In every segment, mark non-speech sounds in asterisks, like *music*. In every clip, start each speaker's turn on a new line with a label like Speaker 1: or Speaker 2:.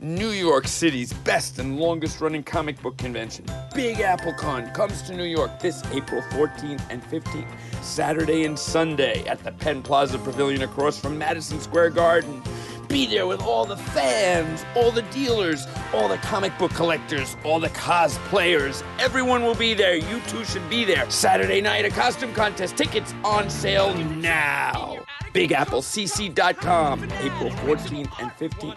Speaker 1: New York City's best and longest running comic book convention, Big Apple Con, comes to New York this April 14th and 15th, Saturday and Sunday at the Penn Plaza Pavilion across from Madison Square Garden. Be there with all the fans, all the dealers, all the comic book collectors, all the cosplayers. Everyone will be there. You too should be there. Saturday night, a costume contest. Tickets on sale now. BigAppleCC.com, April 14th and 15th.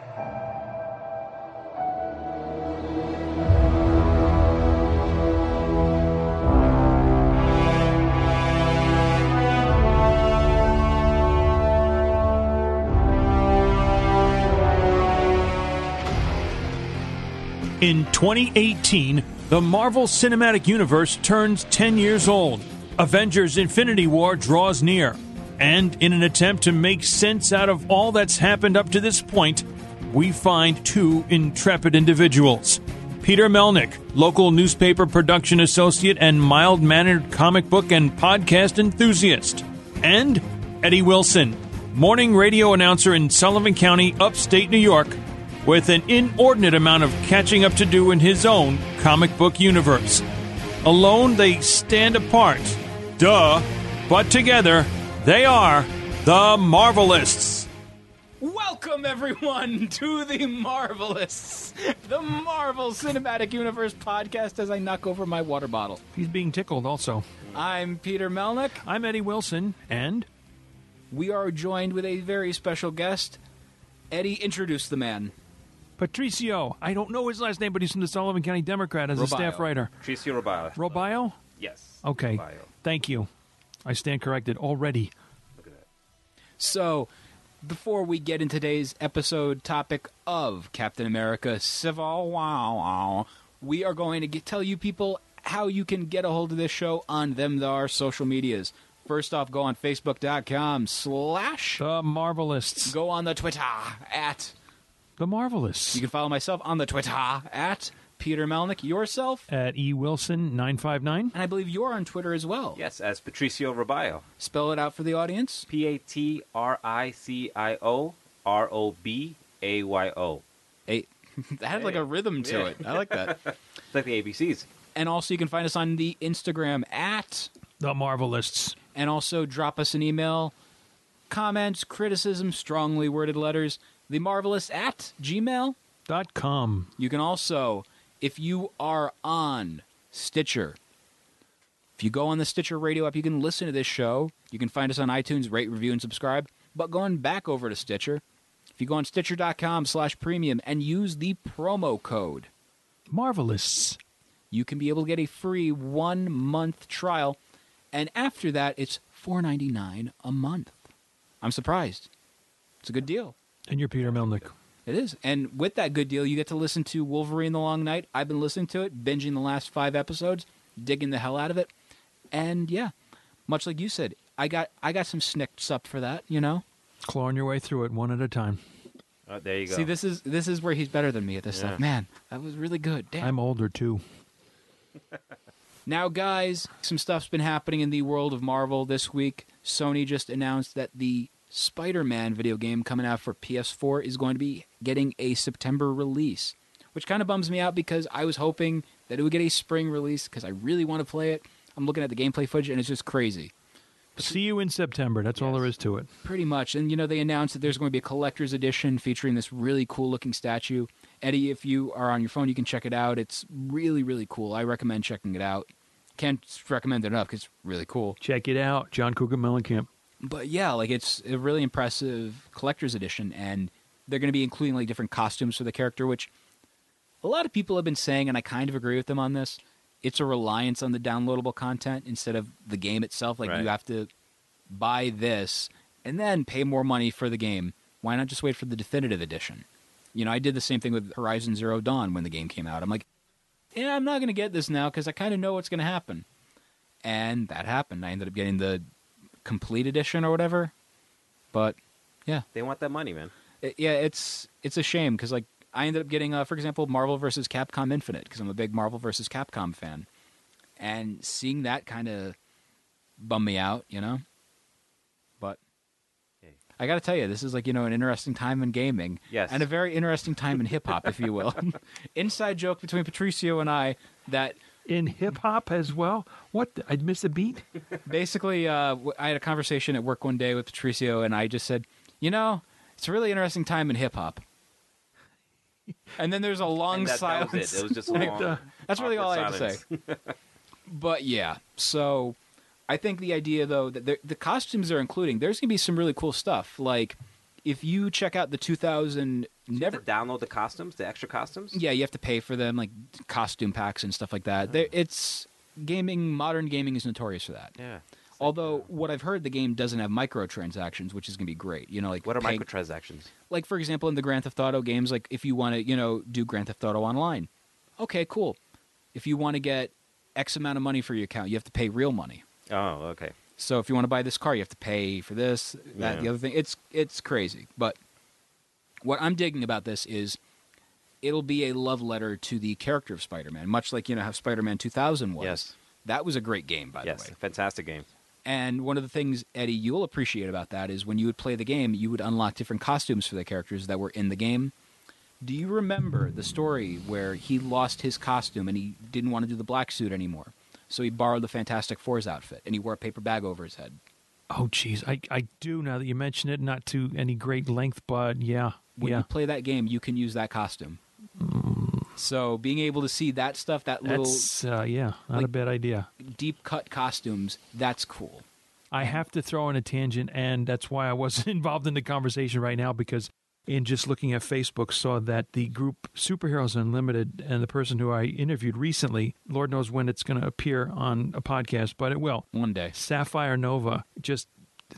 Speaker 2: In 2018, the Marvel Cinematic Universe turns 10 years old. Avengers Infinity War draws near. And in an attempt to make sense out of all that's happened up to this point, we find two intrepid individuals Peter Melnick, local newspaper production associate and mild mannered comic book and podcast enthusiast, and Eddie Wilson, morning radio announcer in Sullivan County, upstate New York with an inordinate amount of catching up to do in his own comic book universe. Alone, they stand apart. Duh. But together, they are the Marvelists.
Speaker 3: Welcome, everyone, *laughs* to the Marvelous, the Marvel Cinematic Universe podcast as I knock over my water bottle.
Speaker 2: He's being tickled also.
Speaker 3: I'm Peter Melnick.
Speaker 2: I'm Eddie Wilson, and
Speaker 3: We are joined with a very special guest. Eddie, introduce the man.
Speaker 2: Patricio. I don't know his last name, but he's from the Sullivan County Democrat as a staff writer.
Speaker 4: Tricio Robile.
Speaker 2: Robio?
Speaker 4: Yes.
Speaker 2: Okay.
Speaker 4: Robile.
Speaker 2: Thank you. I stand corrected already.
Speaker 3: So, before we get in today's episode topic of Captain America Civil War, we are going to get, tell you people how you can get a hold of this show on them our social medias. First off, go on Facebook.com slash.
Speaker 2: The Marvelists.
Speaker 3: Go on the Twitter at.
Speaker 2: The Marvelists.
Speaker 3: You can follow myself on the Twitter at Peter Melnick. Yourself,
Speaker 2: At E. Wilson 959.
Speaker 3: and I believe you're on Twitter as well.
Speaker 4: Yes, as Patricio Robile.
Speaker 3: Spell it out for the audience.
Speaker 4: P A T R I C I O R O B A Y O.
Speaker 3: Hey, *laughs* that had like a rhythm to
Speaker 4: Yeah.
Speaker 3: it. I like that.
Speaker 4: It's like the ABCs.
Speaker 3: and also, you can find us on the Instagram at
Speaker 2: The Marvelists.
Speaker 3: and also drop us an email comments criticism strongly worded letters the marvelous at gmail
Speaker 2: Dot com.
Speaker 3: you can also if you are on stitcher if you go on the stitcher radio app you can listen to this show you can find us on itunes rate review and subscribe but going back over to stitcher if you go on stitcher.com slash premium and use the promo code
Speaker 2: Marvelists.
Speaker 3: you can be able to get a free one month trial and after that it's $4.99 a month i'm surprised it's a good deal
Speaker 2: And you're Peter Melnick.
Speaker 3: it is and with that good deal you get to listen to wolverine the long night i've been listening to it binging the last five episodes digging the hell out of it and yeah much like you said i got i got some snicks up for that you know
Speaker 2: Clawing your way through it one at a time.
Speaker 4: Oh, there you go.
Speaker 3: see this is this is where he's better than me at this
Speaker 4: Yeah.
Speaker 3: stuff man that was really good damn
Speaker 2: I'm older too.
Speaker 3: Now, guys, some stuff's been happening in the world of Marvel this week. Sony just announced that the Spider Man video game coming out for PS4 is going to be getting a September release, which kind of bums me out because I was hoping that it would get a spring release because I really want to play it. I'm looking at the gameplay footage and it's just crazy.
Speaker 2: See you in September. That's all there is to it.
Speaker 3: Pretty much. And, you know, they announced that there's going to be a collector's edition featuring this really cool looking statue. Eddie, if you are on your phone, you can check it out. It's really, really cool. I recommend checking it out. Can't recommend it enough because it's really cool.
Speaker 2: Check it out. John Cougar Mellencamp.
Speaker 3: but yeah, like it's a really impressive collector's edition, and they're going to be including like different costumes for the character, which a lot of people have been saying, and I kind of agree with them on this. It's a reliance on the downloadable content instead of the game itself. Like
Speaker 4: Right.
Speaker 3: you have to buy this and then pay more money for the game. Why not just wait for the definitive edition? You know, I did the same thing with Horizon Zero Dawn when the game came out. I'm like, yeah, I'm not going to get this now because I kind of know what's going to happen. And that happened. I ended up getting the complete edition or whatever. But
Speaker 4: They want that money, man.
Speaker 3: it- yeah, it's it's a shame because like I ended up getting, uh, for example, Marvel versus Capcom Infinite because I'm a big Marvel versus Capcom fan, and seeing that kind of bummed me out, you know. But
Speaker 4: Hey.
Speaker 3: I got to tell you, this is like you know an interesting time in gaming,
Speaker 4: Yes.
Speaker 3: and a very interesting time in hip hop, if you
Speaker 4: *laughs*
Speaker 3: will. Inside joke between Patricio and I that
Speaker 2: in hip hop as well. What? I missed a beat.
Speaker 3: basically, uh, w- I had a conversation at work one day with Patricio, and I just said, you know, it's a really interesting time in hip
Speaker 4: *laughs*
Speaker 3: hop. And then there's a long
Speaker 4: And that, that
Speaker 3: silence.
Speaker 4: was it. It was
Speaker 3: *laughs*
Speaker 4: just a long.
Speaker 3: That's really all I
Speaker 4: awkward
Speaker 3: had to
Speaker 4: silence.
Speaker 3: say. but yeah, so I think the idea though that the, the costumes they're including, there's gonna be some really cool stuff. Like if you check out the 2000
Speaker 4: To
Speaker 3: never.
Speaker 4: download the costumes, the extra costumes.
Speaker 3: Yeah, you have to pay for them, like costume packs and stuff like
Speaker 4: Uh-huh.
Speaker 3: that. There It's gaming. Modern gaming is notorious for that.
Speaker 4: Yeah.
Speaker 3: Although what I've heard, the game doesn't have microtransactions, which is gonna be great. You know, like
Speaker 4: What are
Speaker 3: paying-
Speaker 4: microtransactions?
Speaker 3: like for example in the Grand Theft Auto games, like if you want to, you know, do Grand Theft Auto online, okay, cool. If you want to get X amount of money for your account, you have to pay real money.
Speaker 4: Oh, okay.
Speaker 3: So if you want to buy this car, you have to pay for this, that,
Speaker 4: Yeah.
Speaker 3: the other thing. It's it's crazy. But what I'm digging about this is it'll be a love letter to the character of Spider-Man, much like you know how Spider-Man 2000 was.
Speaker 4: Yes.
Speaker 3: That was a great game, by
Speaker 4: Yes,
Speaker 3: the way.
Speaker 4: fantastic game.
Speaker 3: And one of the things, Eddie, you'll appreciate about that is when you would play the game, you would unlock different costumes for the characters that were in the game. Do you remember the story where he lost his costume and he didn't want to do the black suit anymore? So he borrowed the Fantastic Four's outfit and he wore a paper bag over his head.
Speaker 2: Oh, geez, I I do now that you mention it. Not to any great length, but yeah,
Speaker 3: When
Speaker 2: yeah.
Speaker 3: you play that game, you can use that costume. So being able to see that stuff, that little
Speaker 2: That's uh, yeah, not a
Speaker 3: like-
Speaker 2: bad idea.
Speaker 3: deep cut costumes, that's cool.
Speaker 2: I have to throw in a tangent, and that's why I wasn't *laughs* involved in the conversation right now because in just looking at Facebook, saw that the group Superheroes Unlimited and the person who I interviewed recently, Lord knows when it's going to appear on a podcast, but it will.
Speaker 3: One day.
Speaker 2: Sapphire Nova just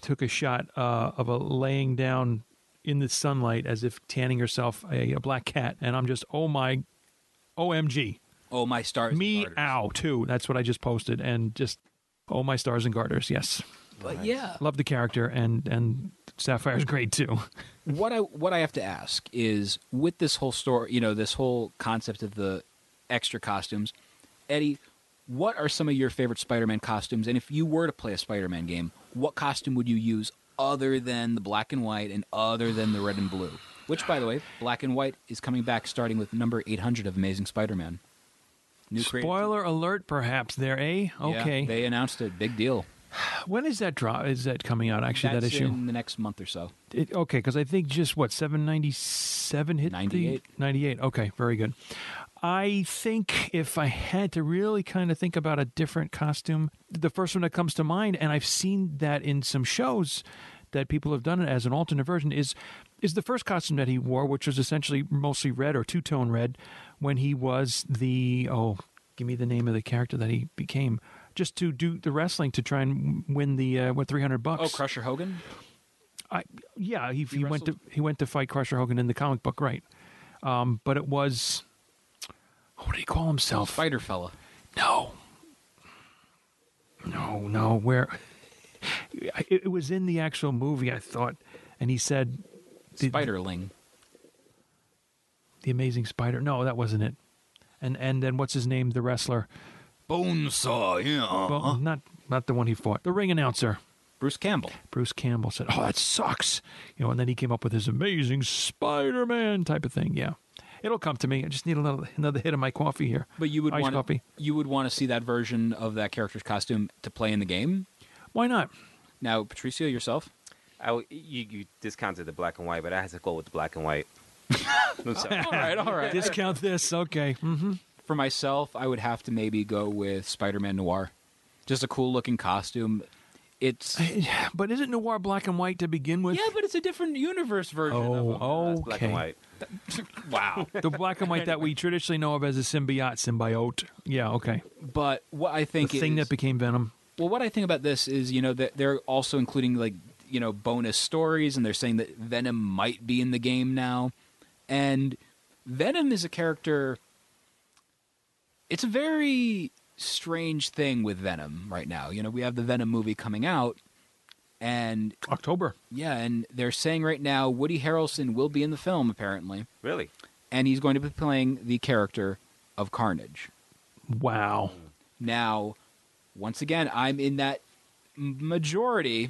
Speaker 2: took a shot uh, of a laying down in the sunlight as if tanning herself a, a black cat, and I'm just oh my, OMG,
Speaker 3: Oh, my stars. and
Speaker 2: me
Speaker 3: garters.
Speaker 2: ow too. That's what I just posted, and just oh my stars and garters, yes
Speaker 3: But yeah.
Speaker 2: love the character and and sapphire's great too
Speaker 3: what I what I have to ask is with this whole story, you know, this whole concept of the extra costumes, Eddie, what are some of your favorite Spider-Man costumes? And if you were to play a Spider-Man game, what costume would you use other than the black and white and other than the red and blue? Which, by the way, black and white is coming back starting with number 800 of Amazing Spider-Man. New creative-
Speaker 2: spoiler alert perhaps there eh
Speaker 3: Yeah,
Speaker 2: okay
Speaker 3: they announced it. Big deal.
Speaker 2: when is that draw is that coming out actually
Speaker 3: That's
Speaker 2: that issue
Speaker 3: in the next month or so.
Speaker 2: it, okay because i think just what 797 hit the
Speaker 3: 98.
Speaker 2: 98 okay very good i think if i had to really kind of think about a different costume the first one that comes to mind and i've seen that in some shows that people have done it as an alternate version is is the first costume that he wore which was essentially mostly red or two-tone red when he was the oh give me the name of the character that he became just to do the wrestling to try and win the uh, what 300 bucks
Speaker 3: Oh, Crusher Hogan?
Speaker 2: I yeah, he, he, went to
Speaker 3: wrestled?
Speaker 2: he went to fight Crusher Hogan in the comic book, right? Um, but it was what did he call himself?
Speaker 3: Spider Fella.
Speaker 2: No, no, no. Where it, it was in the actual movie, I thought, and he said the,
Speaker 3: Spiderling.
Speaker 2: the Amazing Spider. No, that wasn't it. And and then what's his name? The wrestler,
Speaker 3: Bonesaw, yeah. uh-huh.
Speaker 2: Well, not not the one he fought. The ring announcer.
Speaker 3: Bruce Campbell.
Speaker 2: Bruce Campbell said, "Oh, that sucks," you know, and then he came up with his amazing Spider-Man type of thing. Yeah, it'll come to me. I just need a little another hit of my coffee here.
Speaker 3: But you would
Speaker 2: Iced
Speaker 3: want
Speaker 2: coffee.
Speaker 3: you would want to see that version of that character's costume to play in the game.
Speaker 2: Why not?
Speaker 3: Now, Patricio, yourself,
Speaker 4: I w- you, you discounted the black and white, but I had to go with the black
Speaker 3: *laughs*
Speaker 4: and white. *laughs* I'm sorry.
Speaker 3: *laughs* all right, all right.
Speaker 2: Discount this. Okay. hmm
Speaker 3: For myself, I would have to maybe go with Spider-Man Noir. Just a cool looking costume. It's yeah,
Speaker 2: But isn't noir black and white to begin with?
Speaker 3: but it's a different universe version. of him.
Speaker 2: oh,
Speaker 4: That's
Speaker 2: okay.
Speaker 4: black and white.
Speaker 3: wow.
Speaker 2: The black and white that we traditionally know of as a symbiote, symbiote. Yeah. Okay.
Speaker 3: But what I
Speaker 2: The
Speaker 3: think
Speaker 2: thing
Speaker 3: is,
Speaker 2: that became Venom.
Speaker 3: well, what I think about this is you know that they're also including like you know bonus stories, and they're saying that Venom might be in the game now. And Venom is a character. It's a very strange thing with Venom right now. You know, we have the Venom movie coming out, and
Speaker 2: October.
Speaker 3: yeah, and they're saying right now Woody Harrelson will be in the film apparently,
Speaker 4: Really?
Speaker 3: and he's going to be playing the character of Carnage.
Speaker 2: Wow.
Speaker 4: Mm.
Speaker 3: Now, once again, I'm in that m- majority.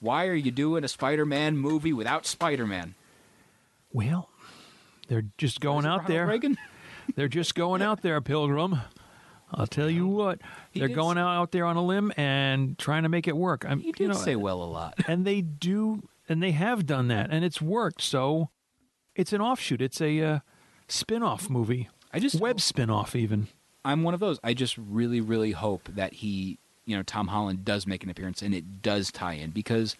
Speaker 3: Why are you doing a Spider-Man movie without Spider-Man?
Speaker 2: Well, they're just
Speaker 3: Is
Speaker 2: going
Speaker 3: it
Speaker 2: out
Speaker 3: Ronald
Speaker 2: there. *laughs*
Speaker 3: Reagan?
Speaker 2: They're just going out there, Pilgrim. I'll tell you what.
Speaker 3: He
Speaker 2: they're
Speaker 3: did
Speaker 2: going
Speaker 3: say-
Speaker 2: out, out there on a limb and trying to make it work. I'm,
Speaker 3: He did
Speaker 2: you know,
Speaker 3: say well a lot.
Speaker 2: and they do, and they have done that, and it's worked. So it's an offshoot. It's a uh, spin-off movie,
Speaker 3: I just
Speaker 2: web spin-off even.
Speaker 3: I'm one of those. I just really, really hope that he, you know, Tom Holland does make an appearance and it does tie in because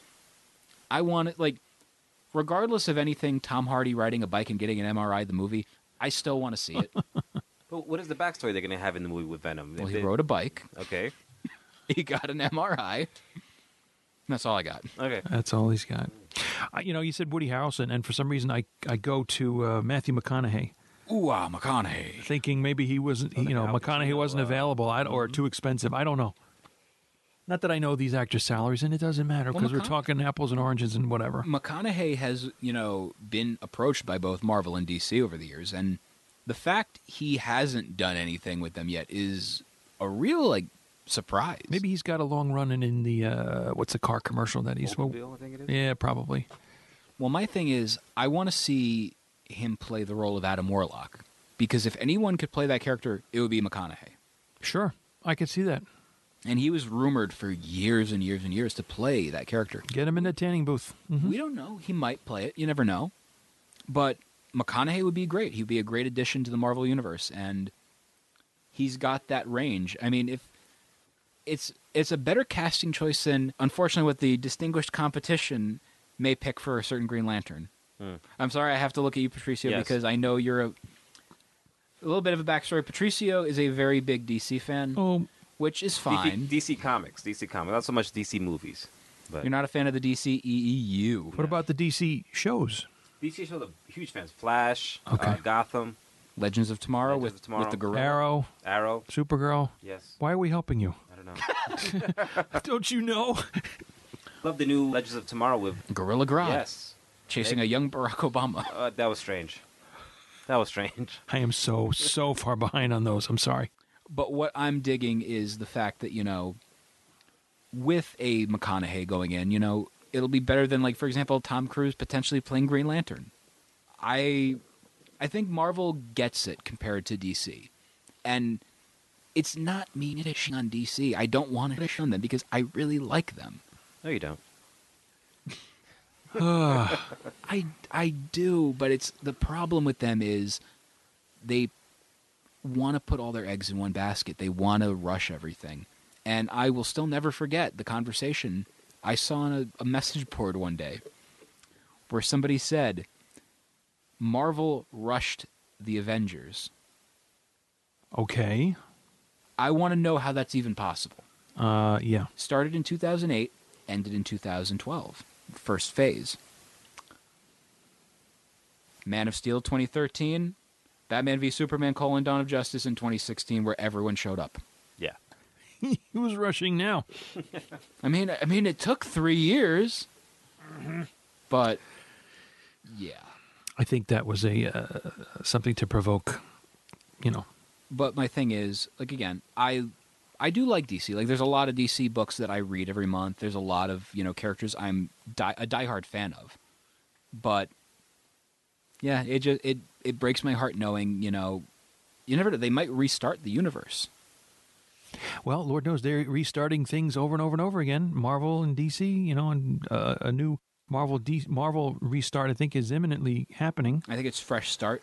Speaker 3: I want it like, regardless of anything, Tom Hardy riding a bike and getting an MRI, the movie, I still want to
Speaker 2: *laughs*
Speaker 3: see it.
Speaker 4: But what is the backstory they're going to have in the movie with Venom?
Speaker 3: well,
Speaker 4: If
Speaker 3: he
Speaker 4: they-
Speaker 3: rode a bike, *laughs*
Speaker 4: Okay.
Speaker 3: he got an MRI. That's all I got.
Speaker 4: Okay.
Speaker 2: That's all he's got. I, you know, you said Woody Harrelson, and for some reason, I I go to uh, Matthew McConaughey,
Speaker 3: Ooh, ah, McConaughey.
Speaker 2: thinking maybe he wasn't. You mm-hmm. know,
Speaker 4: Al
Speaker 2: McConaughey
Speaker 4: Pacino,
Speaker 2: wasn't
Speaker 4: uh,
Speaker 2: available, I, or too expensive. I don't know. Not that I know these actors' salaries, and it doesn't matter
Speaker 3: Well,
Speaker 2: because we're
Speaker 3: McCona-
Speaker 2: talking apples and oranges and whatever.
Speaker 3: McConaughey has, you know, been approached by both Marvel and DC over the years, and the fact he hasn't done anything with them yet is a real like surprise.
Speaker 2: Maybe he's got a long run in, in the uh, what's the car commercial that he's. Well,
Speaker 4: Oldsmobile, I think it is.
Speaker 2: yeah, probably.
Speaker 3: Well, my thing is, I want to see him play the role of Adam Warlock because if anyone could play that character, it would be McConaughey.
Speaker 2: Sure, I could see that.
Speaker 3: And he was rumored for years and years and years to play that character.
Speaker 2: Get him in the tanning booth.
Speaker 4: Hmm?
Speaker 2: Mhm.
Speaker 3: We don't know. He might play it. You never know. But McConaughey would be great. He'd be a great addition to the Marvel universe, and he's got that range. I mean, if it's it's a better casting choice than unfortunately what the distinguished competition may pick for a certain Green Lantern. I'm sorry, I have to look at you, Patricio,
Speaker 4: Hmm. Yes.
Speaker 3: because I know you're a, a little bit of a backstory. Patricio is a very big DC fan,
Speaker 2: Oh,
Speaker 3: which
Speaker 4: *laughs*
Speaker 3: is
Speaker 4: DC
Speaker 3: fine.
Speaker 4: DC Comics. DC Comics. Not so much DC movies. But
Speaker 3: You're not a fan of the E DCEU.
Speaker 2: what about the DC shows?
Speaker 4: DC shows are huge fans. Flash, uh,
Speaker 2: Okay.
Speaker 4: Gotham,
Speaker 3: Legends of Tomorrow
Speaker 4: Legends
Speaker 3: with,
Speaker 4: of Tomorrow.
Speaker 3: with the Gorilla.
Speaker 2: Arrow,
Speaker 4: Arrow.
Speaker 2: Supergirl.
Speaker 4: Yes.
Speaker 2: Why are we helping you?
Speaker 4: I
Speaker 3: *laughs*
Speaker 4: don't know.
Speaker 2: *laughs* Don't you know?
Speaker 4: Love the new Legends of Tomorrow with.
Speaker 3: Gorilla Grodd
Speaker 4: Yes.
Speaker 3: chasing a young Barack Obama.
Speaker 4: Uh, that was strange. That was strange. *laughs*
Speaker 2: I am so so far behind on those. I'm sorry.
Speaker 3: *laughs*
Speaker 2: *sighs*
Speaker 3: But what I'm digging is the fact that you know, with a McConaughey going in, you know, it'll be better than like for example Tom Cruise potentially playing Green Lantern. I, I think Marvel gets it compared to DC, and it's not me dishing on DC. I don't want to dish on them because I really like them.
Speaker 4: No, you don't.
Speaker 3: I I do, but it's the problem with them is they want to put all their eggs in one basket. They want to rush everything. And I will still never forget the conversation I saw on a, a message board one day where somebody said Marvel rushed the Avengers.
Speaker 2: Okay.
Speaker 3: I want to know how that's even possible.
Speaker 2: Uh, yeah.
Speaker 3: Started in 2008, ended in 2012, first phase. Man of Steel 2013, Batman v Superman: colon, Dawn of Justice in 2016, where everyone showed up.
Speaker 4: Yeah.
Speaker 2: *laughs* Who's rushing now?
Speaker 3: I mean, I mean, it took three years, but yeah.
Speaker 2: I think that was a uh, something to provoke. You know.
Speaker 3: But my thing is, like again, I I do like DC. Like, there's a lot of DC books that I read every month. There's a lot of you know characters I'm die, a diehard fan of. But yeah, it just it it breaks my heart knowing you know you never know, they might restart the universe.
Speaker 2: Well, Lord knows they're restarting things over and over and over again. Marvel and DC. You know, and uh, a new Marvel D- Marvel restart I think is imminently happening.
Speaker 3: I think it's fresh start.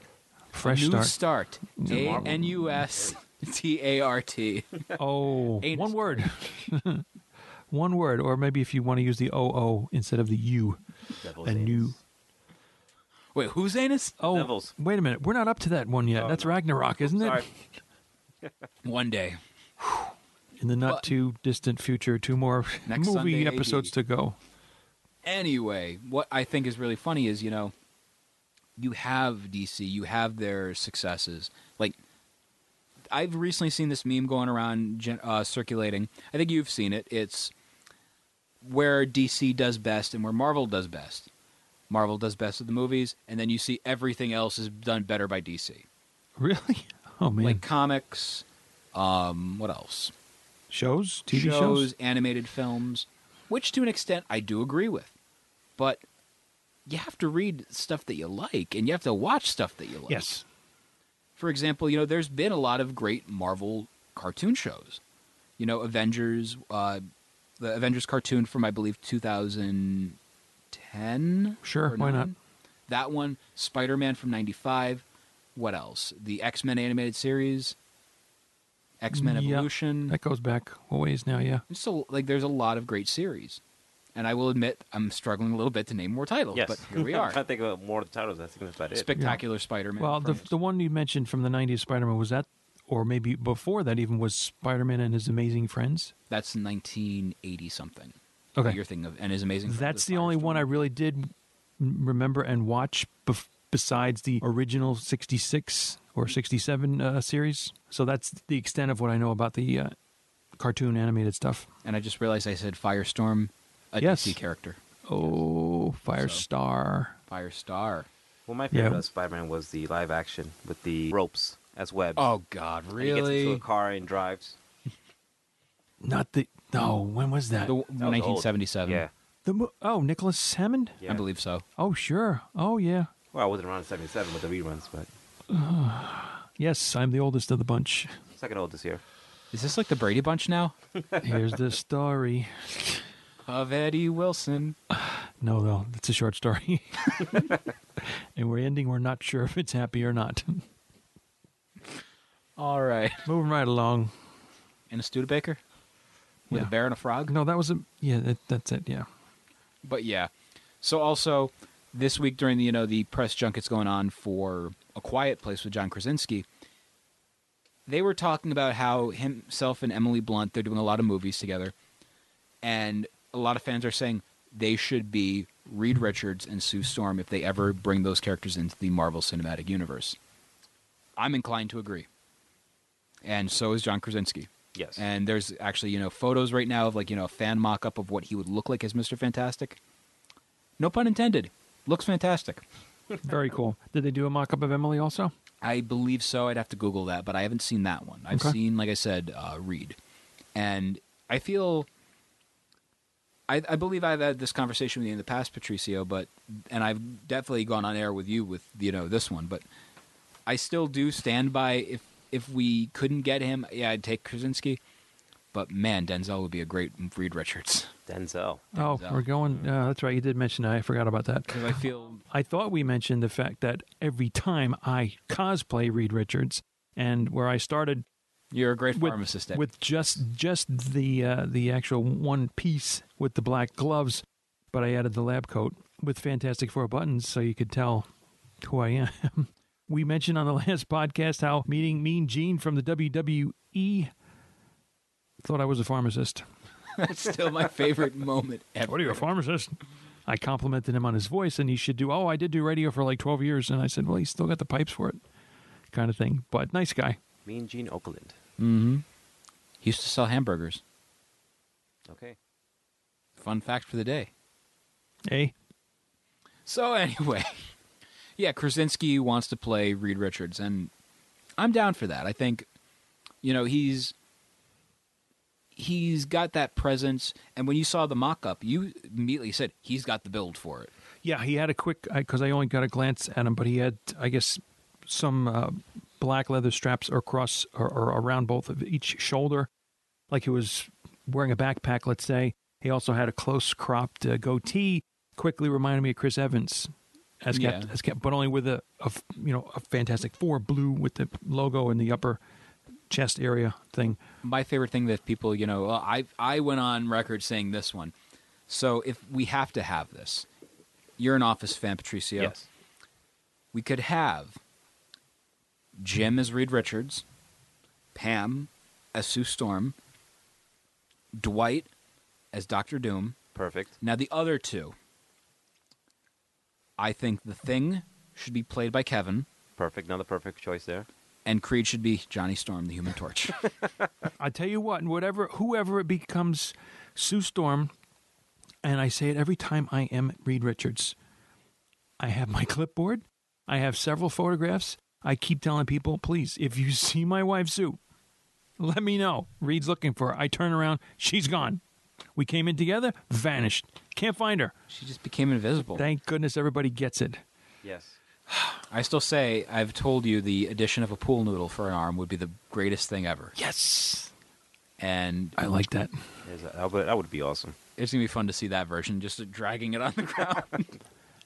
Speaker 2: Fresh
Speaker 3: New
Speaker 2: start.
Speaker 3: start. A N U S T A R T. *laughs*
Speaker 2: Oh,
Speaker 3: Anus.
Speaker 2: one word. *laughs* one word, or maybe if you want to use the OO instead of the U.
Speaker 4: Devil's
Speaker 2: A new.
Speaker 3: Wait, who's anus?
Speaker 2: Oh,
Speaker 4: Devils.
Speaker 2: wait a minute. We're not up to that one
Speaker 3: Oh,
Speaker 2: yet. That's Ragnarok, isn't it?
Speaker 3: *laughs*
Speaker 4: Sorry.
Speaker 3: One day.
Speaker 2: In the not
Speaker 3: But-
Speaker 2: too distant future, two more
Speaker 3: Next
Speaker 2: *laughs* movie
Speaker 3: Sunday,
Speaker 2: episodes
Speaker 3: AD.
Speaker 2: to go.
Speaker 3: Anyway, what I think is really funny is, you know, you have DC, you have their successes. Like, I've recently seen this meme going around gen- uh, circulating. I think you've seen it. It's where DC does best and where Marvel does best. Marvel does best at the movies, and then you see everything else is done better by DC.
Speaker 2: Really? *laughs* Oh man,
Speaker 3: Like comics, um, what else?
Speaker 2: shows, TV
Speaker 3: shows,
Speaker 2: shows.
Speaker 3: animated films, which to an extent I do agree with. But you have to read stuff that you like and you have to watch stuff that you like.
Speaker 2: Yes.
Speaker 3: For example, you know, there's been a lot of great Marvel cartoon shows. You know, Avengers, uh, the Avengers cartoon from, I believe, 2010.
Speaker 2: Sure,
Speaker 3: or
Speaker 2: why not?
Speaker 3: 9. That one, Spider Man from 95. What else? The X Men animated series, X Men
Speaker 2: Yeah.
Speaker 3: Evolution.
Speaker 2: That goes back a ways now. Yeah.
Speaker 3: And so, like, there's a lot of great series. And I will admit, I'm struggling a little bit to name more titles,
Speaker 4: Yes.
Speaker 3: but here we
Speaker 4: I'm *laughs*
Speaker 3: are.
Speaker 4: trying to think of more titles. I think that's about it.
Speaker 3: Spectacular Spider-Man.
Speaker 2: Well, the
Speaker 3: from-
Speaker 2: the one you mentioned from the '90s Spider-Man was that, or maybe before that even was Spider-Man and His Amazing Friends.
Speaker 3: that's 1980 something.
Speaker 2: Okay.
Speaker 3: that You're thinking of and is amazing. Friends
Speaker 2: That's
Speaker 3: of
Speaker 2: the only one I
Speaker 3: Firestorm.
Speaker 2: really did m- remember and watch bef- besides the original 66 or 67 uh, series. So that's the extent of what I know about the uh, cartoon animated stuff.
Speaker 3: And I just realized I said Firestorm, a
Speaker 2: Yes.
Speaker 3: DC character,
Speaker 2: Oh, Firestar.
Speaker 3: Firestar.
Speaker 4: Well, my
Speaker 2: Yeah.
Speaker 4: favorite of Spider-Man was the live action with the ropes as webs.
Speaker 3: Oh God,
Speaker 4: And he gets into a
Speaker 3: really?
Speaker 4: car and drives.
Speaker 2: Not the. No, when was that?
Speaker 3: The
Speaker 4: *laughs* That was old.
Speaker 3: 1977.
Speaker 4: Yeah.
Speaker 2: The mo- oh, Nicholas Hammond?
Speaker 4: yeah.
Speaker 3: I believe so.
Speaker 2: Oh, sure. Oh, yeah.
Speaker 4: Well, I wasn't around in 77 with the reruns, but
Speaker 2: Yes, I'm the oldest of the bunch.
Speaker 4: second oldest here.
Speaker 3: Is this like the Brady Bunch now?
Speaker 2: Here's the story.
Speaker 3: of Eddie Wilson.
Speaker 2: No, no, it's a short story. *laughs* and we're ending, we're not sure if it's happy or not.
Speaker 3: All right.
Speaker 2: Moving right along.
Speaker 3: And a Studebaker with
Speaker 2: Yeah.
Speaker 3: a bear and a frog.
Speaker 2: No, that was a yeah. That, that's it. Yeah.
Speaker 3: But yeah. So also this week during the you know the press junkets going on for A Quiet Place with John Krasinski, they were talking about how himself and Emily Blunt they're doing a lot of movies together, and a lot of fans are saying they should be Reed Richards and Sue Storm if they ever bring those characters into the Marvel Cinematic Universe. I'm inclined to agree, and so is John Krasinski.
Speaker 4: Yes.
Speaker 3: And there's actually, you know, photos right now of like, you know, a fan mock up of what he would look like as Mr. Fantastic. No pun intended. Looks fantastic.
Speaker 2: Very cool. Did they do a mock up of Emily also?
Speaker 3: I believe so. I'd have to Google that, but I haven't seen that one. I've
Speaker 2: Okay.
Speaker 3: seen, like I said, uh, Reed. And I feel. I, I believe I've had this conversation with you in the past, Patricio, but. And I've definitely gone on air with you with, you know, this one, but I still do stand by if if we couldn't get him, yeah, I'd take Krasinski. But man, Denzel would be a great Reed Richards.
Speaker 4: Denzel.
Speaker 2: Oh,
Speaker 3: so.
Speaker 2: we're going. Uh, that's right. You did mention that. I forgot about that.
Speaker 3: Because I feel
Speaker 2: I thought we mentioned the fact that every time I cosplay Reed Richards, and where I started
Speaker 3: you're a great
Speaker 2: with,
Speaker 3: pharmacist. Ed.
Speaker 2: with just just the uh, the actual one piece with the black gloves, but I added the lab coat with Fantastic Four buttons, so you could tell who I am. *laughs* we mentioned on the *laughs* last podcast how meeting Mean Gene from the WWE thought I was a pharmacist.
Speaker 3: *laughs* that's still my favorite moment ever.
Speaker 2: What are you, a pharmacist? I complimented him on his voice, and he should do. Oh, I did do radio for like twelve years, and I said, well, he's still got the pipes for it, kind of thing. But nice guy.
Speaker 4: Me and Gene Oakland.
Speaker 3: He used to sell hamburgers.
Speaker 4: Okay.
Speaker 3: Fun fact for the day.
Speaker 2: Hey,
Speaker 3: So *laughs* anyway, yeah, Krasinski wants to play Reed Richards, and I'm down for that. I think, you know, he's he's got that presence, and when you saw the mock-up, you immediately said he's got the build for it.
Speaker 2: Yeah, he had a quick because I only got a glance at him, but he had, I guess, some uh, black leather straps across or, or around both of each shoulder, like he was wearing a backpack. Let's say he also had a close cropped uh, goatee. Quickly reminded me of Chris Evans, as kept,
Speaker 3: Yeah.
Speaker 2: as kept, but only with a, a f- you know a Fantastic Four blue with the logo in the upper chest area thing.
Speaker 3: my favorite thing that people, you know, uh, I I went on record saying this one. So if we have to have this, you're an Office fan, Patricio.
Speaker 4: Yes.
Speaker 3: We could have Jim as Reed Richards, Pam as Sue Storm, Dwight as Doctor Doom.
Speaker 4: Perfect.
Speaker 3: Now the other two, I think The Thing should be played by Kevin,
Speaker 4: Perfect. Another perfect choice there.
Speaker 3: and Creed should be Johnny Storm, the
Speaker 2: *laughs*
Speaker 3: Human Torch.
Speaker 2: I tell you what, and whatever, whoever it becomes, Sue Storm, and I say it every time I am Reed Richards. I have my *laughs* clipboard. I have several photographs. I keep telling people, please, if you *laughs* see my wife Sue, let me know. Reed's looking for her. I turn around, she's gone. We came in together, vanished. Can't find her.
Speaker 3: she just became invisible.
Speaker 2: Thank goodness everybody gets it.
Speaker 4: Yes.
Speaker 3: I still say I've told you the addition of a pool noodle for an arm would be the greatest thing ever.
Speaker 2: Yes.
Speaker 3: And
Speaker 2: I like that.
Speaker 4: There's a- that would, that would be awesome.
Speaker 3: it's going to be fun to see that version, just dragging it on the *laughs* ground.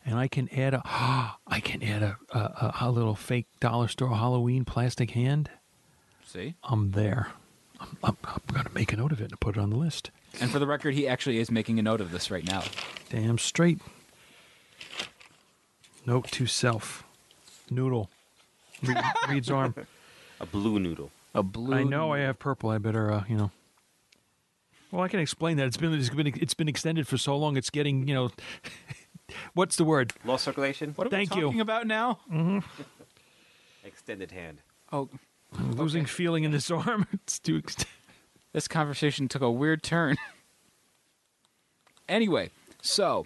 Speaker 2: and I can add a, *gasps* I can add a, a, a, a little fake dollar store Halloween plastic hand.
Speaker 3: see?
Speaker 2: I'm there. I'm, I'm, I'm gonna make a note of it and put it on the list.
Speaker 3: And for the record, he actually is making a note of this right now.
Speaker 2: Damn straight. Note to self. Noodle. Re- Reed's arm.
Speaker 4: A blue noodle.
Speaker 3: A blue.
Speaker 2: I know I have purple. I better, uh, you know. Well, I can explain that. It's been it's been it's been extended for so long. It's getting you know. *laughs* What's the word?
Speaker 4: Lost circulation.
Speaker 3: What are
Speaker 2: Thank
Speaker 3: we
Speaker 2: you.
Speaker 3: talking about now?
Speaker 4: Extended hand.
Speaker 3: Oh,
Speaker 2: I'm losing feeling in this *laughs* arm. It's too. Ext-
Speaker 3: this conversation took a weird turn. *laughs* anyway, so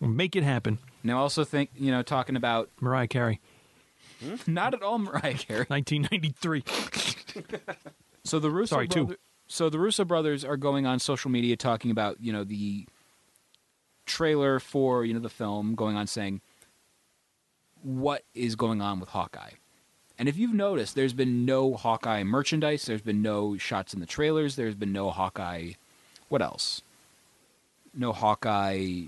Speaker 2: Make it happen,
Speaker 3: now also think you know talking about *laughs*
Speaker 2: Mariah Carey,
Speaker 3: not at all Mariah Carey.
Speaker 2: 1993.
Speaker 3: So the Russo
Speaker 2: Sorry, two.
Speaker 3: brother- So the Russo brothers are going on social media talking about you know the trailer for you know the film, going on saying what is going on with Hawkeye. And if you've noticed, there's been no Hawkeye merchandise. There's been no shots in the trailers. There's been no Hawkeye. What else? No Hawkeye.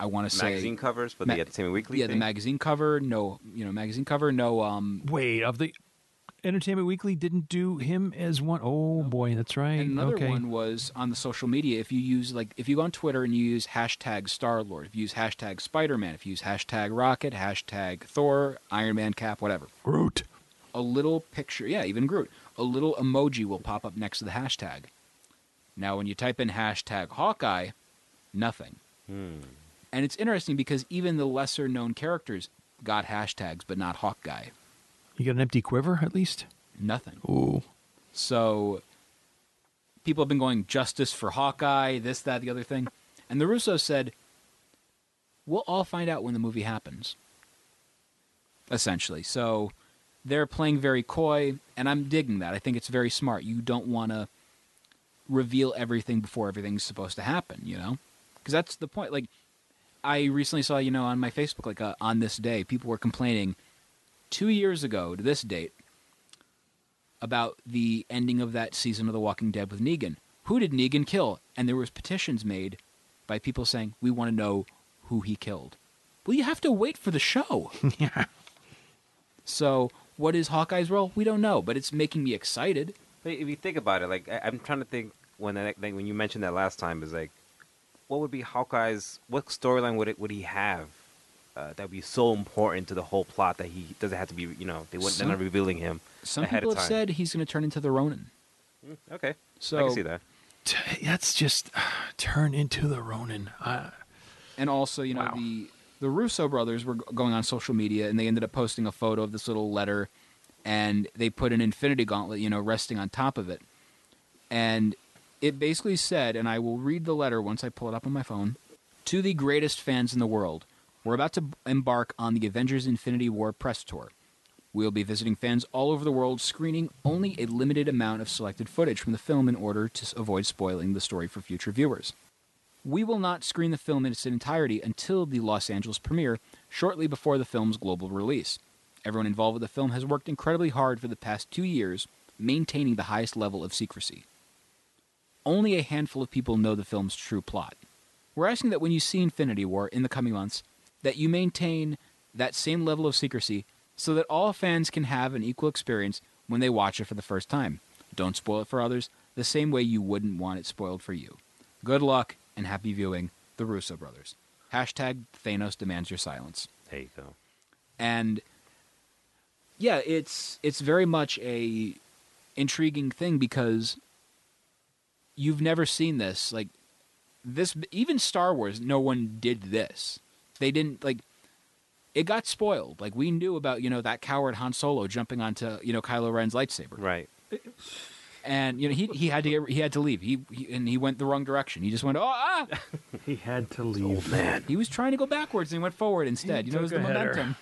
Speaker 3: I want to say
Speaker 4: Magazine covers, but
Speaker 3: Ma-
Speaker 4: they Entertainment Weekly.
Speaker 3: Yeah, the
Speaker 4: thing.
Speaker 3: magazine cover. No, you know, magazine cover. No, um,
Speaker 2: Wait, of the Entertainment Weekly didn't do him as one oh boy, that's right.
Speaker 3: And another
Speaker 2: okay.
Speaker 3: one was on the social media. If you use like if you go on Twitter and you use hashtag Star Lord, if you use hashtag Spider Man, if you use hashtag Rocket, hashtag Thor, Iron Man cap, whatever,
Speaker 2: Groot.
Speaker 3: a little picture, yeah, even Groot, a little emoji will pop up next to the hashtag. Now, when you type in hashtag Hawkeye, nothing.
Speaker 2: Hmm.
Speaker 3: And it's interesting because even the lesser known characters got hashtags, but not Hawkeye,
Speaker 2: You got an empty quiver at least?
Speaker 3: nothing.
Speaker 2: Ooh.
Speaker 3: So people have been going justice for Hawkeye, this, that, the other thing. And the Russo said, we'll all find out when the movie happens, essentially. So they're playing very coy, and I'm digging that. I think it's very smart. You don't want to reveal everything before everything's supposed to happen, you know? Because that's the point. Like, I recently saw, you know, on my Facebook, like uh, on this day, people were complaining two years ago to this date about the ending of that season of The Walking Dead with Negan. Who did Negan kill? And there was petitions made by people saying, "We want to know who he killed." Well, you have to wait for the
Speaker 4: *laughs*
Speaker 3: show. So, what is Hawkeye's role? We don't know, but it's making me excited.
Speaker 4: But if you think about it, like I, I'm trying to think when I, like when you mentioned that last time is like, what would be Hawkeye's? What storyline would it would he have? Uh, that would be so important to the whole plot that he doesn't have to be, you know, they wouldn't
Speaker 3: Some-
Speaker 4: end up revealing him
Speaker 3: Some
Speaker 4: ahead
Speaker 3: people
Speaker 4: of
Speaker 3: have
Speaker 4: time.
Speaker 3: said he's going to turn into the Ronin.
Speaker 4: okay, I
Speaker 3: So-
Speaker 4: can see that.
Speaker 2: T- that's just uh, turn into the Ronin. Uh,
Speaker 3: and also you know
Speaker 2: Wow.
Speaker 3: the the Russo brothers were g- going on social media and they ended up posting a photo of this little letter and they put an infinity gauntlet you know resting on top of it and it basically said and I will read the letter once I pull it up on my phone to the greatest fans in the world we're about to b- embark on the Avengers Infinity War press tour We'll be visiting fans all over the world, screening only a limited amount of selected footage from the film in order to s- avoid spoiling the story for future viewers. We will not screen the film in its entirety until the Los Angeles premiere, shortly before the film's global release. Everyone involved with the film has worked incredibly hard for the past two years, maintaining the highest level of secrecy. Only a handful of people know the film's true plot. We're asking that when you see Infinity War in the coming months, that you maintain that same level of secrecy so that all fans can have an equal experience when they watch it for the first time. Don't spoil it for others the same way you wouldn't want it spoiled for you. Good luck and happy viewing, the Russo brothers. Hashtag Thanos demands your silence.
Speaker 4: There you go.
Speaker 3: And yeah, it's it's very much a intriguing thing because you've never seen this. Like this even Star Wars, no one did this. They didn't like it got spoiled. Like we knew about, you know, that coward Han Solo jumping onto, you know, Kylo Ren's lightsaber.
Speaker 4: Right.
Speaker 3: And you know, he he had to get he had to leave. He, he and he went the wrong direction. He just went, "Oh, ah!"
Speaker 5: *laughs* He had to leave.
Speaker 3: He was trying to go backwards and he went forward instead.
Speaker 5: He
Speaker 3: you know, it was the
Speaker 5: took a header.
Speaker 3: momentum.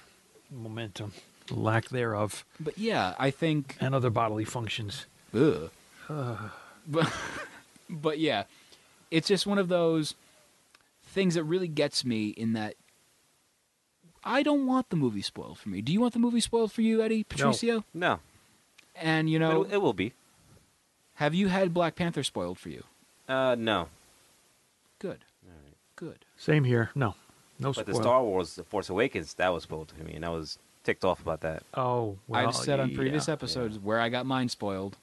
Speaker 5: Momentum,
Speaker 2: Lack thereof.
Speaker 3: But yeah, I think
Speaker 5: and other bodily functions.
Speaker 3: Ugh. but *laughs* but yeah, it's just one of those things that really gets me in that I don't want the movie spoiled for me. Do you want the movie spoiled for you, Eddie Patricio?
Speaker 4: No.
Speaker 3: And you know,
Speaker 4: It, it will be.
Speaker 3: have you had Black Panther spoiled for you?
Speaker 4: Uh, no.
Speaker 3: Good. Good.
Speaker 5: Same here. No, no
Speaker 4: But the
Speaker 5: spoil.
Speaker 4: Star Wars The Force Awakens, that was spoiled to me, and I was ticked off about that.
Speaker 5: oh, well,
Speaker 3: I've said on
Speaker 5: yeah. Hmm.
Speaker 3: previous episodes where I got mine spoiled.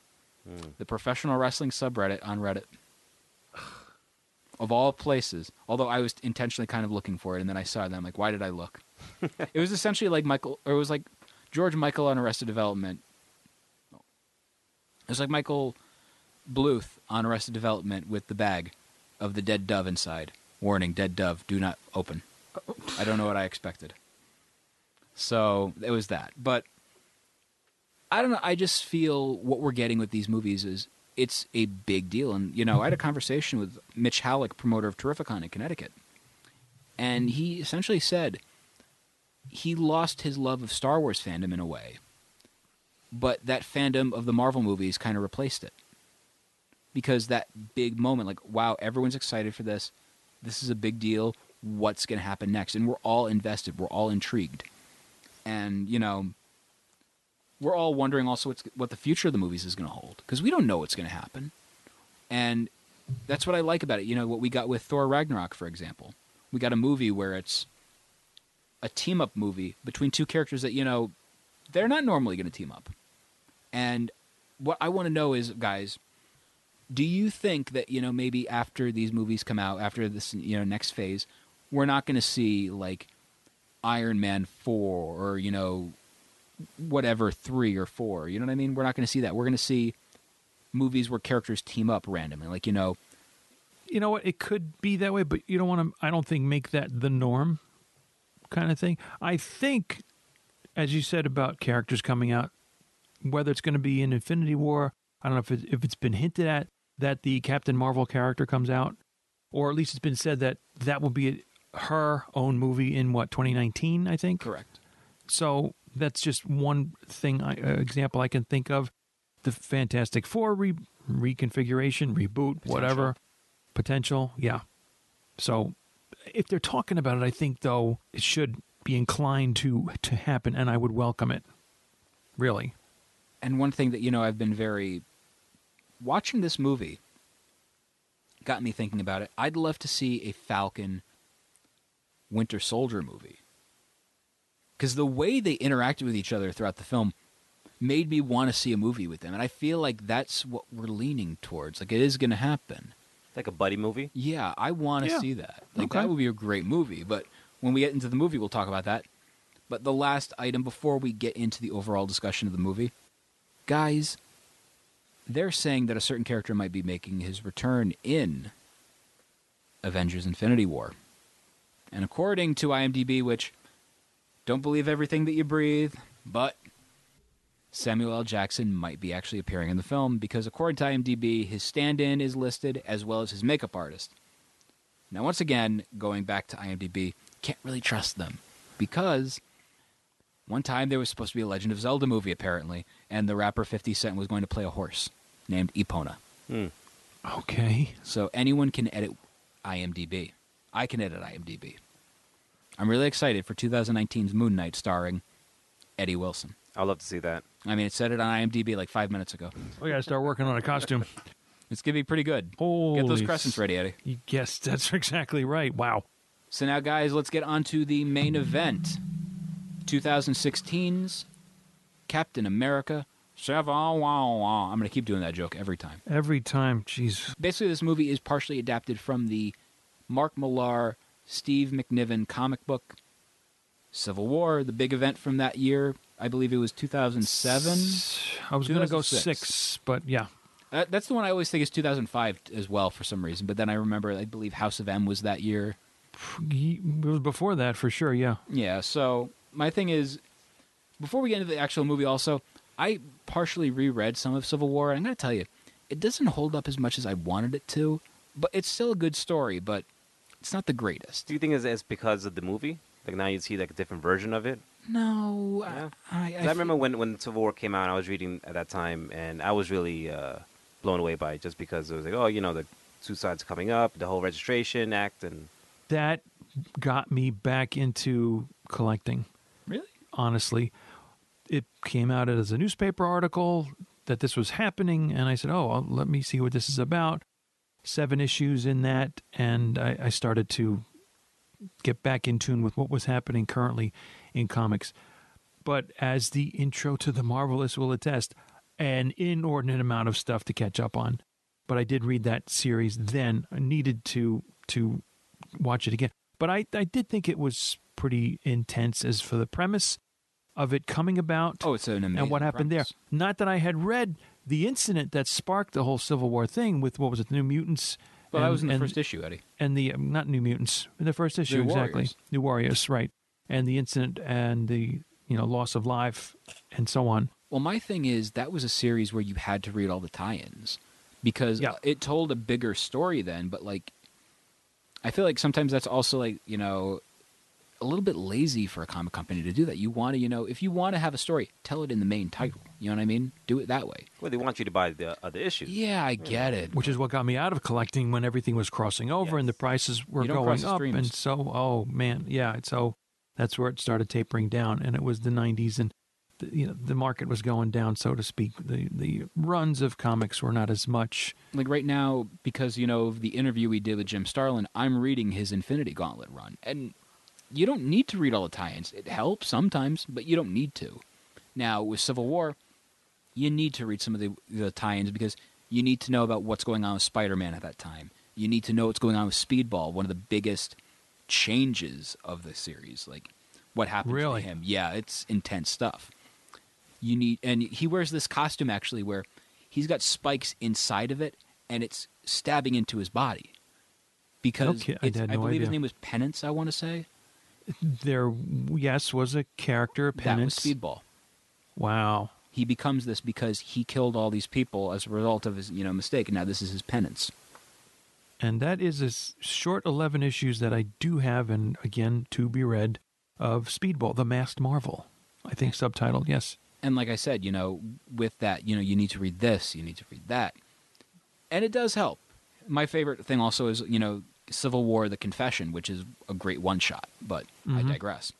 Speaker 3: The professional wrestling subreddit on Reddit. Of all places, although I was intentionally kind of looking for it, and then I saw it, and I'm like, why did
Speaker 5: *laughs*
Speaker 3: I look? it was essentially like Michael, or it was like George Michael on Arrested Development. It was like Michael Bluth on Arrested Development with the bag of the dead dove inside. Warning: dead dove, do not open. I don't know what I expected. So it was that, but I don't know. I just feel what we're getting with these movies is it's a big deal. And, you know, I had a conversation with Mitch Halleck, promoter of Terrificon in Connecticut. And he essentially said he lost his love of Star Wars fandom in a way, but that fandom of the Marvel movies kind of replaced it. Because that big moment, like, wow, everyone's excited for this. This is a big deal. What's going to happen next? And we're all invested, we're all intrigued. And, you know, we're all wondering also what's, what the future of the movies is going to hold because we don't know what's going to happen. And that's what I like about it. You know, what we got with Thor Ragnarok, for example. We got a movie where it's a team up movie between two characters that, you know, they're not normally going to team up. And what I want to know is, guys, do you think that, you know, maybe after these movies come out, after this, you know, next phase, we're not going to see like Iron Man 4 or, you know, whatever three or four. You know what I mean? We're not going to see that. We're going to see movies where characters team up randomly, like you know,
Speaker 2: You know what? It could be that way, but you don't want to. I don't think make that the norm, kind of thing. I think, as you said about characters coming out, whether it's going to be in Infinity War, I don't know if it, if it's been hinted at that the Captain Marvel character comes out, or at least it's been said that that will be her own movie in what 2019, I think.
Speaker 3: correct.
Speaker 2: So that's just one thing, I, uh, example I can think of. The Fantastic Four re- reconfiguration, reboot, whatever potential. Yeah. So if they're talking about it, I think though it should be inclined to to happen, and I would welcome it. Really,
Speaker 3: And one thing that you know I've been very watching this movie got me thinking about it. I'd love to see a Falcon Winter Soldier movie. Cuz the way they interacted with each other throughout the film made me want to see a movie with them. And I feel like that's what we're leaning towards. Like it is going to happen.
Speaker 4: It's like a buddy movie.
Speaker 3: Yeah, I want to
Speaker 2: Yeah.
Speaker 3: see that. Like
Speaker 2: Okay.
Speaker 3: that would be a great movie. But when we get into the movie, we'll talk about that. But the last item before we get into the overall discussion of the movie, guys, they're saying that a certain character might be making his return in Avengers: Infinity War, and according to IMDb, which don't believe everything that you breathe, but Samuel L. Jackson might be actually appearing in the film because, according to IMDb, his stand in is listed as well as his makeup artist. Now, once again, going back to IMDb, can't really trust them because one time there was supposed to be a Legend of Zelda movie, apparently, and the rapper 50 Cent was going to play a horse named Epona.
Speaker 2: okay.
Speaker 3: So anyone can edit IMDb. I can edit IMDb. I'm really excited for 2019's Moon Knight starring Eddie Wilson.
Speaker 4: I'd love to see that.
Speaker 3: I mean, it said it on IMDb like five minutes ago.
Speaker 2: We gotta start working on a costume.
Speaker 3: It's gonna be pretty good.
Speaker 2: *laughs* Holy
Speaker 3: get those
Speaker 2: s-
Speaker 3: crescents ready, Eddie.
Speaker 2: yes, *laughs* that's exactly right. Wow.
Speaker 3: So now, guys, let's get on to the main event. 2016's Captain America. Savon- wah- wah. I'm gonna keep doing that joke every time.
Speaker 2: Every time, jeez.
Speaker 3: Basically, this movie is partially adapted from the Mark Millar, Steve McNiven comic book, Civil War, the big event from that year. I believe it was 2007.
Speaker 2: I was gonna go
Speaker 3: 2006.
Speaker 2: six, but yeah.
Speaker 3: Uh, that's the one I always think is 2005 as well for some reason. But then I remember, I believe House of M was that year.
Speaker 2: He- It was before that for sure. Yeah.
Speaker 3: Yeah. So my thing is, before we get into the actual movie, also, I partially reread some of Civil War. And I'm going to tell you, it doesn't hold up as much as I wanted it to, but it's still a good story. But it's not the greatest.
Speaker 4: Do you think it's, it's because of the movie? Like now you see like a different version of it.
Speaker 3: No, I-
Speaker 4: Yeah.
Speaker 3: I, I,
Speaker 4: 'Cause I remember when when Civil War came out, I was reading at that time, and I was really uh, blown away by it, just because it was like, oh, you know, the suicide's coming up, the whole registration act, and
Speaker 2: That got me back into collecting.
Speaker 3: really
Speaker 2: honestly. It came out as a newspaper article that this was happening, and I said, Oh, well, let me see what this is about. Seven issues in that, and I, I started to get back in tune with what was happening currently in comics. But as the intro to The Marvelous will attest, an inordinate amount of stuff to catch up on. But I did read that series then. I needed to to watch it again. But I, I did think it was pretty intense as for the premise of it coming about
Speaker 3: Oh, it's an amazing.
Speaker 2: and what happened
Speaker 3: premise.
Speaker 2: there. Not that I had read the incident that sparked the whole Civil War thing with what was it, the New Mutants?
Speaker 3: Well, that
Speaker 2: and-
Speaker 3: was in the
Speaker 2: and-
Speaker 3: first issue, Eddie.
Speaker 2: and the um, not New Mutants, the first issue
Speaker 3: New
Speaker 2: exactly,
Speaker 3: Warriors.
Speaker 2: New Warriors, right? And the incident and the you know loss of life and so on.
Speaker 3: Well, my thing is that was a series where you had to read all the tie-ins because
Speaker 2: Yeah.
Speaker 3: uh, it told a bigger story then, but like I feel like sometimes that's also like, you know, a little bit lazy for a comic company to do that. You want to, you know, if you want to have a story, tell it in the main title. You know what I mean? Do it that way.
Speaker 4: well, they want you to buy the other issues.
Speaker 3: Yeah, I get it.
Speaker 2: Which is what got me out of collecting when everything was crossing over and the prices were
Speaker 3: You don't
Speaker 2: going
Speaker 3: cross the
Speaker 2: up.
Speaker 3: streams.
Speaker 2: And so, oh man, yeah. and So that's where it started tapering down, and it was the '90s, and the, you know the market was going down, so to speak. The the runs of comics were not as much.
Speaker 3: Like right now, because you know of the interview we did with Jim Starlin, I'm reading his Infinity Gauntlet run, and you don't need to read all the tie-ins. It helps sometimes, but you don't need to. Now with Civil War, you need to read some of the, the tie-ins because you need to know about what's going on with Spider-Man at that time. You need to know what's going on with Speedball, one of the biggest changes of the series. Like what happened
Speaker 2: Really?
Speaker 3: to him? Yeah, it's intense stuff. You need, and he wears this costume actually where he's got spikes inside of it, and it's stabbing into his body. Because
Speaker 2: Okay, I
Speaker 3: it's-
Speaker 2: had
Speaker 3: I
Speaker 2: no
Speaker 3: believe his
Speaker 2: idea.
Speaker 3: name was Penance. I want to say
Speaker 2: There, yes, was a character penance.
Speaker 3: that was Speedball.
Speaker 2: wow.
Speaker 3: He becomes this because he killed all these people as a result of his, you know, mistake, and now this is his penance.
Speaker 2: and that is a s- short 11 issues that I do have, and again, to be read, of Speedball, The Masked Marvel. I think subtitled, yes.
Speaker 3: And like I said, you know, with that, you know, you need to read this, you need to read that. And it does help. My favorite thing also is, you know, Civil War The Confession, which is a great one shot, but I
Speaker 2: Mm-hmm.
Speaker 3: digress.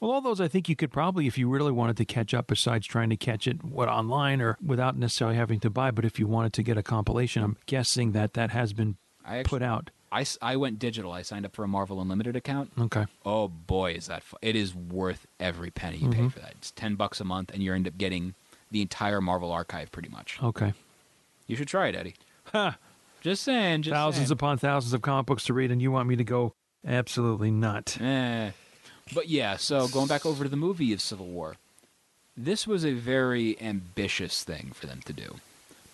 Speaker 2: Well, all those I think you could probably, if you really wanted to catch up, besides trying to catch it what online or without necessarily having to buy, but if you wanted to get a compilation, I'm guessing that that has been
Speaker 3: I actually,
Speaker 2: put out.
Speaker 3: I, s- I went digital. I signed up for a Marvel Unlimited account.
Speaker 2: Okay.
Speaker 3: Oh boy, is that fu- it is worth every penny you pay for that. It's 10 bucks a month and you end up getting the entire Marvel archive pretty much.
Speaker 2: Okay.
Speaker 3: You should try it, Eddie.
Speaker 2: Ha!
Speaker 3: Just saying, just
Speaker 2: thousands
Speaker 3: saying.
Speaker 2: upon thousands of comic books to read, and you want me to go? Absolutely not.
Speaker 3: Eh. But yeah, so going back over to the movie of Civil War, this was a very ambitious thing for them to do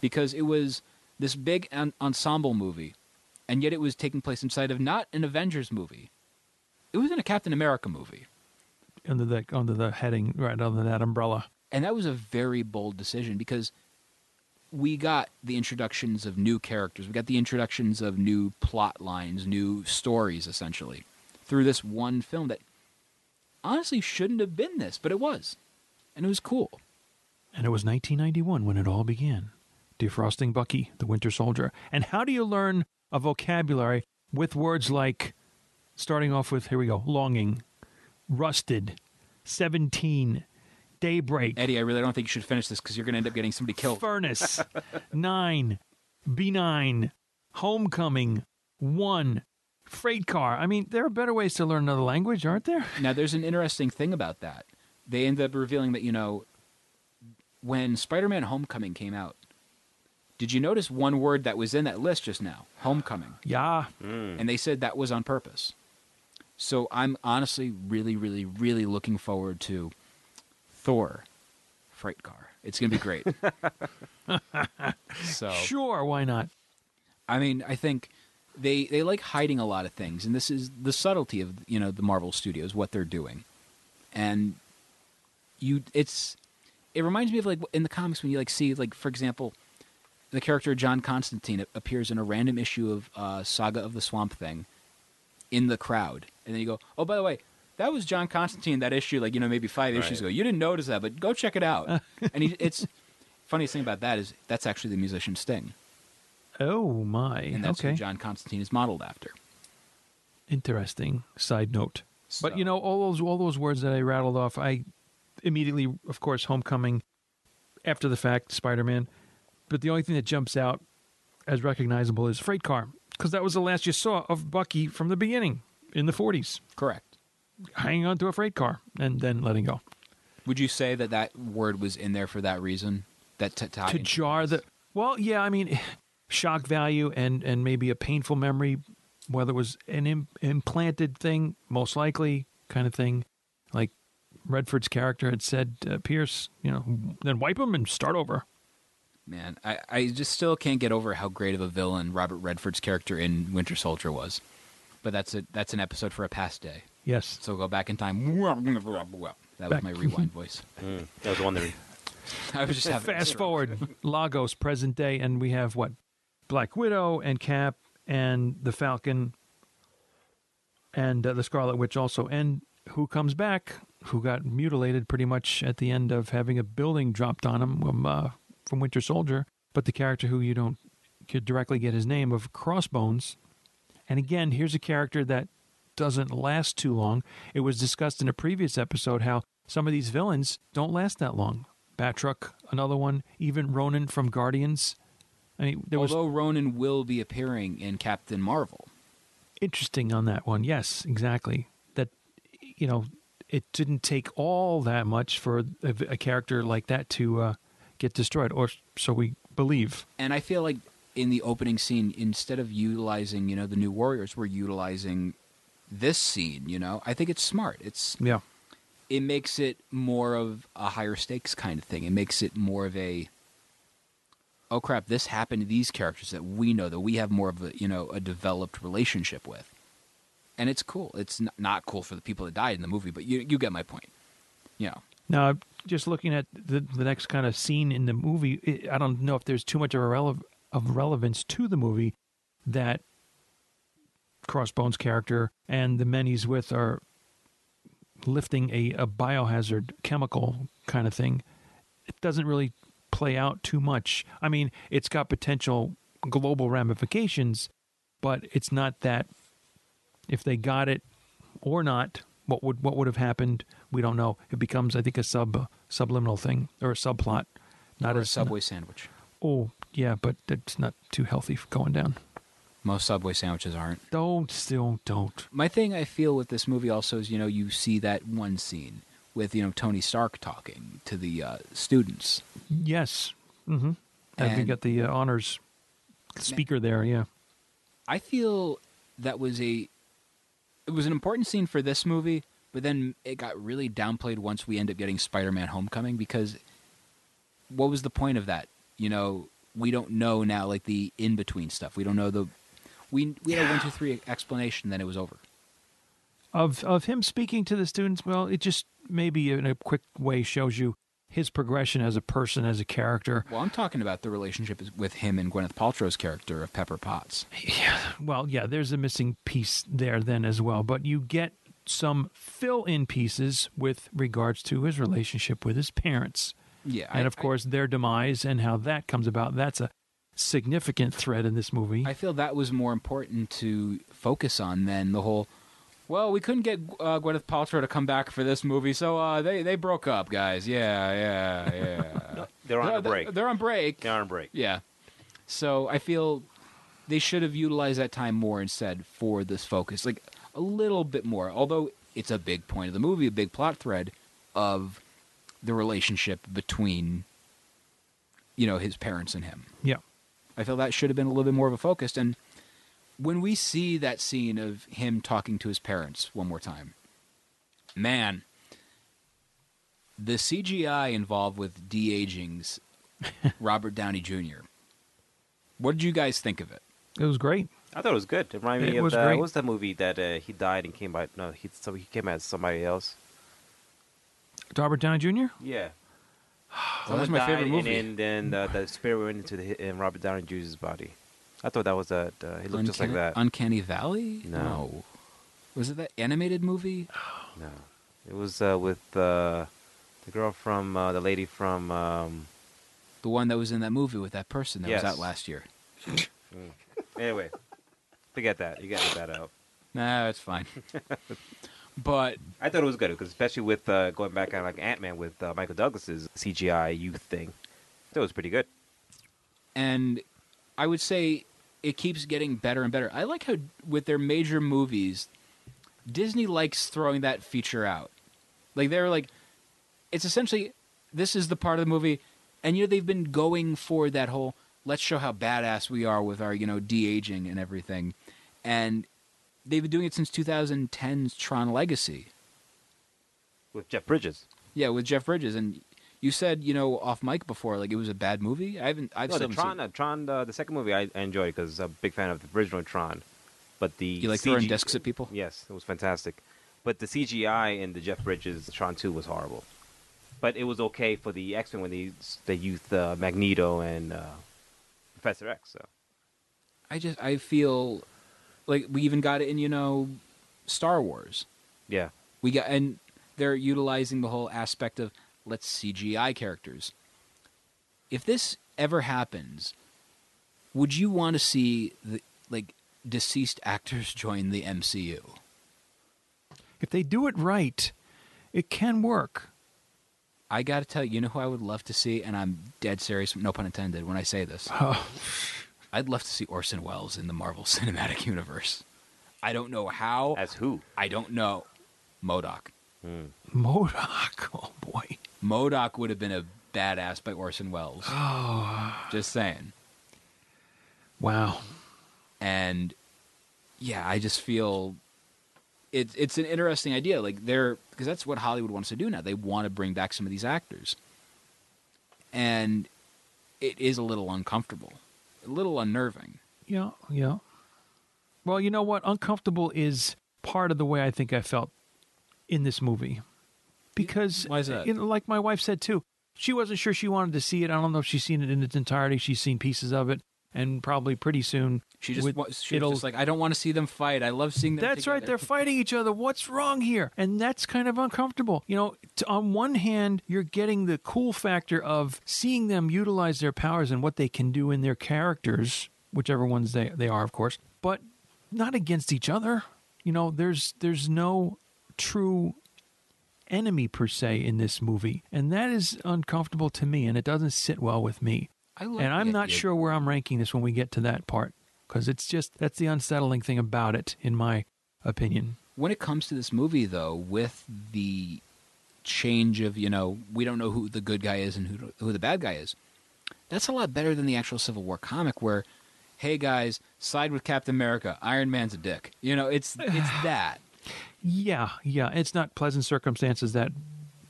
Speaker 3: because it was this big en- ensemble movie, and yet it was taking place inside of not an Avengers movie. It was in a Captain America movie,
Speaker 2: Under the under the heading, right under that umbrella.
Speaker 3: and that was a very bold decision because we got the introductions of new characters, we got the introductions of new plot lines, new stories, essentially, through this one film that honestly shouldn't have been this, but it was, and it was cool.
Speaker 2: And it was 1991 when it all began. Defrosting Bucky, the Winter Soldier. And how do you learn a vocabulary with words like, starting off with, here we go, longing, rusted, 17, daybreak,
Speaker 3: Eddie, I really don't think you should finish this because you're going to end up getting somebody killed. *laughs*
Speaker 2: furnace, nine, benign, homecoming, one, freight car? I mean, there are better ways to learn another language, aren't there?
Speaker 3: Now, there's an interesting thing about that. They ended up revealing that, you know, when Spider Man Homecoming came out, did you notice one word that was in that list just now? Homecoming.
Speaker 2: Yeah.
Speaker 3: And they said that was on purpose. So I'm honestly really, really, really looking forward to Thor, freight car. It's going to be great. so
Speaker 2: Sure, why not?
Speaker 3: I mean, I think they they like hiding a lot of things, and this is the subtlety of you know the Marvel Studios what they're doing, and you it's it reminds me of like in the comics when you like see like for example the character John Constantine a- appears in a random issue of uh, Saga of the Swamp Thing in the crowd, and then you go, oh by the way. That was John Constantine. That issue, like you know, maybe five issues ago. You didn't notice that, but go check it out. and he, it's funniest thing about that is that's actually the musician Sting
Speaker 2: Oh my.
Speaker 3: and that's
Speaker 2: okay.
Speaker 3: who John Constantine is modeled after.
Speaker 2: Interesting side note.
Speaker 3: So-
Speaker 2: But you know, all those all those words that I rattled off, I immediately, of course, Homecoming, after the fact, Spider Man. But the only thing that jumps out as recognizable is Freight Car, because that was the last you saw of Bucky from the beginning in the '40s,
Speaker 3: Correct.
Speaker 2: hanging on to a freight car and then letting go
Speaker 3: Would you say that that word was in there for that reason? That to, tie
Speaker 2: to
Speaker 3: in-
Speaker 2: jar the. Well, yeah, I mean, *sighs* shock value and and maybe a painful memory, whether it was an Im- implanted thing, most likely kind of thing, like Redford's character had said, uh, Pierce, you know, then wipe him and start over.
Speaker 3: man, I, I just still can't get over how great of a villain Robert Redford's character in Winter Soldier was. But that's a that's an episode for a past day.
Speaker 2: Yes.
Speaker 3: So go back in time. *laughs*
Speaker 2: *laughs*
Speaker 3: That was
Speaker 2: Back.
Speaker 3: my rewind voice. *laughs*
Speaker 4: I was wondering.
Speaker 3: I was just having
Speaker 2: Fast forward, Lagos, present day, and we have what? Black Widow and Cap and the Falcon and uh, the Scarlet Witch also. And who comes back? Who got mutilated pretty much at the end of having a building dropped on him from, uh, from Winter Soldier. But the character who you don't could directly get his name of Crossbones. And again, here's a character that doesn't last too long. It was discussed in a previous episode how some of these villains don't last that long. Batroc, another one, even Ronan from Guardians. I mean, there was
Speaker 3: Although Ronan will be appearing in Captain Marvel.
Speaker 2: interesting on that one. Yes, exactly. That you know, it didn't take all that much for a, a character like that to uh, get destroyed, or so we believe.
Speaker 3: And I feel like in the opening scene, instead of utilizing, you know, the new warriors, we're utilizing this scene, you know. I think it's smart. It's
Speaker 2: Yeah,
Speaker 3: it makes it more of a higher stakes kind of thing. It makes it more of a oh crap, this happened to these characters that we know that we have more of a you know a developed relationship with, and it's cool. It's n- not cool for the people that died in the movie, but you you get my point. You know,
Speaker 2: Now, just looking at the, the next kind of scene in the movie, it, I don't know if there's too much of, a rele- of relevance to the movie that Crossbones' character and the men he's with are lifting a, a biohazard chemical kind of thing. It doesn't really play out too much. I mean, it's got potential global ramifications, but it's not that if they got it or not, what would what would have happened? We don't know. It becomes, I think, a sub subliminal thing or a subplot, not
Speaker 3: or
Speaker 2: a
Speaker 3: a subway sandwich.
Speaker 2: Oh yeah, but it's not too healthy for going down.
Speaker 3: Most subway sandwiches aren't.
Speaker 2: Don't still don't.
Speaker 3: My thing I feel with this movie also is you know you see that one scene with you know Tony Stark talking to the uh, students
Speaker 2: Yes. Mm-hmm. And, we
Speaker 3: And-
Speaker 2: got the uh, honors speaker there. Yeah.
Speaker 3: I feel that was a it was an important scene for this movie, but then it got really downplayed once we end up getting Spider-Man Homecoming because what was the point of that? You know, we don't know now like the in between stuff. We don't know the we we had a one two three explanation, then it was over.
Speaker 2: Of of him speaking to the students. Well, it just maybe in a quick way shows you his progression as a person, as a character.
Speaker 3: Well, I'm talking about the relationship is- with him and Gwyneth Paltrow's character of Pepper Potts.
Speaker 2: well, yeah, there's a missing piece there then as well, but you get some fill in pieces with regards to his relationship with his parents.
Speaker 3: Yeah,
Speaker 2: and
Speaker 3: I-
Speaker 2: of course, their demise and how that comes about. That's a significant thread in this movie.
Speaker 3: I feel that was more important to focus on than the whole. Well, we couldn't get uh, Gwyneth Paltrow to come back for this movie, so uh, they they broke up, guys. Yeah, yeah, yeah.
Speaker 4: They're on
Speaker 3: They're-
Speaker 4: a break.
Speaker 3: They're on break.
Speaker 4: They're on a break.
Speaker 3: Yeah. So I feel they should have utilized that time more instead for this focus, like a little bit more. Although it's a big point of the movie, a big plot thread of the relationship between you know his parents and him.
Speaker 2: yeah.
Speaker 3: I feel that should have been a little bit more of a focus. And when we see that scene of him talking to his parents one more time, man, the CGI involved with de
Speaker 4: *laughs*
Speaker 3: aging's Robert Downey Jr. What did you guys think of it?
Speaker 2: It was great.
Speaker 4: I thought it was good. It reminded me
Speaker 2: It
Speaker 4: of
Speaker 2: was
Speaker 4: the,
Speaker 2: great.
Speaker 4: what was that movie that uh, he died and came by? No, he so he came as somebody else.
Speaker 2: Robert Downey Jr.
Speaker 4: *sighs* Yeah,
Speaker 3: That was
Speaker 4: Someone
Speaker 3: my
Speaker 4: died,
Speaker 3: favorite movie.
Speaker 4: And then the, the spirit went into the, in Robert Downey Jr.'s body. I thought that was that. Uh, he looked just like
Speaker 3: Uncanny-
Speaker 4: that.
Speaker 3: Uncanny Valley?
Speaker 4: No.
Speaker 3: Was it that animated movie?
Speaker 4: no, it was uh, with uh, the girl from uh, the lady from. Um,
Speaker 3: The one that was in that movie with that person that
Speaker 4: Yes.
Speaker 3: was out last year.
Speaker 4: anyway, forget that. You got that out.
Speaker 3: Nah, it's
Speaker 4: *laughs*
Speaker 3: fine. but
Speaker 4: I thought it was good because especially with uh, going back on like Ant Man with uh, Michael Douglas's CGI youth thing, that was pretty good.
Speaker 3: and I would say it keeps getting better and better. I like how with their major movies, Disney likes throwing that feature out. Like they're like, it's essentially this is the part of the movie, and you know they've been going for that whole let's show how badass we are with our you know de aging and everything, and they've been doing it since 2010's Tron Legacy.
Speaker 4: With Jeff Bridges,
Speaker 3: Yeah, with Jeff Bridges and. You said you know off mic before, like it was a bad movie. I haven't. I've
Speaker 4: no,
Speaker 3: still
Speaker 4: the
Speaker 3: haven't
Speaker 4: Tron,
Speaker 3: seen.
Speaker 4: uh, Tron, uh, the second movie I, I enjoyed because I'm a big fan of the original Tron, but the
Speaker 3: You like
Speaker 4: CG
Speaker 3: throwing discs at people?
Speaker 4: Yes, it was fantastic, but the CGI in the Jeff Bridges Tron Two was horrible, but it was okay for the X Men when they they used uh, Magneto and uh, Professor X. So
Speaker 3: I just I feel like we even got it in you know Star Wars.
Speaker 4: yeah,
Speaker 3: We got and they're utilizing the whole aspect of let's CGI characters. If this ever happens, would you want to see the like deceased actors *laughs* join the MCU?
Speaker 2: If they do it right, it can work.
Speaker 3: I got to tell you, you know who I would love to see, and I'm dead serious, no pun intended, when I say this.
Speaker 2: Oh,
Speaker 3: I'd love to see Orson Welles in the Marvel *laughs* Cinematic Universe. I don't know how.
Speaker 4: as who?
Speaker 3: I don't know. Modoc.
Speaker 2: *laughs* Modoc. Oh boy.
Speaker 3: Modoc would have been a badass by Orson Welles.
Speaker 2: *gasps*
Speaker 3: Oh. Just saying.
Speaker 2: Wow.
Speaker 3: And yeah, I just feel it's it's an interesting idea. Like they're because that's what Hollywood wants to do now. They want to bring back some of these actors. And it is a little uncomfortable. A little unnerving.
Speaker 2: Yeah. Yeah. Well, you know what? Uncomfortable is part of the way I think I felt in this movie, because
Speaker 3: Why is that?
Speaker 2: you know, like my wife said too, she wasn't sure she wanted to see it. I don't know if she's seen it in its entirety. She's seen pieces of it, and probably pretty soon
Speaker 3: She just
Speaker 2: would-
Speaker 3: wa- she was just like I don't want to see them fight. I love seeing them.
Speaker 2: That's right.
Speaker 3: together."
Speaker 2: They're fighting each other. What's wrong here? And that's kind of uncomfortable. You know, t- on one hand, you're getting the cool factor of seeing them utilize their powers and what they can do in their characters, whichever ones they, they are, of course, but not against each other. You know, there's there's no true enemy per se in this movie, and that is uncomfortable to me, and it doesn't sit well with me.
Speaker 3: I love
Speaker 2: And
Speaker 3: the
Speaker 2: I'm not
Speaker 3: idea.
Speaker 2: sure where I'm ranking this when we get to that part because it's just that's the unsettling thing about it, in my opinion.
Speaker 3: When it comes to this movie, though, with the change of you know we don't know who the good guy is and who who the bad guy is, that's a lot better than the actual Civil War comic where, hey guys, side with Captain America. Iron Man's a dick. You know, it's it's that.
Speaker 2: Yeah, yeah, it's not pleasant circumstances that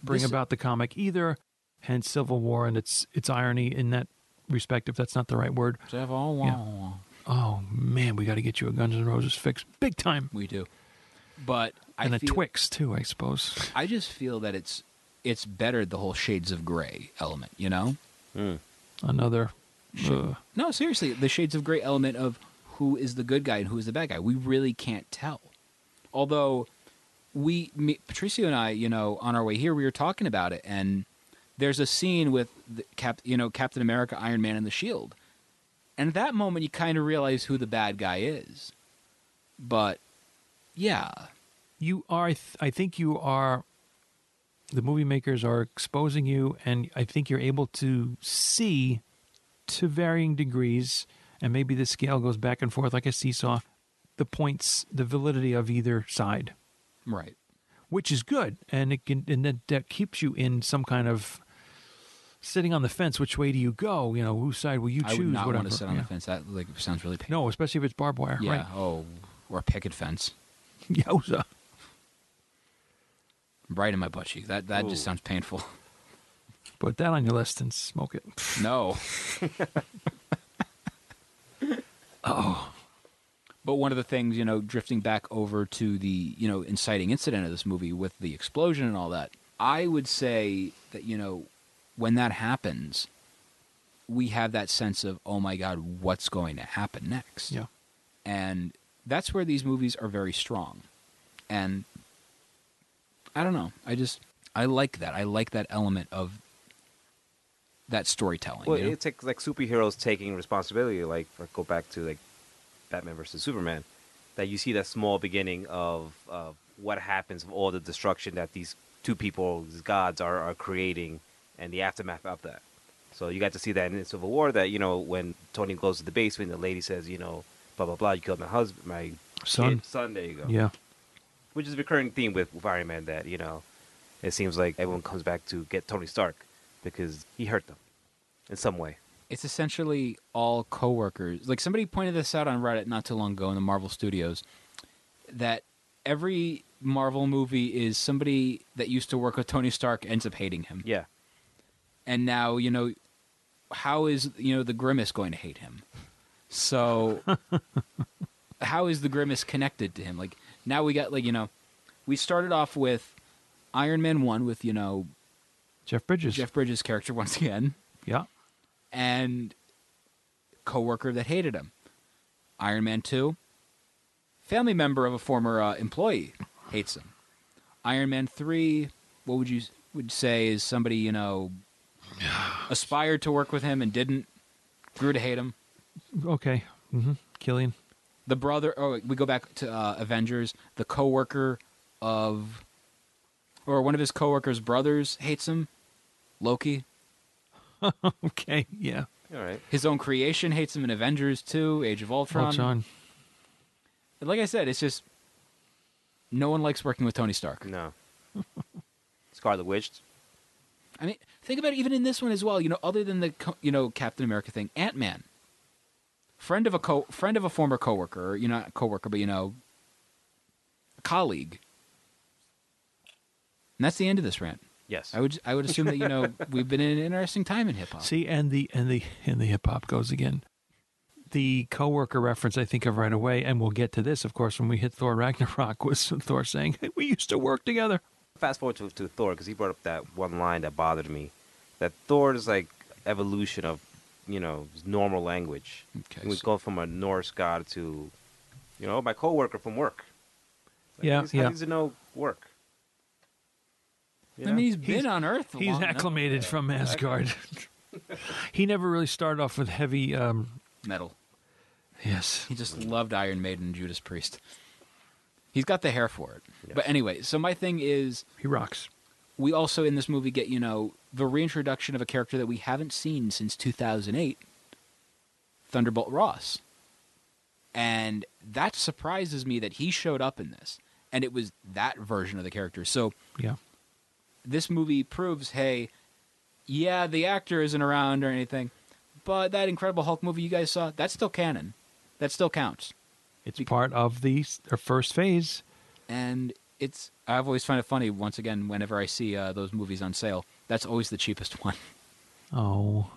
Speaker 2: bring
Speaker 3: This-
Speaker 2: about the comic either. Hence, Civil War and its its irony in that respect, if that's not the right word.
Speaker 3: Civil War.
Speaker 2: Oh man, we got to get you a Guns N' Roses fix, big time,
Speaker 3: We do, but
Speaker 2: and
Speaker 3: I
Speaker 2: a
Speaker 3: feel,
Speaker 2: Twix too, I suppose.
Speaker 3: I just feel that it's it's better the whole shades of gray element. You know,
Speaker 2: Another. uh,
Speaker 3: no, seriously, the shades of gray element of who is the good guy and who is the bad guy. We really can't tell. Although we, me, Patricio and I, you know, on our way here, we were talking about it, and there's a scene with the Cap, you know, Captain America, Iron Man, and the Shield, and at that moment, you kind of realize who the bad guy is. But yeah,
Speaker 2: you are th- i think you are the movie makers are exposing you and i think you're able to see to varying degrees and maybe the scale goes back and forth like a seesaw the points the validity of either side
Speaker 3: right.
Speaker 2: which is good and it can and that, that keeps you in some kind of sitting on the fence which way do you go you know whose side will you
Speaker 3: I
Speaker 2: choose
Speaker 3: would not
Speaker 2: whatever
Speaker 3: want to sit on
Speaker 2: yeah.
Speaker 3: the fence. That like sounds really painful.
Speaker 2: no especially if it's barbed wire
Speaker 3: yeah.
Speaker 2: right
Speaker 3: Oh, or a picket fence.
Speaker 2: *laughs* Yowza.
Speaker 3: Right in my butt cheek. That that just sounds painful. *laughs*
Speaker 2: Put that on your list and smoke it.
Speaker 3: No.
Speaker 2: Oh.
Speaker 3: But one of the things, you know, drifting back over to the, you know, inciting incident of this movie with the explosion and all that, I would say that, you know, when that happens, we have that sense of, oh my God, what's going to happen next?
Speaker 2: Yeah.
Speaker 3: And that's where these movies are very strong. And I don't know. I just, I like that. I like that element of that storytelling.
Speaker 4: Well,
Speaker 3: you know?
Speaker 4: it's like, like superheroes taking responsibility. Like if I go back to like Batman versus Superman, that you see that small beginning of of what happens of all the destruction that these two people, these gods, are are creating, and the aftermath of that. So you got to see that in Civil War. That you know when Tony goes to the basement, the lady says, you know, blah blah blah, you killed my husband, my
Speaker 2: Son.
Speaker 4: kid, son. There you go.
Speaker 2: Yeah.
Speaker 4: Which is a recurring theme with, with Iron Man. That you know, it seems like everyone comes back to get Tony Stark because he hurt them in some way.
Speaker 3: it's essentially all coworkers. Like somebody pointed this out on Reddit not too long ago in the Marvel Studios that every Marvel movie is somebody that used to work with Tony Stark ends up hating him.
Speaker 4: Yeah.
Speaker 3: And now, you know, how is, you know, the Grimace going to hate him? So *laughs* how is the Grimace connected to him? Like now we got like, you know, we started off with Iron Man 1 with, you know,
Speaker 2: Jeff Bridges.
Speaker 3: Jeff Bridges' character once again
Speaker 2: Yeah.
Speaker 3: and coworker that hated him. Iron Man 2, family member of a former uh, employee hates him. Iron Man 3, what would you would say is somebody, you know, aspired to work with him and didn't, grew to hate him.
Speaker 2: Okay. Mm-hmm. Killian. *laughs*
Speaker 3: The brother, oh, we go back to uh, Avengers, the coworker of or one of his coworkers' brothers hates him. Loki,
Speaker 2: Okay. Yeah.
Speaker 4: All right.
Speaker 3: his own creation hates him in Avengers 2, Age of Ultron.
Speaker 2: Ultron.
Speaker 3: And like I said, it's just no one likes working with Tony Stark.
Speaker 4: *laughs* No. Scarlet Witch.
Speaker 3: I mean, think about it, even in this one as well. You know, other than the co- you know Captain America thing, Ant Man, friend of a co friend of a former coworker, or, you know, not coworker, but you know, colleague. And that's the end of this rant.
Speaker 4: Yes.
Speaker 3: I would I would assume that you know we've been in an interesting time in hip hop.
Speaker 2: See, and the and the and the hip hop goes again. The coworker reference I think of right away, and we'll get to this, of course, when we hit Thor Ragnarok, *laughs* was Thor saying, hey, "We used to work together."
Speaker 4: Fast forward to, to Thor because he brought up that one line that bothered me. That Thor's like evolution of, you know, normal language.
Speaker 3: Okay,
Speaker 4: He was
Speaker 3: so-
Speaker 4: going from a Norse god to, you know, my coworker from work.
Speaker 2: Yeah,
Speaker 4: he's,
Speaker 2: yeah.
Speaker 4: How does he know work? You
Speaker 3: I mean,
Speaker 4: know?
Speaker 3: he's been on Earth.
Speaker 2: He's
Speaker 3: long enough.
Speaker 2: acclimated from Asgard. *laughs*
Speaker 3: *laughs*
Speaker 2: he never really started off with heavy. Um,
Speaker 3: metal.
Speaker 2: yes,
Speaker 3: He just loved Iron Maiden and Judas Priest. He's got the hair for it. But anyway, so my thing is
Speaker 2: he rocks.
Speaker 3: we also in this movie get, you know, the reintroduction of a character that we haven't seen since 2008, Thunderbolt Ross. And that surprises me that he showed up in this and it was that version of the character. So
Speaker 2: Yeah,
Speaker 3: this movie proves, hey, yeah, the actor isn't around or anything, but that Incredible Hulk movie you guys saw, that's still canon. That still counts.
Speaker 2: it's part of the s- or first phase.
Speaker 3: and it's I've always found it funny. Once again, whenever I see uh, those movies on sale, that's always the cheapest *laughs* one.
Speaker 2: Oh,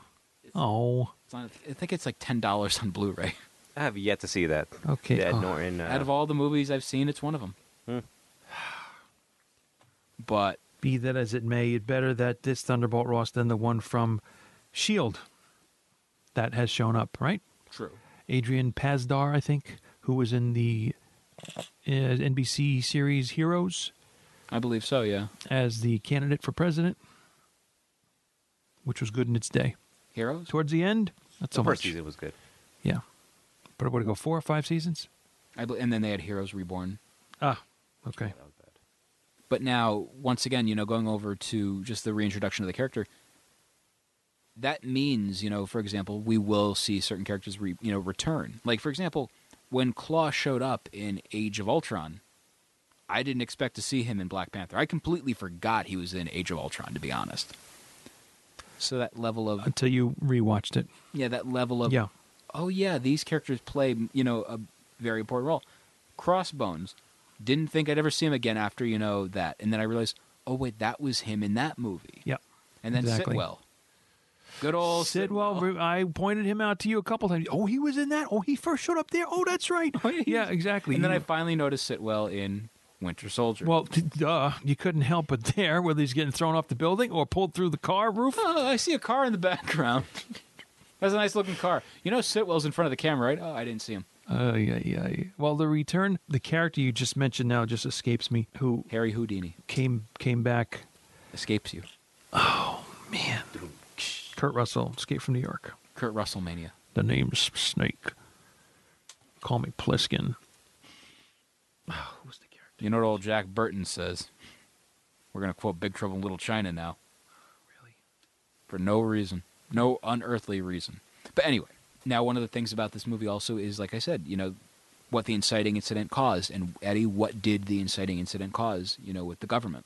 Speaker 2: oh,
Speaker 3: It's on, I think it's like ten dollars on Blu-ray.
Speaker 4: I have yet to see that.
Speaker 2: Okay,
Speaker 4: That
Speaker 2: oh.
Speaker 4: Norton. Uh,
Speaker 3: Out of all the movies I've seen, it's one of them. But
Speaker 2: be that as it may, it better that this Thunderbolt Ross than the one from Shield E that has shown up, right?
Speaker 3: true.
Speaker 2: Adrian Pazdar, I think, who was in the uh, NBC series Heroes
Speaker 3: I believe so. Yeah.
Speaker 2: as the candidate for president, which was good in its day.
Speaker 3: Heroes.
Speaker 2: Towards the end, not so
Speaker 4: the first
Speaker 2: much.
Speaker 4: season was good.
Speaker 2: Yeah, but it would go four or five seasons.
Speaker 3: I bel and then they had Heroes Reborn.
Speaker 2: Ah, okay.
Speaker 3: But now, once again, you know, going over to just the reintroduction of the character, that means, you know, for example, we will see certain characters, re, you know, return. Like, for example, when Claw showed up in Age of Ultron, I didn't expect to see him in Black Panther. I completely forgot he was in Age of Ultron, to be honest. So that level of,
Speaker 2: Until you rewatched it,
Speaker 3: yeah, that level of,
Speaker 2: yeah,
Speaker 3: oh, yeah, these characters play, you know, a very important role. Crossbones. Didn't think I'd ever see him again after, you know, that. And then I realized, oh, wait, that was him in that movie.
Speaker 2: yeah.
Speaker 3: and then
Speaker 2: Exactly.
Speaker 3: Sitwell. Good old
Speaker 2: Sidwell,
Speaker 3: Sitwell.
Speaker 2: I pointed him out to you a couple times. Oh, he was in that. Oh, he first showed up there. Oh, that's right.
Speaker 3: *laughs* Oh, yeah, he
Speaker 2: yeah,
Speaker 3: was-
Speaker 2: exactly.
Speaker 3: And then
Speaker 2: He-
Speaker 3: I finally noticed Sitwell in Winter Soldier.
Speaker 2: well, t- duh, you couldn't help but *laughs* there, whether he's getting thrown off the building or pulled through the car roof.
Speaker 3: *laughs* oh, I see a car in the background. That's a nice looking car. You know Sitwell's in front of the camera, right? Oh, I didn't see him.
Speaker 2: Uh, yeah, yeah, yeah. Well, the return, the character you just mentioned now just escapes me. Who
Speaker 3: Harry Houdini
Speaker 2: came came back?
Speaker 3: escapes you.
Speaker 2: Man, Kurt Russell, Escape from New York.
Speaker 3: Kurt Russell mania.
Speaker 2: The name's Snake. Call me Pliskin.
Speaker 3: Ah, You know what old Jack Burton says? We're gonna quote Big Trouble in Little China now.
Speaker 2: Really?
Speaker 3: for no reason, no unearthly reason. But anyway, now one of the things about this movie also is, like I said, you know, what the inciting incident caused, and Eddie, what did the inciting incident cause? You know, with the government,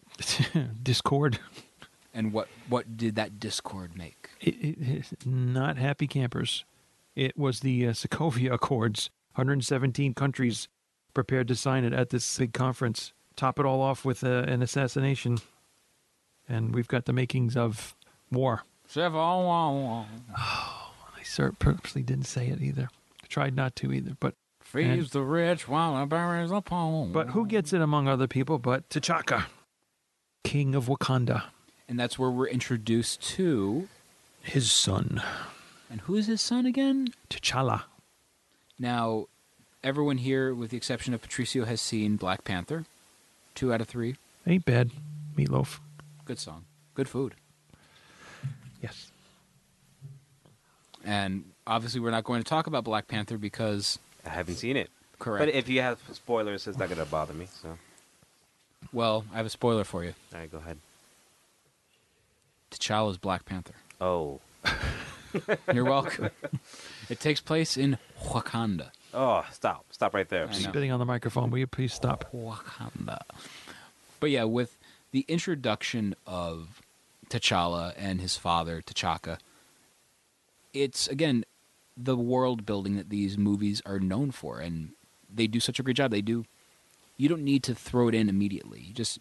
Speaker 2: *laughs* Discord.
Speaker 3: and what what did that discord make?
Speaker 2: It, it, it's not happy campers. It was the uh, Sokovia *laughs* Accords. 117 countries prepared to sign it at this big conference. Top it all off with uh, an assassination, and we've got the makings of war. I sur- purposely didn't say it either. I tried not to either, but
Speaker 3: Freeze the rich while I buries the poor.
Speaker 2: but who gets it among other people but T'Chaka, king of Wakanda,
Speaker 3: And that's where we're introduced to.
Speaker 2: his son
Speaker 3: And who is his son again?
Speaker 2: T'Challa.
Speaker 3: Now, everyone here, with the exception of Patricio, has seen Black Panther. Two out of three.
Speaker 2: Ain't bad, meatloaf.
Speaker 3: Good song. Good food.
Speaker 2: Yes.
Speaker 3: And obviously, we're not going to talk about Black Panther because,
Speaker 4: I haven't seen it.
Speaker 3: Correct.
Speaker 4: But if you have spoilers, it's not gonna bother me. So, all
Speaker 3: well, I have a spoiler for you.
Speaker 4: right, go ahead.
Speaker 3: T'Challa's Black Panther.
Speaker 4: Oh,
Speaker 3: You're
Speaker 4: *laughs*
Speaker 3: welcome. it takes place in Wakanda.
Speaker 4: oh, stop, stop right there.
Speaker 3: I know.
Speaker 2: Spitting on the microphone. Will you please stop?
Speaker 3: Wakanda. But yeah, with the introduction of T'Challa and his father, T'Chaka, it's again the world building that these movies are known for, and they do such a great job. They do. You don't need to throw it in immediately. You just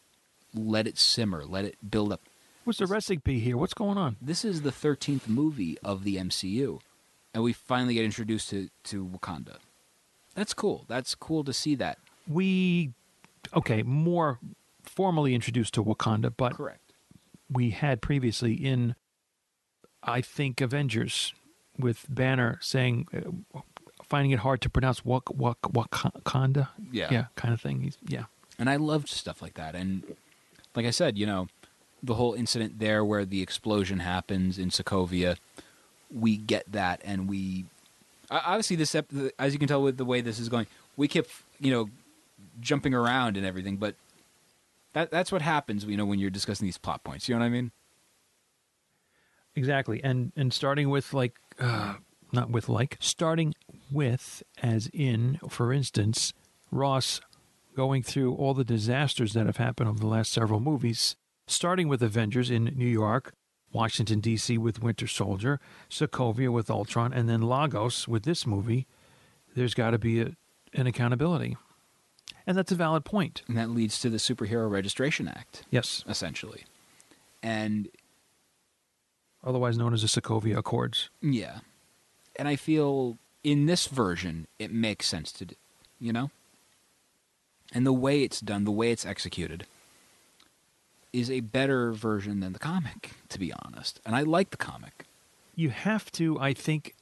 Speaker 3: let it simmer, let it build up.
Speaker 2: What's the recipe here? What's going on?
Speaker 3: This is the 13th movie of the MCU, and we finally get introduced to, to Wakanda. That's cool. That's cool to see that.
Speaker 2: We, okay, more formally introduced to Wakanda, but
Speaker 3: Correct.
Speaker 2: we had previously in, I think, Avengers with Banner saying, uh, finding it hard to pronounce Wak, Wak, Wakanda.
Speaker 3: Yeah.
Speaker 2: Yeah, kind of thing. He's, yeah.
Speaker 3: and I loved stuff like that. And like I said, you know, the whole incident there where the explosion happens in Sokovia, we get that, and we o- obviously this ep- the- as you can tell with the way this is going, we kept you know jumping around and everything, but that that's what happens, you know, when you're discussing these plot points. You know what I mean?
Speaker 2: Exactly. And, and starting with like, uh, not with like, starting with, as in, for instance, Ross going through all the disasters that have happened over the last several movies, starting with Avengers in New York, Washington, D.C. with Winter Soldier, Sokovia with Ultron, and then Lagos with this movie, there's got to be a, an accountability. And that's a valid point.
Speaker 3: And that leads to the Superhero Registration Act,
Speaker 2: Yes.
Speaker 3: essentially. And
Speaker 2: Otherwise known as the Sokovia Accords.
Speaker 3: yeah, and I feel in this version it makes sense to do, you know. And the way it's done, the way it's executed, is a better version than the comic, to be honest. And I like the comic.
Speaker 2: you have to i think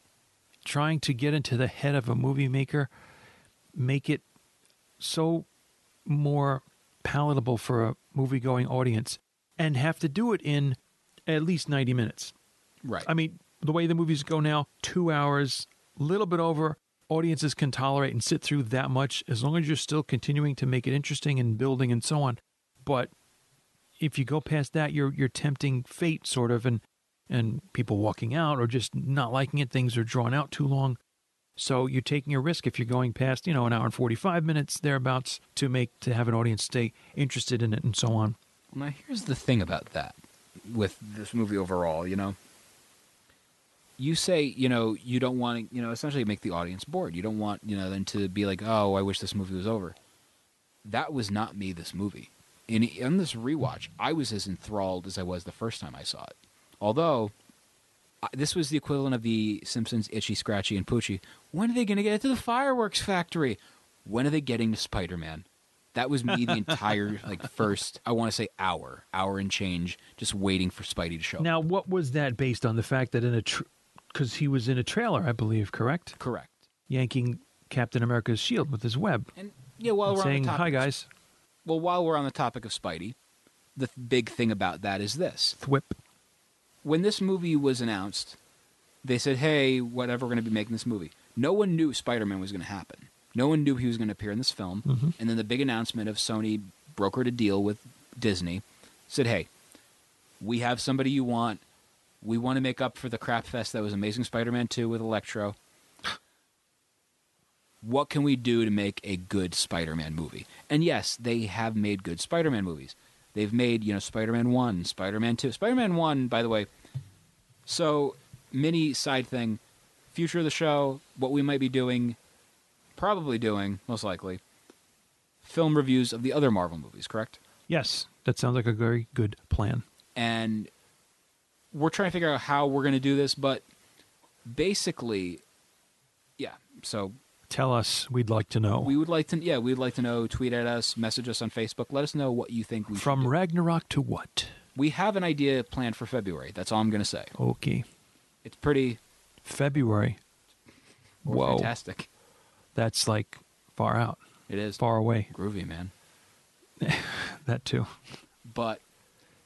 Speaker 2: trying to get into the head of a movie maker make it so more palatable for a movie going audience and have to do it in at least 90 minutes
Speaker 3: Right.
Speaker 2: i mean the way the movies go now 2 hours a little bit over audiences can tolerate and sit through that much as long as you're still continuing to make it interesting and building and so on but if you go past that, you're you're tempting fate, sort of, and and people walking out or just not liking it. Things are drawn out too long, so you're taking a risk if you're going past, you know, an hour and forty five minutes thereabouts to make to have an audience stay interested in it and so on.
Speaker 3: Now, here's the thing about that with this movie overall, you know. You say, you know, you don't want to, you know, essentially make the audience bored. You don't want, you know, them to be like, oh, I wish this movie was over. That was not me, this movie. And on this rewatch, I was as enthralled as I was the first time I saw it. Although, I- this was the equivalent of the Simpsons Itchy, Scratchy, and Poochie. When are they going to get to the fireworks factory? When are they getting to Spider Man? That was
Speaker 2: *laughs*
Speaker 3: me the entire like first I want to say hour, hour and change, just waiting for Spidey to show up.
Speaker 2: Now, what was that based on the fact that in a because he was in a trailer, I believe, correct?
Speaker 3: Correct.
Speaker 2: Yanking Captain America's shield with his web,
Speaker 3: And yeah, while
Speaker 2: and
Speaker 3: we're
Speaker 2: saying,
Speaker 3: on the topic,
Speaker 2: "Hi
Speaker 3: of-
Speaker 2: guys,
Speaker 3: Well, while we're on the topic of Spidey, the th- big thing about that is this:
Speaker 2: thwip."
Speaker 3: when this movie was announced, they said, "Hey, whatever, we're going to be making this movie." No one knew Spider-Man was going to happen. No one knew he was going to appear in this film. And then the big announcement of Sony brokered a deal with Disney, said, "Hey, we have somebody you want. We want to make up for the crap fest that was Amazing Spider-Man 2 with Electro. What can we do to make a good Spider-Man movie? And yes, they have made good Spider-Man movies. They've made, you know, Spider-Man 1, Spider-Man 2. Spider-Man 1, by the way, so mini side thing, future of the show, what we might be doing, probably doing, most likely, film reviews of the other Marvel movies, correct?
Speaker 2: Yes, that sounds like a very good plan.
Speaker 3: and we're trying to figure out how we're going to do this but basically yeah so
Speaker 2: Tell us, we'd like to know
Speaker 3: we would like to yeah we'd like to know tweet at us message us on facebook let us know what you think we should
Speaker 2: from
Speaker 3: do.
Speaker 2: Ragnarok to what?
Speaker 3: we have an idea planned for february that's all i'm going to say
Speaker 2: Okay,
Speaker 3: it's pretty
Speaker 2: February.
Speaker 3: we're
Speaker 2: Whoa,
Speaker 3: fantastic
Speaker 2: that's like far out,
Speaker 3: it is
Speaker 2: far away.
Speaker 3: groovy man
Speaker 2: That too.
Speaker 3: but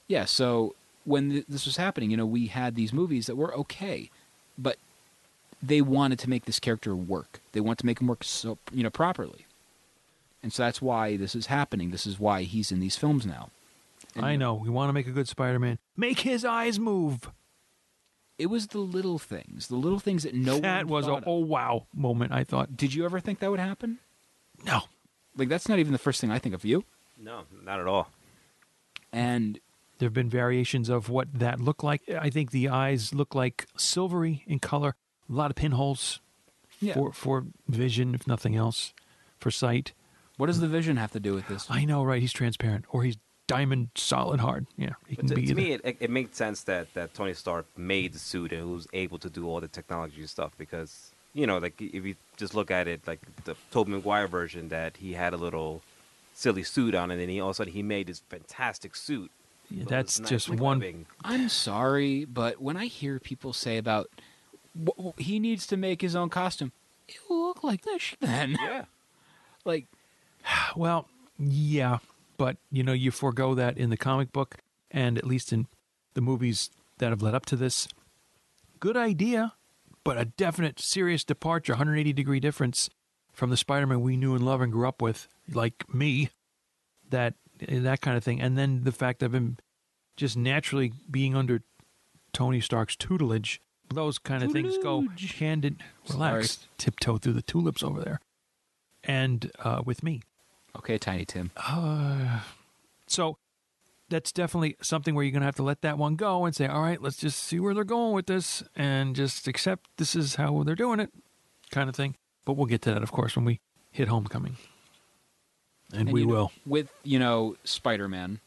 Speaker 3: yeah so when th- this was happening you know we had these movies that were okay but they wanted to make this character work they want to make him work so you know properly and so that's why this is happening this is why he's in these films now And
Speaker 2: I know. We want to make a good Spider-Man. Make his eyes move.
Speaker 3: it was the little things the little things that no
Speaker 2: that
Speaker 3: one
Speaker 2: was a
Speaker 3: thought of.
Speaker 2: oh wow moment. I thought
Speaker 3: did you ever think that would happen
Speaker 2: no.
Speaker 3: like that's not even the first thing i think of you
Speaker 4: No, not at all.
Speaker 3: and
Speaker 2: There have been variations of what that looked like. I think the eyes look like silvery in color. A lot of pinholes
Speaker 3: yeah
Speaker 2: for for vision, if nothing else, for sight.
Speaker 3: what does the vision have to do with this
Speaker 2: I know, right? He's transparent, or he's diamond solid hard. Yeah, he
Speaker 4: But
Speaker 2: can
Speaker 4: to,
Speaker 2: be
Speaker 4: to
Speaker 2: either.
Speaker 4: me, it, it made sense that, that Tony Stark made the suit and was able to do all the technology stuff because you know, like if you just look at it, like the Tobey Maguire version, that he had a little silly suit on, and then he all of a sudden he made this fantastic suit.
Speaker 2: Yeah,
Speaker 4: with this
Speaker 2: that's
Speaker 4: nice
Speaker 2: just one.
Speaker 4: webbing.
Speaker 3: I'm sorry, but when I hear people say about "W- w- he needs to make his own costume, it will look like this then. *laughs*
Speaker 4: Yeah,
Speaker 3: like,
Speaker 2: Well, yeah, but you know, you forego that in the comic book, and at least in the movies that have led up to this. Good idea, but a definite, serious departure, 180 degree difference from the Spider-Man we knew and love and grew up with, like me. That that kind of thing, and then the fact of him just naturally being under Tony Stark's tutelage. Those kind of things go
Speaker 3: Tutelage.
Speaker 2: hand in. Relax, tiptoe through the tulips over there, and uh, with me.
Speaker 3: okay, Tiny Tim.
Speaker 2: Uh, so that's definitely something where you're going to have to let that one go and say, all right, let's just see where they're going with this and just accept this is how they're doing it, kind of thing. But we'll get to that, of course, when we hit homecoming. And,
Speaker 3: And
Speaker 2: we
Speaker 3: you know-
Speaker 2: will.
Speaker 3: with you know Spider Man.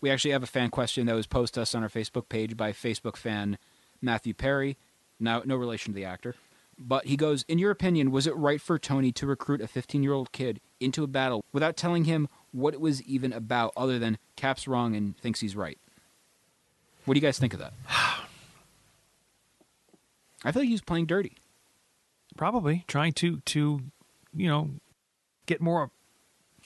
Speaker 3: We actually have a fan question that was posed to us on our Facebook page by Facebook fan Matthew Perry. Now, no relation to the actor, but he goes, "In your opinion, was it right for Tony to recruit a 15-year-old kid into a battle without telling him what it was even about, other than Cap's wrong and thinks he's right?" What do you guys think of that? *sighs* I feel like he was playing dirty.
Speaker 2: Probably trying to, to, you know, get more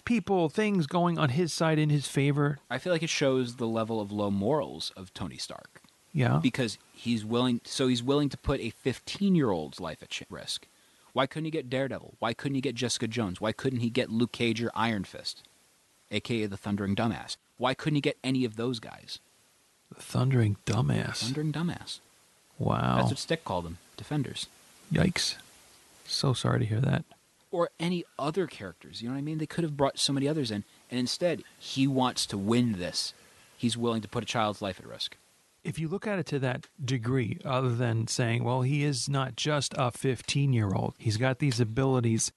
Speaker 2: people, things going on his side in his favor.
Speaker 3: I feel like it shows the level of low morals of Tony Stark.
Speaker 2: Yeah.
Speaker 3: because he's willing so he's willing to put a 15 year old's life at ch- risk why couldn't he get daredevil why couldn't he get jessica jones why couldn't he get luke cage or iron fist aka the thundering dumbass why couldn't he get any of those guys
Speaker 2: Thundering dumbass.
Speaker 3: thundering dumbass
Speaker 2: wow.
Speaker 3: that's what stick called them defenders
Speaker 2: Yikes. So sorry to hear that.
Speaker 3: or any other characters you know what i mean they could have brought so many others in and instead he wants to win this he's willing to put a child's life at risk
Speaker 2: if you look at it to that degree, other than saying, well, he is not just a 15 year old, he's got these abilities,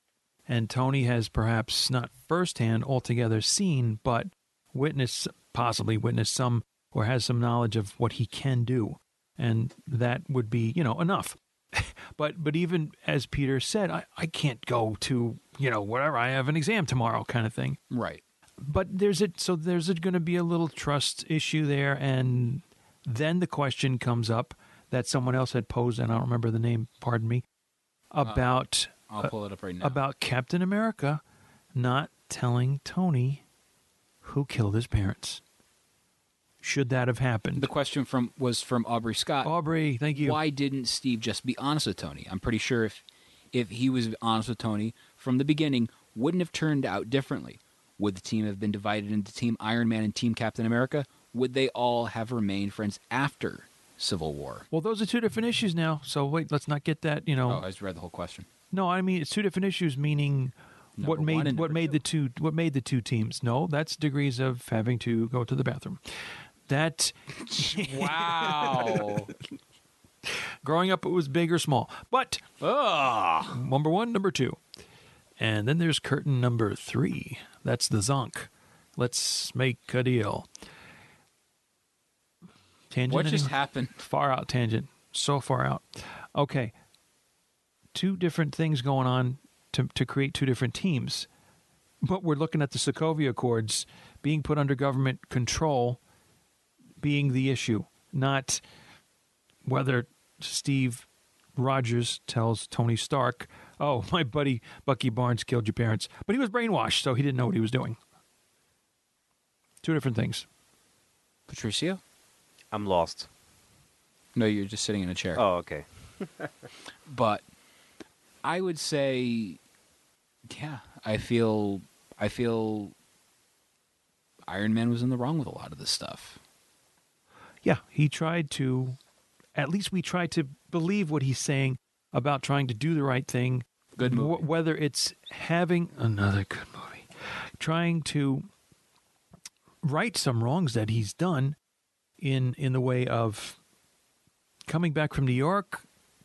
Speaker 2: and Tony has perhaps not firsthand altogether seen, but witnessed, possibly witnessed some or has some knowledge of what he can do. And that would be, you know, enough. *laughs* but but even as Peter said, I, I can't go to, you know, whatever, I have an exam tomorrow kind of thing.
Speaker 3: Right.
Speaker 2: But there's it so there's going to be a little trust issue there and then the question comes up that someone else had posed and I don't remember the name, pardon me,
Speaker 3: Uh,
Speaker 2: about
Speaker 3: I'll pull it up right now.
Speaker 2: about Captain America not telling Tony who killed his parents. Should that have happened?
Speaker 3: the question from was from Aubrey Scott.
Speaker 2: Aubrey, thank you.
Speaker 3: Why didn't Steve just be honest with Tony? I'm pretty sure if if he was honest with Tony from the beginning, wouldn't have turned out differently. Would the team have been divided into Team Iron Man and Team Captain America? Would they all have remained friends after Civil War?
Speaker 2: Well, those are two different issues now. So wait, let's not get that. You know,
Speaker 3: Oh, I just read the whole question.
Speaker 2: no, I mean it's two different issues. Meaning, what
Speaker 3: Number one
Speaker 2: made
Speaker 3: and
Speaker 2: what
Speaker 3: number
Speaker 2: made the two what made the two teams? No, that's degrees of having to go to the bathroom. That
Speaker 3: Wow.
Speaker 2: growing up, it was big or small. But number one, number two, and then there's curtain number three. That's the zonk. Let's make a deal. Tangent
Speaker 3: what just
Speaker 2: anyone?
Speaker 3: happened?
Speaker 2: far out tangent so far out okay two different things going on to, to create two different teams but we're looking at the sokovia accords being put under government control being the issue not whether steve rogers tells tony stark oh my buddy bucky barnes killed your parents but he was brainwashed so he didn't know what he was doing two different things
Speaker 3: Patricio?
Speaker 4: I'm lost.
Speaker 3: No, you're just sitting in a chair.
Speaker 4: Oh, okay.
Speaker 3: but I would say, yeah, I feel, I feel, Iron Man was in the wrong with a lot of this stuff.
Speaker 2: Yeah, he tried to, at least we tried to believe what he's saying about trying to do the right thing.
Speaker 3: Good
Speaker 2: wh-
Speaker 3: movie.
Speaker 2: whether it's having another good movie, trying to right some wrongs that he's done in in the way of coming back from New York,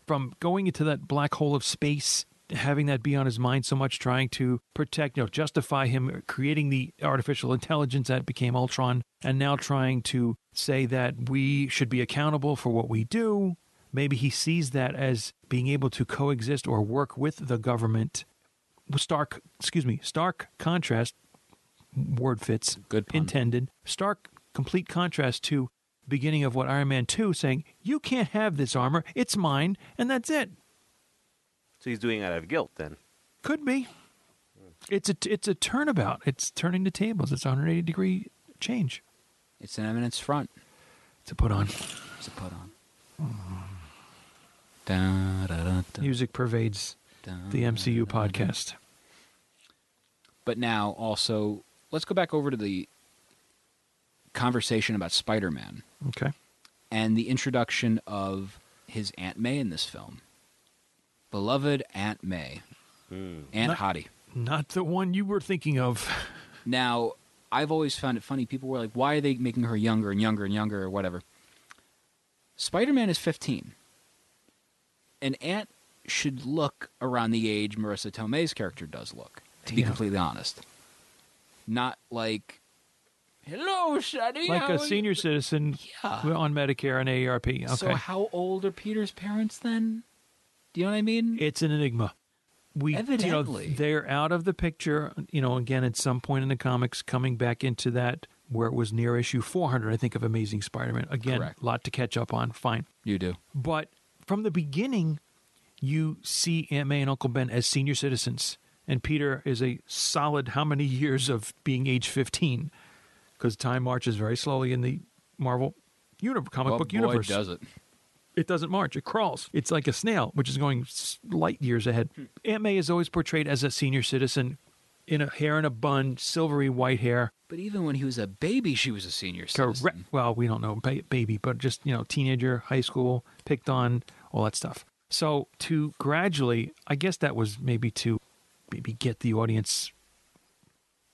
Speaker 2: from going into that black hole of space, having that be on his mind so much, trying to protect, you know, justify him creating the artificial intelligence that became Ultron, and now trying to say that we should be accountable for what we do. Maybe he sees that as being able to coexist or work with the government. Stark, excuse me, stark contrast, word fits,
Speaker 3: Good pun.
Speaker 2: intended, stark complete contrast to beginning of what Iron Man 2 saying, you can't have this armor, it's mine, and that's it.
Speaker 4: So he's doing it out of guilt then.
Speaker 2: Could be. It's a it's a turnabout. It's turning the tables. It's a 180 degree change
Speaker 3: It's an eminence front
Speaker 2: to put
Speaker 3: *laughs*
Speaker 2: on.
Speaker 3: to put on. Da, da, da, da,
Speaker 2: Music pervades
Speaker 3: da.
Speaker 2: the MCU
Speaker 3: Mm-hmm.
Speaker 2: podcast.
Speaker 3: But now, also, let's go back over to the conversation about Spider-Man
Speaker 2: Okay.
Speaker 3: and the introduction of his Aunt May in this film. Beloved Aunt May, Aunt Hottie.
Speaker 2: Not the one you were thinking of.
Speaker 3: Now, I've always found it funny. People were like, why are they making her younger and younger and younger or whatever? Spider Man is 15. An aunt should look around the age Marissa Tomei's character does look, to be completely honest. Not like, hello, Shadi.
Speaker 2: Like
Speaker 3: how
Speaker 2: a
Speaker 3: are you?"
Speaker 2: senior citizen
Speaker 3: Yeah.
Speaker 2: on Medicare and AARP. Okay.
Speaker 3: So, how old are Peter's parents then? Do you know what I mean?
Speaker 2: it's an enigma. We, you
Speaker 3: Evidently.
Speaker 2: know, they're out of the picture. You know, again, at some point in the comics, coming back into that where it was near issue 400, I think, of Amazing Spider-Man. Again,
Speaker 3: Correct.
Speaker 2: lot to catch up on. Fine,
Speaker 3: you do.
Speaker 2: but from the beginning, you see Aunt May and Uncle Ben as senior citizens, and Peter is a solid how many years of being age 15? Because time marches very slowly in the Marvel universe, comic
Speaker 3: Well,
Speaker 2: book
Speaker 3: boy,
Speaker 2: universe.
Speaker 3: does it.
Speaker 2: It doesn't march. It crawls. It's like a snail, which is going s- light years ahead. Aunt May is always portrayed as a senior citizen in a hair in a bun, silvery white hair.
Speaker 3: But even when he was a baby, she was a senior citizen.
Speaker 2: Correct. Well, we don't know ba- baby, but just, you know, teenager, high school, picked on, all that stuff. So to gradually, I guess that was maybe to maybe get the audience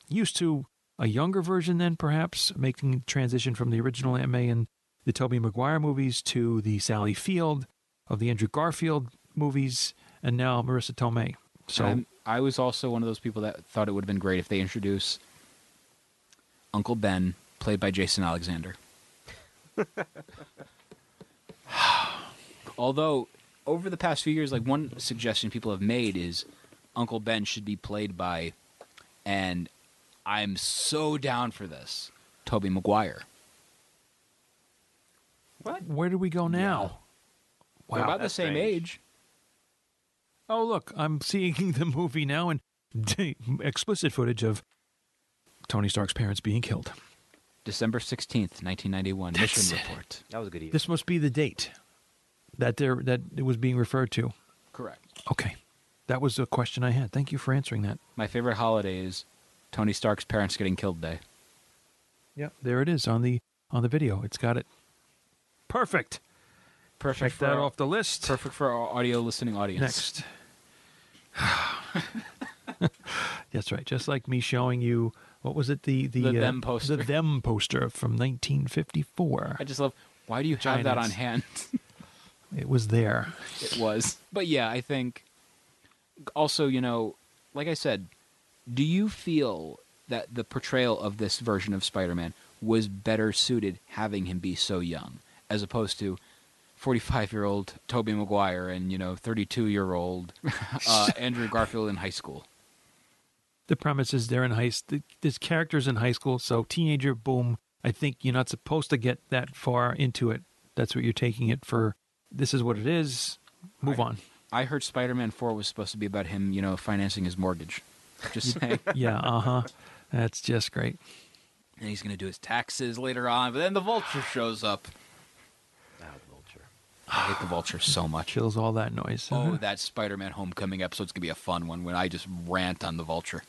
Speaker 2: used to a younger version then perhaps making the transition from the original Aunt May and the Tobey Maguire movies to the Sally Field of the Andrew Garfield movies and now Marissa Tomei. So
Speaker 3: Um, I'm- I was also one of those people that thought it would have been great if they introduce Uncle Ben, played by Jason Alexander. *laughs* Although, over the past few years, like one suggestion people have made is Uncle Ben should be played by, and I'm so down for this, Toby Maguire.
Speaker 2: Where do we go now?
Speaker 3: They're about the
Speaker 4: that's
Speaker 3: same
Speaker 4: strange.
Speaker 3: age.
Speaker 2: Oh, look, I'm *laughs* seeing the movie now and *laughs* explicit footage of Tony Stark's parents being killed.
Speaker 3: December 16th, 1991,
Speaker 2: That's
Speaker 3: Mission
Speaker 2: it.
Speaker 3: Report.
Speaker 4: That was a good year.
Speaker 2: This must be the date that there that it was being referred to.
Speaker 3: Correct.
Speaker 2: Okay. That was a question I had. Thank you for answering that.
Speaker 3: My favorite holiday is Tony Stark's parents getting killed day.
Speaker 2: Yeah, there it is on the on the video. It's got it. Perfect.
Speaker 3: Perfect
Speaker 2: Check
Speaker 3: for
Speaker 2: that
Speaker 3: our,
Speaker 2: off the list.
Speaker 3: perfect for our audio listening audience.
Speaker 2: Next. *laughs* That's right. Just like me showing you what was it the the,
Speaker 3: The them poster.
Speaker 2: the them poster from 1954.
Speaker 3: I just love why do you have that on
Speaker 2: Giants.
Speaker 3: hand? *laughs*
Speaker 2: It was there.
Speaker 3: it was. But yeah, I think also, you know, like I said, do you feel that the portrayal of this version of Spider-Man was better suited having him be so young as opposed to 45-year-old Toby Maguire and, you know,
Speaker 2: *laughs*
Speaker 3: 32-year-old uh, Andrew Garfield in high school?
Speaker 2: The premise is they're in high. th- This character's in high school, so teenager. Boom. I think you're not supposed to get that far into it. That's what you're taking it for. This is what it is. Move on.
Speaker 3: I heard Spider-Man 4 was supposed to be about him, you know, financing his mortgage. Just saying.
Speaker 2: *laughs* Yeah. Uh huh. That's just great.
Speaker 3: and he's going to do his taxes later on, but then the vulture shows up.
Speaker 4: Ah, the vulture.
Speaker 3: I hate the vulture so
Speaker 2: *laughs*
Speaker 3: much.
Speaker 2: Chills all that noise.
Speaker 3: Oh, that Spider-Man Homecoming episode's gonna be a fun one when I just rant on the Vulture.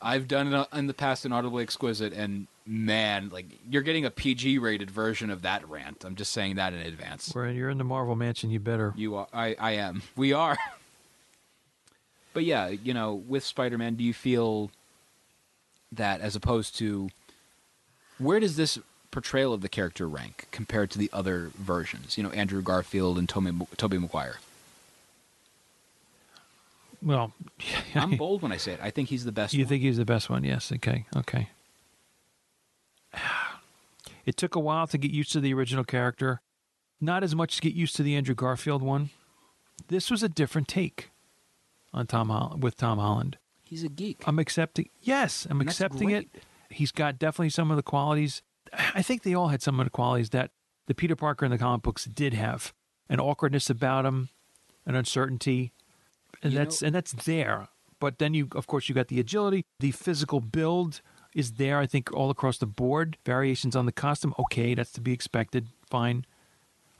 Speaker 3: I've done it in the past in Audibly Exquisite, and man, like you're getting a PG-rated version of that rant. I'm just saying that in advance.
Speaker 2: *laughs* Where you're in the Marvel mansion, you better.
Speaker 3: You are, I, I am, we are. *laughs* but yeah, you know, with Spider-Man, do you feel that as opposed to where does this portrayal of the character rank compared to the other versions? You know, Andrew Garfield and Tommy, Toby Maguire.
Speaker 2: *laughs* Well,
Speaker 3: I'm bold when I say it. I think he's the best.
Speaker 2: You
Speaker 3: one.
Speaker 2: think he's the best one? Yes. Okay. Okay. *sighs* It took a while to get used to the original character. Not as much to get used to the Andrew Garfield one. This was a different take on Tom Holland with Tom Holland.
Speaker 3: he's a geek?
Speaker 2: I'm accepting. Yes, I'm
Speaker 3: And that's
Speaker 2: accepting it.
Speaker 3: great.
Speaker 2: He's got definitely some of the qualities. I think they all had some of the qualities that the Peter Parker in the comic books did have an awkwardness about him, an uncertainty, and
Speaker 3: You
Speaker 2: that's
Speaker 3: know-
Speaker 2: and that's there. But then you, of course, you got the agility, the physical build is there. I think all across the board, variations on the costume. Okay, that's to be expected. Fine.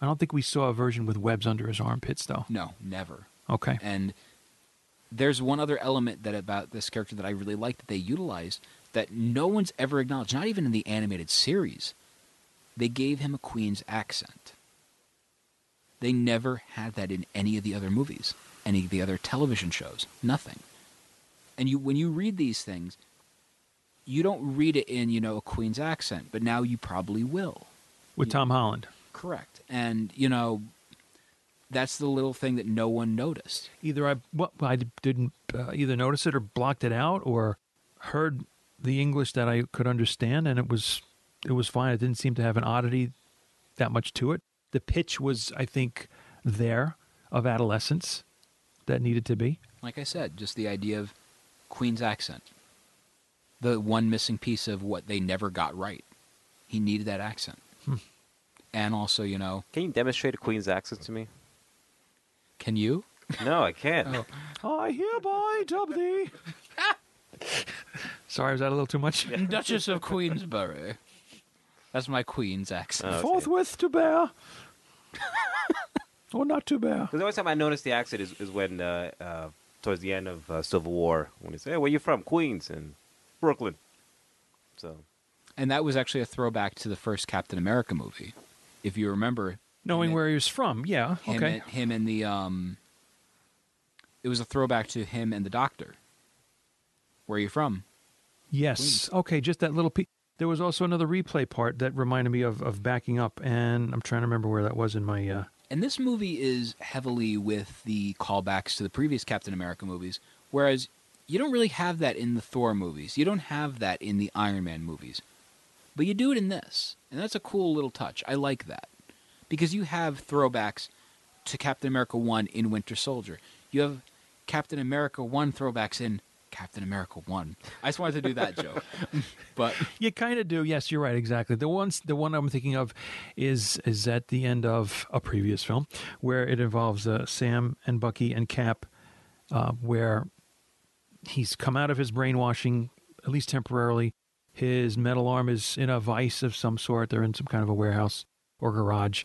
Speaker 2: I don't think we saw a version with webs under his armpits, though.
Speaker 3: no, never.
Speaker 2: Okay.
Speaker 3: And there's one other element that about this character that I really like that they utilized that no one's ever acknowledged, not even in the animated series. They gave him a Queen's accent. They never had that in any of the other movies, any of the other television shows, nothing. And you when you read these things, you don't read it in, you know, a Queen's accent, but now you probably will.
Speaker 2: With Tom Holland.
Speaker 3: Correct. And, you know, that's the little thing that no one noticed.
Speaker 2: either I well, I didn't uh, either notice it or blocked it out or heard the English that I could understand, and it was it was fine. It didn't seem to have an oddity that much to it. The pitch was, I think, there of adolescence that needed to be.
Speaker 3: Like I said, just the idea of Queen's accent. The one missing piece of what they never got right. He needed that accent. And also, you know,
Speaker 4: Can you demonstrate a Queen's accent to me?
Speaker 3: can you?
Speaker 4: No, I can't.
Speaker 2: Oh. I hereby dub thee. *laughs* Sorry, was that a little too much?
Speaker 3: *laughs* Duchess of Queensbury. That's my Queen's accent.
Speaker 4: okay.
Speaker 2: Forthwith to bear, *laughs* or not to bear.
Speaker 4: Because the only time I noticed the accent is, is when, uh, uh, towards the end of uh, Civil War, when he said, hey, where you from? Queens and Brooklyn. So,
Speaker 3: And that was actually a throwback to the first Captain America movie. If you remember,
Speaker 2: Knowing
Speaker 3: Him-
Speaker 2: where he was from, yeah,
Speaker 3: him
Speaker 2: okay.
Speaker 3: and, him and the um it was a throwback to him and the doctor where are you from
Speaker 2: Yes. Okay, just that little piece. There was also another replay part that reminded me of, of backing up, and I'm trying to remember where that was in my. Uh,
Speaker 3: and this movie is heavily with the callbacks to the previous captain america movies whereas You don't really have that in the Thor movies. You don't have that in the Iron Man movies. But you do it in this. And that's a cool little touch. I like that. Because you have throwbacks to Captain America 1 in Winter Soldier. You have Captain America 1 throwbacks in Captain America 1. I just wanted to do that
Speaker 2: *laughs*
Speaker 3: joke. But
Speaker 2: You kind of do. Yes, you're right. Exactly. The ones, the one I'm thinking of, is is at the end of a previous film where it involves uh, Sam and Bucky and Cap, uh, where he's come out of his brainwashing, at least temporarily. His metal arm is in a vice of some sort. They're in some kind of a warehouse or garage,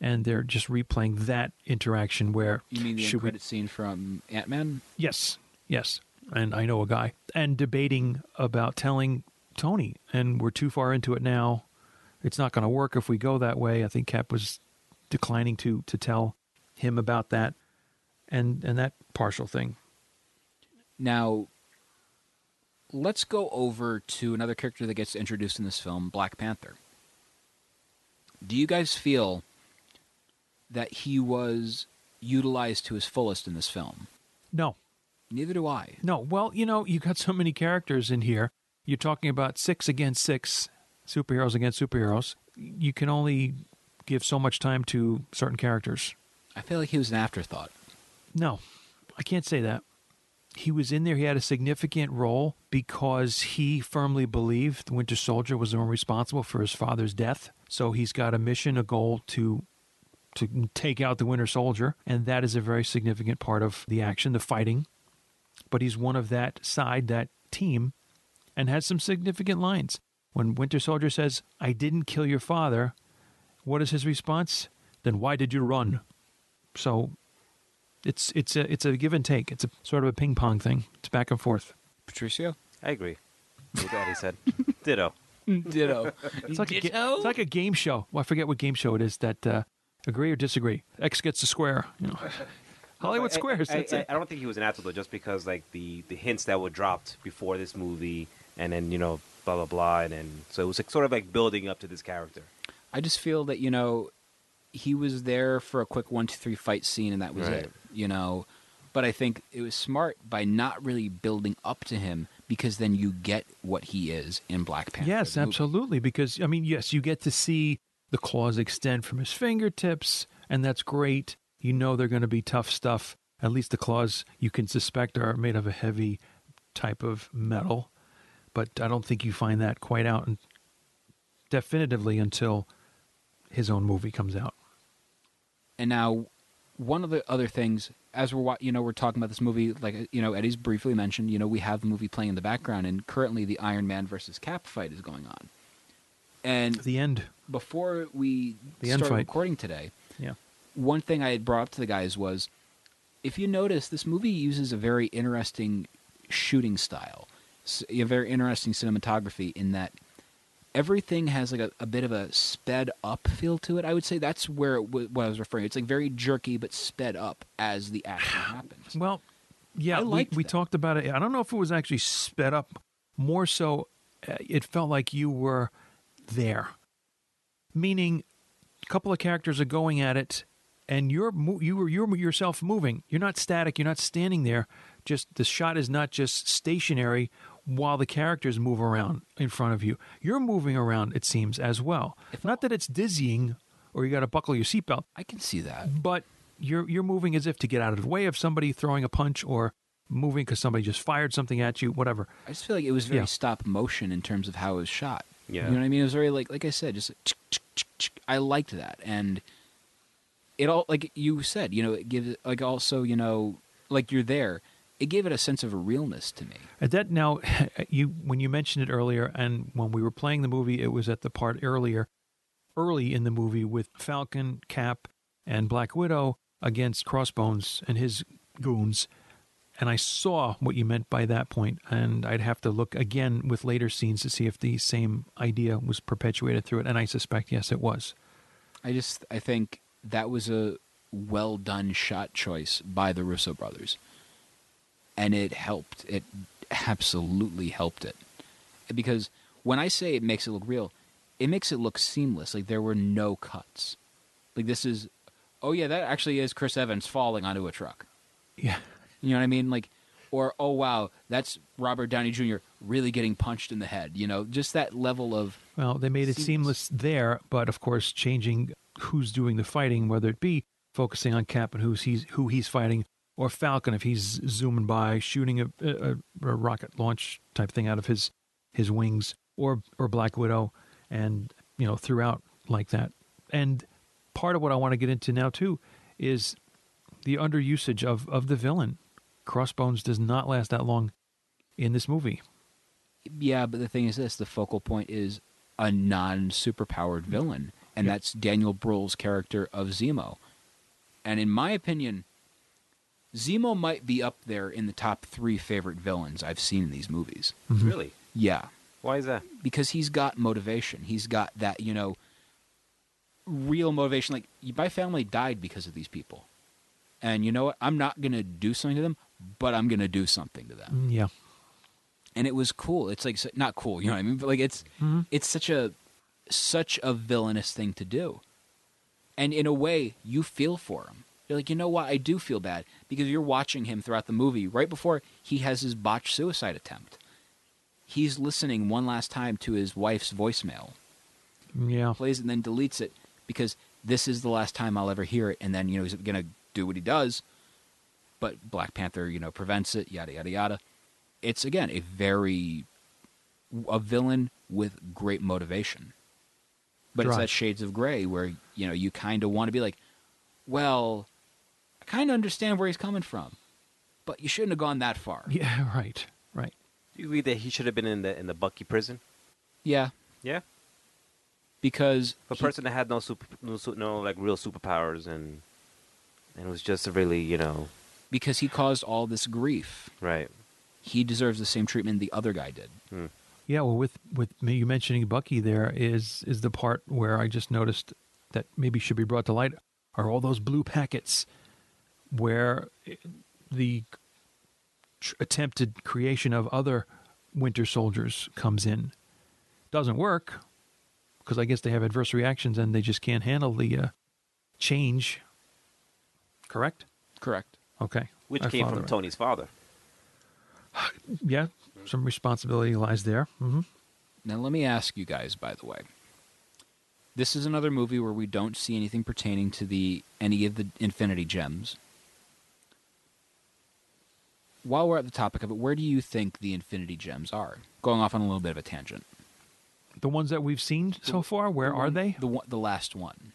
Speaker 2: and they're just replaying that interaction where
Speaker 3: you mean the
Speaker 2: should we
Speaker 3: end-credit scene from Ant-Man?
Speaker 2: Yes, yes. And I know a guy. And debating about telling Tony, and we're too far into it now. It's not going to work if we go that way. I think Cap was declining to to tell him about that, and and that partial thing.
Speaker 3: Now, let's go over to another character that gets introduced in this film, Black Panther. Do you guys feel that he was utilized to his fullest in this film?
Speaker 2: No,
Speaker 3: Neither do I.
Speaker 2: no. Well, you know, you got so many characters in here. You're talking about six against six, superheroes against superheroes. You can only give so much time to certain characters.
Speaker 3: I feel like he was an afterthought.
Speaker 2: No, I can't say that. He was in there. He had a significant role because he firmly believed the Winter Soldier was the one responsible for his father's death. So he's got a mission, a goal to to take out the Winter Soldier, and that is a very significant part of the action, the fighting. But he's one of that side, that team, and has some significant lines. When Winter Soldier says, "I didn't kill your father," what is his response? Then why did you run? So it's it's a it's a give and take. It's a sort of a ping pong thing. It's back and forth.
Speaker 3: Patricio?
Speaker 4: I agree with that
Speaker 2: *laughs*
Speaker 4: he said. Ditto.
Speaker 3: *laughs* Ditto.
Speaker 2: It's like a ga- it's like a game show. Well, I forget what game show it is. That uh, agree or disagree. X gets the square. You know, *laughs* Hollywood
Speaker 4: I- I-
Speaker 2: squares.
Speaker 4: I,
Speaker 2: That's
Speaker 4: I-
Speaker 2: it.
Speaker 4: I don't think he was an actor though, just because like the the hints that were dropped before this movie, and then you know blah blah blah, and then so it was like, sort of like building up to this character.
Speaker 3: I just feel that, you know, he was there for a quick one, two, three fight scene and that was
Speaker 4: Right.
Speaker 3: it, you know. But I think it was smart by not really building up to him because then you get what he is in Black Panther.
Speaker 2: Yes,
Speaker 3: the movie.
Speaker 2: absolutely. Because I mean, yes, you get to see the claws extend from his fingertips, and that's great. You know they're going to be tough stuff. At least the claws you can suspect are made of a heavy type of metal, but I don't think you find that quite out and definitively until his own movie comes out.
Speaker 3: And now, one of the other things, as we're wa- you know we're talking about this movie, like you know Eddie's briefly mentioned, you know we have the movie playing in the background, and currently the Iron Man versus Cap fight is going on. And
Speaker 2: The end.
Speaker 3: before we
Speaker 2: The end
Speaker 3: started
Speaker 2: fight.
Speaker 3: recording today,
Speaker 2: Yeah.
Speaker 3: one thing I had brought up to the guys was, if you notice, this movie uses a very interesting shooting style, s- a very interesting cinematography in that everything has like a, a bit of a sped up feel to it. I would say that's where it w- what I was referring. It's like very jerky but sped up as the action happens.
Speaker 2: Well, yeah,
Speaker 3: I
Speaker 2: we,
Speaker 3: liked
Speaker 2: we
Speaker 3: that.
Speaker 2: talked about it. I don't know if it was actually sped up. More so, uh, it felt like you were there, meaning a couple of characters are going at it, and you're mo- you were you're yourself moving. You're not static. You're not standing there. Just the shot is not just stationary while the characters move around in front of you. You're moving around. It seems as well. Not that it's dizzying or you got to buckle your seatbelt
Speaker 3: I can see that.
Speaker 2: but you're you're moving as if to get out of the way of somebody throwing a punch or moving because somebody just fired something at you, whatever.
Speaker 3: I just feel like it was very
Speaker 2: Yeah.
Speaker 3: stop motion in terms of how it was shot.
Speaker 4: Yeah.
Speaker 3: You know what I mean? It was very like like I said, just like, tsk, tsk, tsk, tsk. I liked that. And it all like you said, you know, it gives like also, you know, like you're there. It gave it a sense of realness to me.
Speaker 2: At that now, *laughs* you when you mentioned it earlier, and when we were playing the movie, it was at the part earlier, early in the movie with Falcon, Cap, and Black Widow against Crossbones and his goons. And I saw what you meant by that point, and I'd have to look again with later scenes to see if the same idea was perpetuated through it. And I suspect, yes, it was.
Speaker 3: I just I think that was a well done shot choice by the Russo brothers. And it helped. It absolutely helped it. Because when I say it makes it look real, it makes it look seamless. Like there were no cuts. Like this is oh yeah, that actually is Chris Evans falling onto a truck.
Speaker 2: Yeah.
Speaker 3: You know what I mean? Like or oh wow, that's Robert Downey Jr. really getting punched in the head. You know, just that level of
Speaker 2: Well, they made it
Speaker 3: Seamless.
Speaker 2: seamless there, but of course, changing who's doing the fighting, whether it be focusing on Cap and who's he's who he's fighting, or Falcon if he's zooming by, shooting a, a, a rocket launch type thing out of his his wings, or or Black Widow, and you know throughout like that. And part of what I want to get into now too is the underusage of of the villain. Crossbones does not last that long in this movie.
Speaker 3: yeah. But the thing is, this the focal point is a non superpowered villain, and that's Daniel Bruhl's character of Zemo. And in my opinion, Zemo might be up there in the top three favorite villains I've seen in these movies.
Speaker 2: Mm-hmm.
Speaker 4: Really?
Speaker 3: Yeah.
Speaker 4: Why is that?
Speaker 3: because he's got motivation. He's got that, you know, real motivation. Like, my family died because of these people. And you know what? I'm not going to do something to them, but I'm going to do something to them.
Speaker 2: Yeah,
Speaker 3: And it was cool. It's like, s- not cool, you know what I mean? But like, it's, it's such a, such a villainous thing to do. And in a way, you feel for him. You're like, you know what? I do feel bad because you're watching him throughout the movie right before he has his botched suicide attempt. He's listening one last time to his wife's voicemail
Speaker 2: yeah. *laughs*
Speaker 3: plays it and then deletes it because this is the last time I'll ever hear it. And then, you know, he's going to do what he does. But Black Panther, you know, prevents it, yada, yada, yada. It's, again, a very, a villain with great motivation. But it's
Speaker 2: Drive.
Speaker 3: that shades of gray where, you know, you kind of want to be like, well, I kind of understand where he's coming from, but you shouldn't have gone that far.
Speaker 2: Yeah, right, right.
Speaker 4: Do you agree that he should have been in the in the Bucky prison?
Speaker 3: Yeah.
Speaker 4: Yeah.
Speaker 3: Because
Speaker 4: A
Speaker 3: he-
Speaker 4: person that had no super, no, su- no like real superpowers and and was just a really you know
Speaker 3: because he caused all this grief.
Speaker 4: right.
Speaker 3: He deserves the same treatment the other guy did.
Speaker 2: Yeah, well, with with me, you mentioning Bucky, there is is the part where I just noticed that maybe should be brought to light are all those blue packets where eh, the tr- attempted creation of other Winter Soldiers comes in. Doesn't work because I guess they have adverse reactions and they just can't handle the uh, change. Correct.
Speaker 3: Correct.
Speaker 2: Okay.
Speaker 4: Which
Speaker 2: I
Speaker 4: came
Speaker 2: follow
Speaker 4: from
Speaker 2: that.
Speaker 4: Tony's father.
Speaker 2: Yeah, some responsibility lies there. hmm
Speaker 3: Now, let me ask you guys, by the way. This is another movie where we don't see anything pertaining to the any of the Infinity Gems. While we're at the topic of it, where do you think the Infinity Gems are? Going off on a little bit of a tangent.
Speaker 2: The ones that we've seen so far, where are they?
Speaker 3: The one, the last one.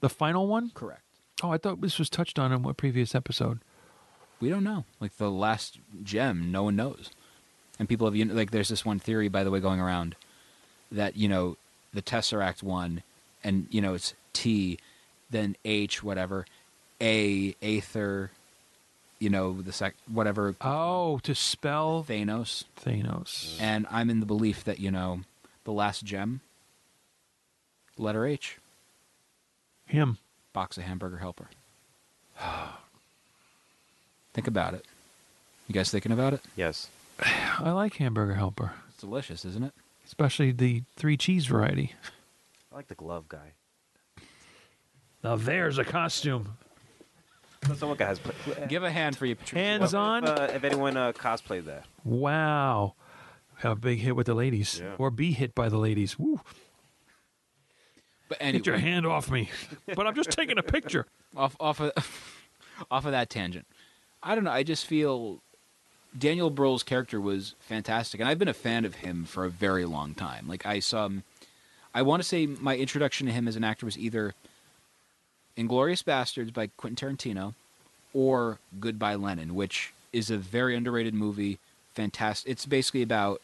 Speaker 2: The final one?
Speaker 3: Correct.
Speaker 2: Oh, I thought this was touched on in what previous episode.
Speaker 3: We don't know. Like the last gem, no one knows. And people have you know, like there's this one theory by the way going around that you know the Tesseract one and you know it's T then H whatever A Aether you know the sec whatever
Speaker 2: Oh, to spell
Speaker 3: Thanos
Speaker 2: Thanos.
Speaker 3: and I'm in the belief that you know the last gem letter H
Speaker 2: Him.
Speaker 3: box of hamburger helper. Think about it. You guys thinking about it?
Speaker 4: Yes.
Speaker 2: I like hamburger helper,
Speaker 3: It's delicious, isn't it?
Speaker 2: especially the three cheese variety.
Speaker 4: I like the glove guy.
Speaker 2: Now there's a costume.
Speaker 4: So Someone guy has pla-
Speaker 3: Give a hand for you, Patricia.
Speaker 2: Hands on.
Speaker 4: uh, if anyone uh, cosplayed that.
Speaker 2: Wow. A big hit with the ladies,
Speaker 4: Yeah.
Speaker 2: or be hit by the ladies. Woo.
Speaker 3: But
Speaker 2: Get your
Speaker 3: anyway,
Speaker 2: hand off me.
Speaker 4: *laughs*
Speaker 2: But I'm just taking a picture.
Speaker 3: off off of *laughs* off of that tangent. I don't know. I just feel Daniel Bruhl's character was fantastic, and I've been a fan of him for a very long time. Like I saw, him, I want to say my introduction to him as an actor was either *Inglorious Bastards* by Quentin Tarantino or *Goodbye Lenin*, which is a very underrated movie. Fantastic. It's basically about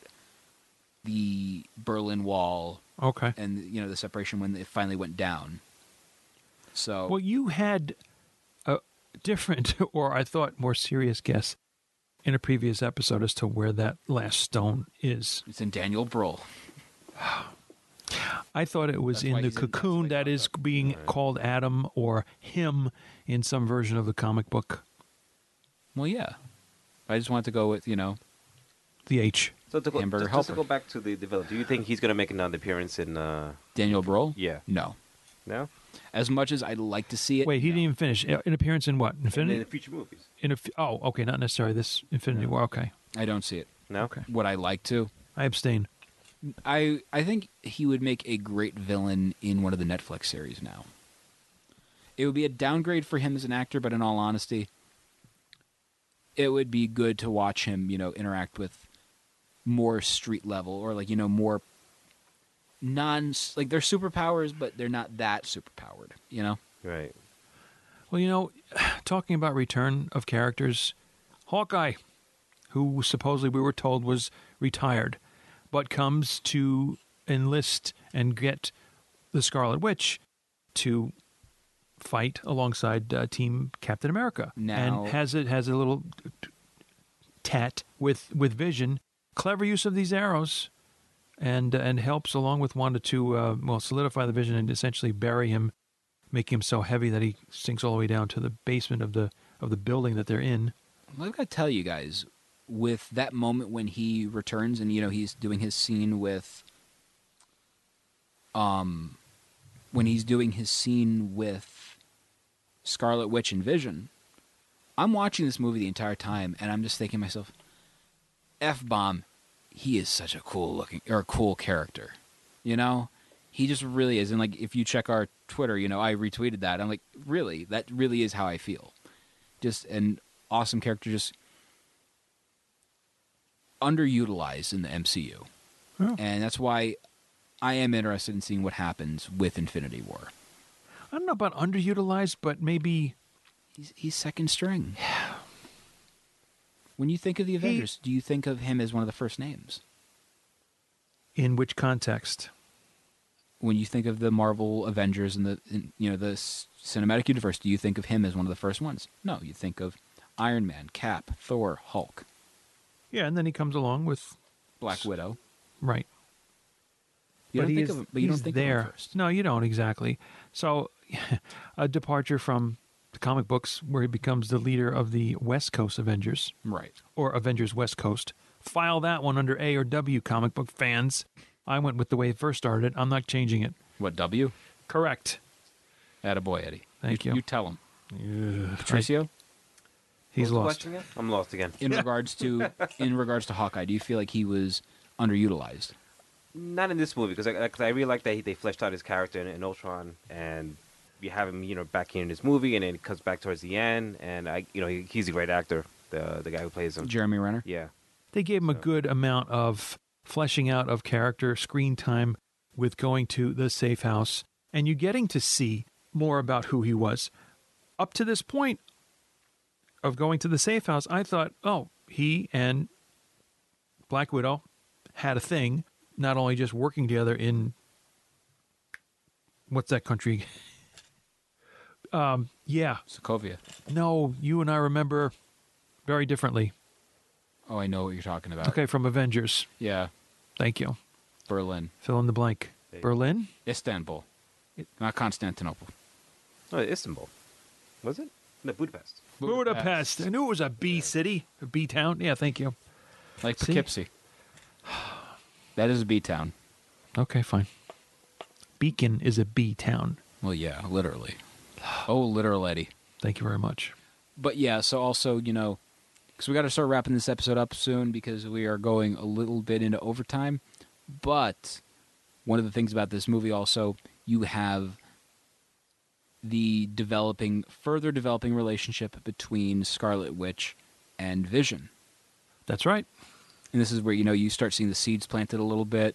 Speaker 3: the Berlin Wall
Speaker 2: Okay.
Speaker 3: and you know the separation when it finally went down. So
Speaker 2: Well, you had a different, *laughs* or I thought more serious guess in a previous episode as to where that last stone is.
Speaker 3: It's in Daniel Bruhl.
Speaker 2: I thought it was
Speaker 3: That's why
Speaker 2: in the
Speaker 3: he's in- that's
Speaker 2: cocoon
Speaker 3: like
Speaker 2: that
Speaker 3: a-
Speaker 2: is being called Adam or him in some version of the comic book.
Speaker 3: Well, yeah. I just wanted to go with, you know,
Speaker 2: The H.
Speaker 4: So to go,
Speaker 3: Hamburger
Speaker 4: just, just to
Speaker 3: helper.
Speaker 4: go back to the, the villain, do you think he's gonna make another appearance in? Uh,
Speaker 3: Daniel Bruhl.
Speaker 4: Yeah.
Speaker 3: No.
Speaker 4: no.
Speaker 3: As much as I'd like to see it,
Speaker 2: Wait, he didn't even finish. An appearance in what?
Speaker 4: And in
Speaker 2: Infinity?
Speaker 4: the future movies.
Speaker 2: In a f- oh, okay, not necessarily this Infinity War. Okay,
Speaker 3: I don't see it.
Speaker 4: No?
Speaker 3: Would I like to?
Speaker 2: I abstain.
Speaker 3: I I think he would make a great villain in one of the Netflix series now. It would be a downgrade for him as an actor, but in all honesty, it would be good to watch him, you know, interact with more street level or like, you know, more non like they're superpowers, but they're not that superpowered, you know?
Speaker 4: Right.
Speaker 2: Well, you know, *sighs* talking about return of characters, Hawkeye, who supposedly we were told was retired, but comes to enlist and get the Scarlet Witch to fight alongside uh, Team Captain America,
Speaker 3: Now-
Speaker 2: and has it has a little tat with with Vision. Clever use of these arrows. And, and helps along with Wanda to uh, well solidify the vision and essentially bury him making him so heavy that he sinks all the way down to the basement of the of the building that they're in.
Speaker 3: Well, I've got to tell you guys, with that moment when he returns and you know he's doing his scene with, um, when he's doing his scene with Scarlet Witch and Vision, I'm watching this movie the entire time and I'm just thinking to myself, f bomb, he is such a cool looking or a cool character, you know. He just really is, and like if you check our Twitter, you know I retweeted that. I'm like, really, that really is how I feel just an awesome character, just underutilized in the MCU,
Speaker 2: Yeah.
Speaker 3: and that's why I am interested in seeing what happens with Infinity War.
Speaker 2: I don't know about underutilized, but maybe
Speaker 3: He's, he's second string. When you think of the Avengers, do you think of him as one of the first names?
Speaker 2: in which context?
Speaker 3: When you think of the Marvel Avengers and the in, you know the s- cinematic universe, do you think of him as one of the first ones? No, you think of Iron Man, Cap, Thor, Hulk,
Speaker 2: Yeah, and then he comes along with
Speaker 3: Black Widow.
Speaker 2: right.
Speaker 3: You don't
Speaker 2: he
Speaker 3: think
Speaker 2: is-
Speaker 3: of him, but you don't
Speaker 2: he's
Speaker 3: think
Speaker 2: there.
Speaker 3: of him first.
Speaker 2: No, you don't exactly. So, *laughs* a departure from the comic books, where he becomes the leader of the West Coast Avengers
Speaker 3: Right.
Speaker 2: or Avengers West Coast. File that one under A or W, comic book fans. I went with the way it first started. I'm not changing it.
Speaker 3: What W?
Speaker 2: Correct.
Speaker 3: Attaboy, Eddie.
Speaker 2: Thank you.
Speaker 3: You tell him. Patricio,
Speaker 2: He's
Speaker 4: What was the
Speaker 2: lost.
Speaker 4: question again? I'm lost again.
Speaker 3: in
Speaker 2: *laughs*
Speaker 3: regards to in regards to Hawkeye, do you feel like he was underutilized?
Speaker 4: Not in this movie because I, 'cause I really like that he, they fleshed out his character in, in Ultron and you have him you know back here in this movie and then it comes back towards the end and I you know he, he's a great actor the the guy who plays him
Speaker 3: Jeremy Renner?
Speaker 4: yeah
Speaker 2: they gave him a good amount of fleshing out of character screen time with going to the safe house and you getting to see more about who he was up to this point of going to the safe house i thought oh he and black widow had a thing not only just working together in what's that country *laughs* um yeah
Speaker 3: Sokovia.
Speaker 2: no you and i remember very differently
Speaker 3: Oh, I know what you're talking about.
Speaker 2: okay from avengers
Speaker 3: Yeah.
Speaker 2: thank you
Speaker 3: Berlin.
Speaker 2: Fill in the blank. Berlin?
Speaker 3: Istanbul. Not Constantinople.
Speaker 4: oh Istanbul was it no Budapest
Speaker 2: Budapest. I knew it was a B city, a B town. Yeah, thank you.
Speaker 3: Like
Speaker 2: See?
Speaker 3: Poughkeepsie. *sighs* That is a B town.
Speaker 2: Okay, fine. Beacon is a B town.
Speaker 3: Well, yeah, literally.
Speaker 2: *sighs*
Speaker 3: Oh, literal Eddie.
Speaker 2: Thank you very much.
Speaker 3: but yeah, so also, you know, because we got to start wrapping this episode up soon because we are going a little bit into overtime. But one of the things about this movie also, you have the developing, further developing relationship between Scarlet Witch and Vision.
Speaker 2: That's right.
Speaker 3: And this is where, you know, you start seeing the seeds planted a little bit.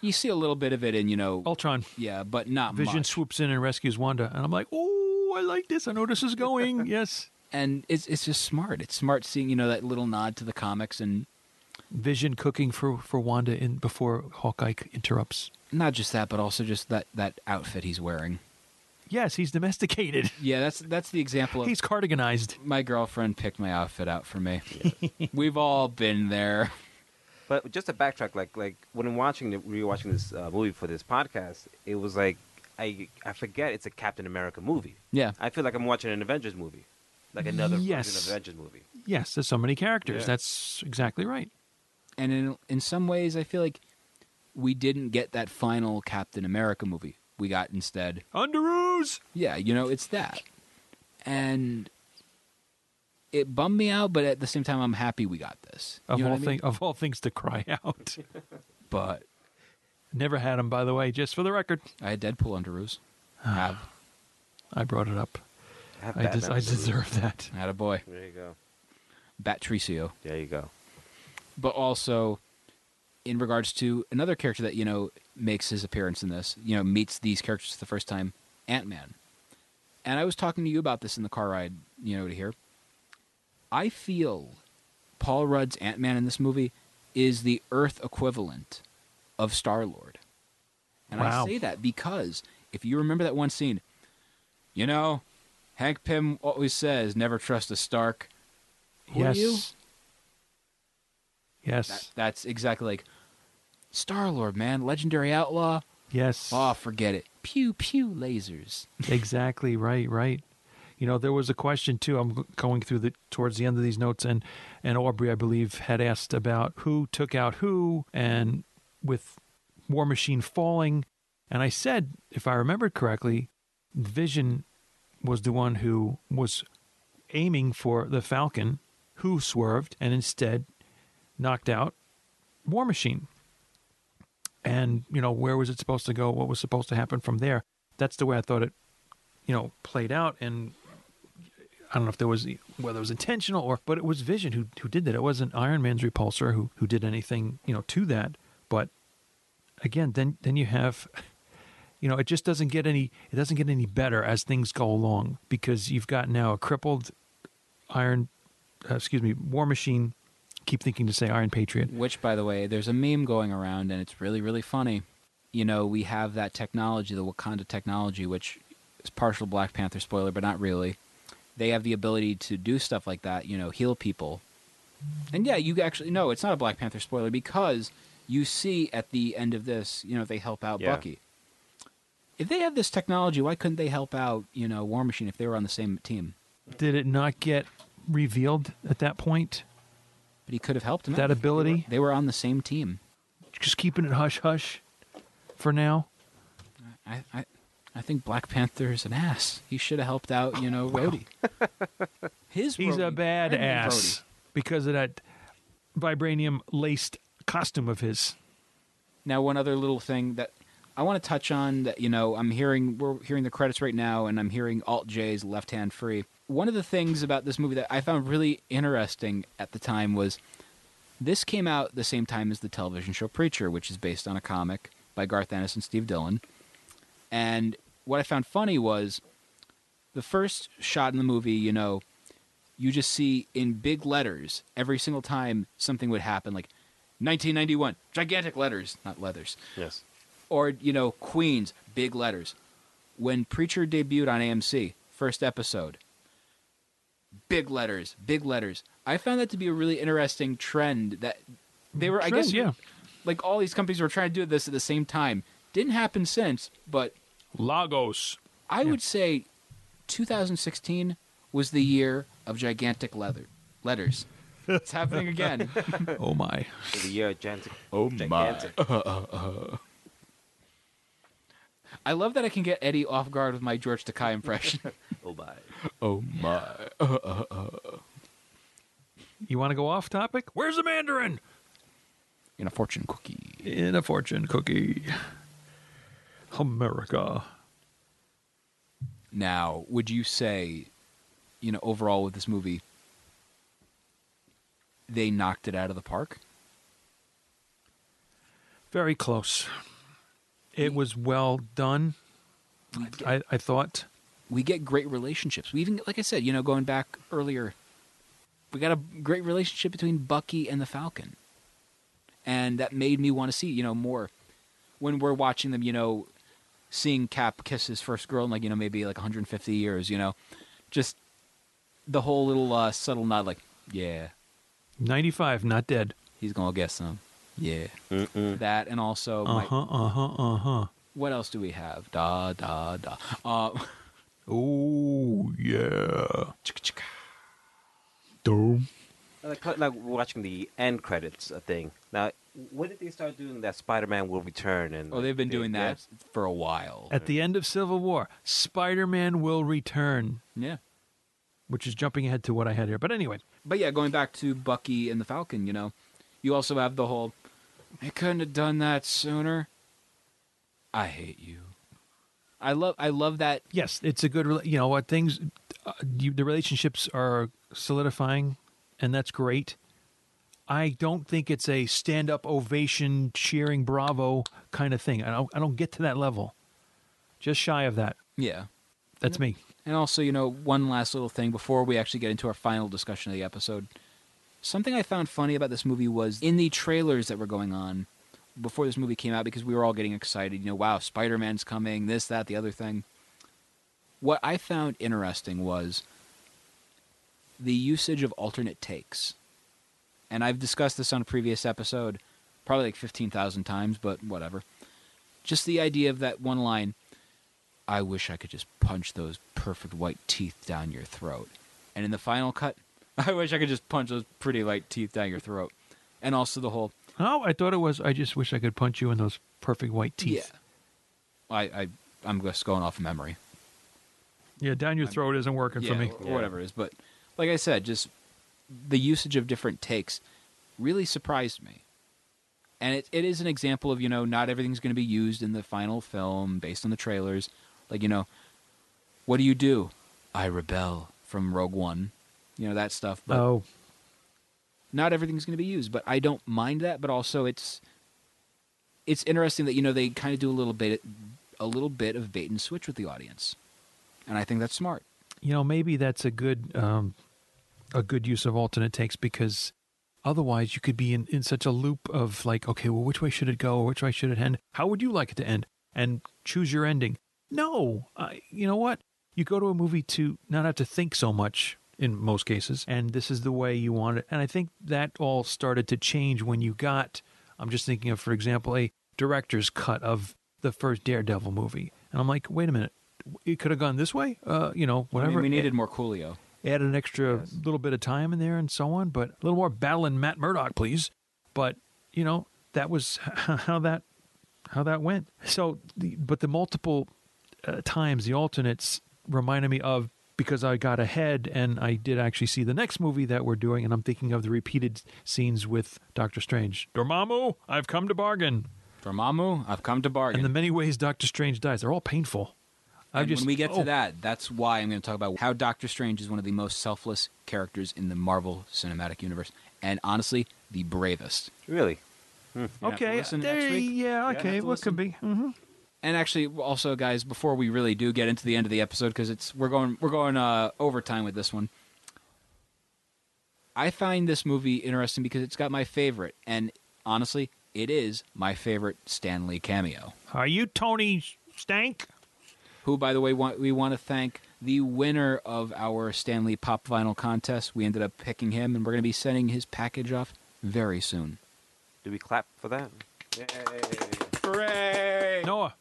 Speaker 3: You see a little bit of it in, you know,
Speaker 2: Ultron.
Speaker 3: yeah, but not
Speaker 2: Oh. Vision
Speaker 3: much.
Speaker 2: swoops in and rescues Wanda. And I'm like, oh, I like this. I know this is
Speaker 3: *laughs*
Speaker 2: going. yes.
Speaker 3: and it's it's just smart. It's smart seeing, you know, that little nod to the comics and
Speaker 2: Vision cooking for, for Wanda in before Hawkeye interrupts.
Speaker 3: not just that, but also just that that outfit he's wearing.
Speaker 2: Yes, he's domesticated.
Speaker 3: Yeah, that's that's the example of
Speaker 2: He's cardiganized.
Speaker 3: my girlfriend picked my outfit out for me. *laughs* We've all been there.
Speaker 4: But just to backtrack, like like when I'm watching the, rewatching this uh, movie for this podcast, it was like I I forget it's a Captain America movie.
Speaker 3: Yeah,
Speaker 4: I feel like I'm watching an Avengers movie, like another version
Speaker 2: Yes.
Speaker 4: of Avengers movie.
Speaker 2: Yes, there's so many characters.
Speaker 4: Yeah.
Speaker 2: That's exactly right.
Speaker 3: and in in some ways, I feel like we didn't get that final Captain America movie. we got instead.
Speaker 2: Underoos.
Speaker 3: Yeah, you know, it's that. And it bummed me out, but at the same time, I'm happy we got this.
Speaker 2: Of
Speaker 3: You know
Speaker 2: all
Speaker 3: what I mean?
Speaker 2: thing, of all things to cry *laughs* out.
Speaker 3: But
Speaker 2: Never had them, by the way. Just for the record,
Speaker 3: I had Deadpool under ruse. Have.
Speaker 2: I brought it up.
Speaker 4: Have
Speaker 2: I,
Speaker 4: Batman
Speaker 2: des- I
Speaker 4: under the roof.
Speaker 2: deserve that.
Speaker 3: Had a boy.
Speaker 4: There you go.
Speaker 3: Batricio.
Speaker 4: There you go.
Speaker 3: But also, in regards to another character that, you know, makes his appearance in this, you know, meets these characters for the first time, Ant Man. And I was talking to you about this in the car ride, you know, to here. I feel Paul Rudd's Ant Man in this movie is the Earth equivalent of Star Lord. And
Speaker 2: Wow.
Speaker 3: I say that because if you remember that one scene, you know, Hank Pym always says, never trust a Stark. Who are
Speaker 2: yes.
Speaker 3: you?
Speaker 2: Yes.
Speaker 3: That, that's exactly like Star Lord, man, legendary outlaw.
Speaker 2: yes.
Speaker 3: Oh, forget it. Pew pew lasers.
Speaker 2: exactly right right you know there was a question too i'm g- going through the towards the end of these notes and and aubrey i believe had asked about who took out who and with war machine falling and i said if i remembered correctly vision was the one who was aiming for the falcon who swerved and instead knocked out war machine and you know where was it supposed to go what was supposed to happen from there that's the way i thought it you know played out and i don't know if there was whether it was intentional or but it was vision who who did that it wasn't iron man's repulsor who who did anything you know to that but again then then you have *laughs* you know it just doesn't get any it doesn't get any better as things go along because you've got now a crippled iron uh, excuse me war machine keep thinking to say iron patriot
Speaker 3: Which, by the way, there's a meme going around, and it's really, really funny. You know, we have that technology, the Wakanda technology, which is partial Black Panther spoiler, but not really. They have the ability to do stuff like that, you know, heal people. And yeah, you actually, no, it's not a Black Panther spoiler because you see at the end of this, you know, they help out
Speaker 4: Yeah.
Speaker 3: Bucky. If they have this technology, why couldn't they help out, you know, War Machine if they were on the same team?
Speaker 2: did it not get revealed at that point
Speaker 3: But he could have helped him. out.
Speaker 2: That
Speaker 3: They were-
Speaker 2: ability?
Speaker 3: They were on the same team.
Speaker 2: just keeping it hush hush for now
Speaker 3: I, I, I think Black Panther is an ass. He should have helped
Speaker 2: *laughs*
Speaker 3: out, you know, Rhodey. His
Speaker 2: He's a
Speaker 3: Rhodey. Iron Man's
Speaker 2: badass
Speaker 3: Rhodey.
Speaker 2: because of that vibranium laced costume of his.
Speaker 3: Now, one other little thing that I want to touch on that you know, I'm hearing we're hearing the credits right now, and I'm hearing Alt J's Left Hand Free. One of the things about this movie that I found really interesting at the time was this came out the same time as the television show Preacher, which is based on a comic by Garth Ennis and Steve Dillon. And what I found funny was the first shot in the movie, you know, you just see in big letters every single time something would happen, like 1991, gigantic letters, not leathers,
Speaker 4: Yes.
Speaker 3: or, you know, Queens, big letters. When Preacher debuted on AMC, first episode, big letters, big letters. I found that to be a really interesting trend that they were, I guess,
Speaker 2: Trend, yeah.
Speaker 3: like all these companies were trying to do this at the same time. Didn't happen since, but
Speaker 2: Lagos.
Speaker 3: I would say 2016 was the year of gigantic leather letters. It's happening again.
Speaker 2: Oh my.
Speaker 4: The year of gigantic.
Speaker 1: Oh
Speaker 4: gigantic.
Speaker 3: I love that I can get Eddie off guard with my George Takai impression.
Speaker 4: Oh my.
Speaker 1: Oh my.
Speaker 2: You want to go off topic? Where's the Mandarin?
Speaker 3: *laughs* In a fortune cookie.
Speaker 2: In a fortune cookie. America.
Speaker 3: Now, would you say, you know, overall with this movie, they knocked it out of the park?
Speaker 2: Very close. It was well done, I, I thought.
Speaker 3: we get great relationships. We even, like I said, you know, going back earlier, we got a great relationship between Bucky and the Falcon, and that made me want to see, you know, more. When we're watching them, you know, seeing Cap kiss his first girl in like you know maybe like 150 years, you know, just the whole little uh, subtle nod, like, yeah,
Speaker 2: 95, not dead.
Speaker 3: he's gonna get some, yeah, that, and also,
Speaker 2: Uh
Speaker 3: my-
Speaker 2: huh, uh huh, uh huh.
Speaker 3: what else do we have? Da da da. Uh, *laughs*
Speaker 2: Oh, yeah.
Speaker 4: Like, like watching the end credits uh, thing. Now, when did they start doing that? Spider-Man will return, and
Speaker 3: Oh, they've been
Speaker 4: they-
Speaker 3: doing
Speaker 4: yeah.
Speaker 3: that for a while.
Speaker 2: At the end of Civil War, Spider Man will return,
Speaker 3: yeah.
Speaker 2: which is jumping ahead to what I had here. But anyway,
Speaker 3: But yeah, going back to Bucky and the Falcon, you know, you also have the whole, I couldn't have done that sooner. I hate you. I love, I love that.
Speaker 2: yes, it's a good, rela- you know what, things, uh, you, the relationships are solidifying, and that's great. I don't think it's a stand up ovation, cheering, bravo kind of thing. I don't, I don't get to that level. Just shy of that.
Speaker 3: Yeah.
Speaker 2: That's me.
Speaker 3: And also, you know, one last little thing before we actually get into our final discussion of the episode. Something I found funny about this movie was in the trailers that were going on before this movie came out because we were all getting excited, you know, wow, Spider Man's coming, this, that, the other thing. What I found interesting was the usage of alternate takes. And I've discussed this on a previous episode, probably like 15,000 times, but whatever. Just the idea of that one line I wish I could just punch those perfect white teeth down your throat. And in the final cut, *laughs* I wish I could just punch those pretty white teeth down your throat. And also the whole
Speaker 2: Oh, I thought it was, I just wish I could punch you in those perfect white teeth.
Speaker 3: Yeah. I, I I'm just going off memory.
Speaker 2: Yeah, down your throat isn't working
Speaker 3: yeah,
Speaker 2: for me.
Speaker 3: or whatever it is. But like I said, just the usage of different takes really surprised me. And it, it is an example of, you know, not everything's going to be used in the final film based on the trailers. Like, you know, what do you do? I rebel from Rogue One. You know, that stuff. But
Speaker 2: Oh,
Speaker 3: not everything's going to be used, but I don't mind that. But also, it's it's interesting that you know they kind of do a little bit a little bit of bait and switch with the audience, and I think that's smart.
Speaker 2: you know maybe that's a good um, a good use of alternate takes because otherwise you could be in, in such a loop of like okay well which way should it go or which way should it end how would you like it to end and choose your ending no I, you know what you go to a movie to not have to think so much in most cases and this is the way you want it and i think that all started to change when you got i'm just thinking of for example a director's cut of the first daredevil movie and i'm like wait a minute it could have gone this way uh, you know
Speaker 3: I mean,
Speaker 2: whatever
Speaker 3: we needed more Coolio.
Speaker 2: add an extra little bit of time in there and so on, but a little more battle in Matt Murdock, please. But you know that was *laughs* how that how that went. So, the, but the multiple uh, times the alternates reminded me of because I got ahead and I did actually see the next movie that we're doing, and I'm thinking of the repeated scenes with Doctor Strange. Dormammu, I've come to bargain.
Speaker 3: Dormammu, I've come to bargain.
Speaker 2: And the many ways Doctor Strange dies, they're all painful. I
Speaker 3: And
Speaker 2: just
Speaker 3: when we get
Speaker 2: oh,
Speaker 3: to that, that's why I'm going to talk about how Doctor Strange is one of the most selfless characters in the Marvel Cinematic Universe, and honestly, the bravest.
Speaker 4: Really?
Speaker 3: You're gonna have to
Speaker 2: Okay,
Speaker 3: listen
Speaker 2: there,
Speaker 3: next week.
Speaker 2: yeah,
Speaker 4: have
Speaker 2: okay,
Speaker 4: to
Speaker 2: what could be? mhm.
Speaker 3: And actually, also, guys, before we really do get into the end of the episode, because it's we're going we're going uh, overtime with this one. I find this movie interesting because it's got my favorite, and honestly, it is my favorite Stanley cameo.
Speaker 2: Are you Tony Stank?
Speaker 3: Who, by the way, want, we want to thank the winner of our Stanley Pop Vinyl contest. We ended up picking him, and we're going to be sending his package off very soon.
Speaker 4: Do we clap for that?
Speaker 3: Hooray!
Speaker 2: Noah.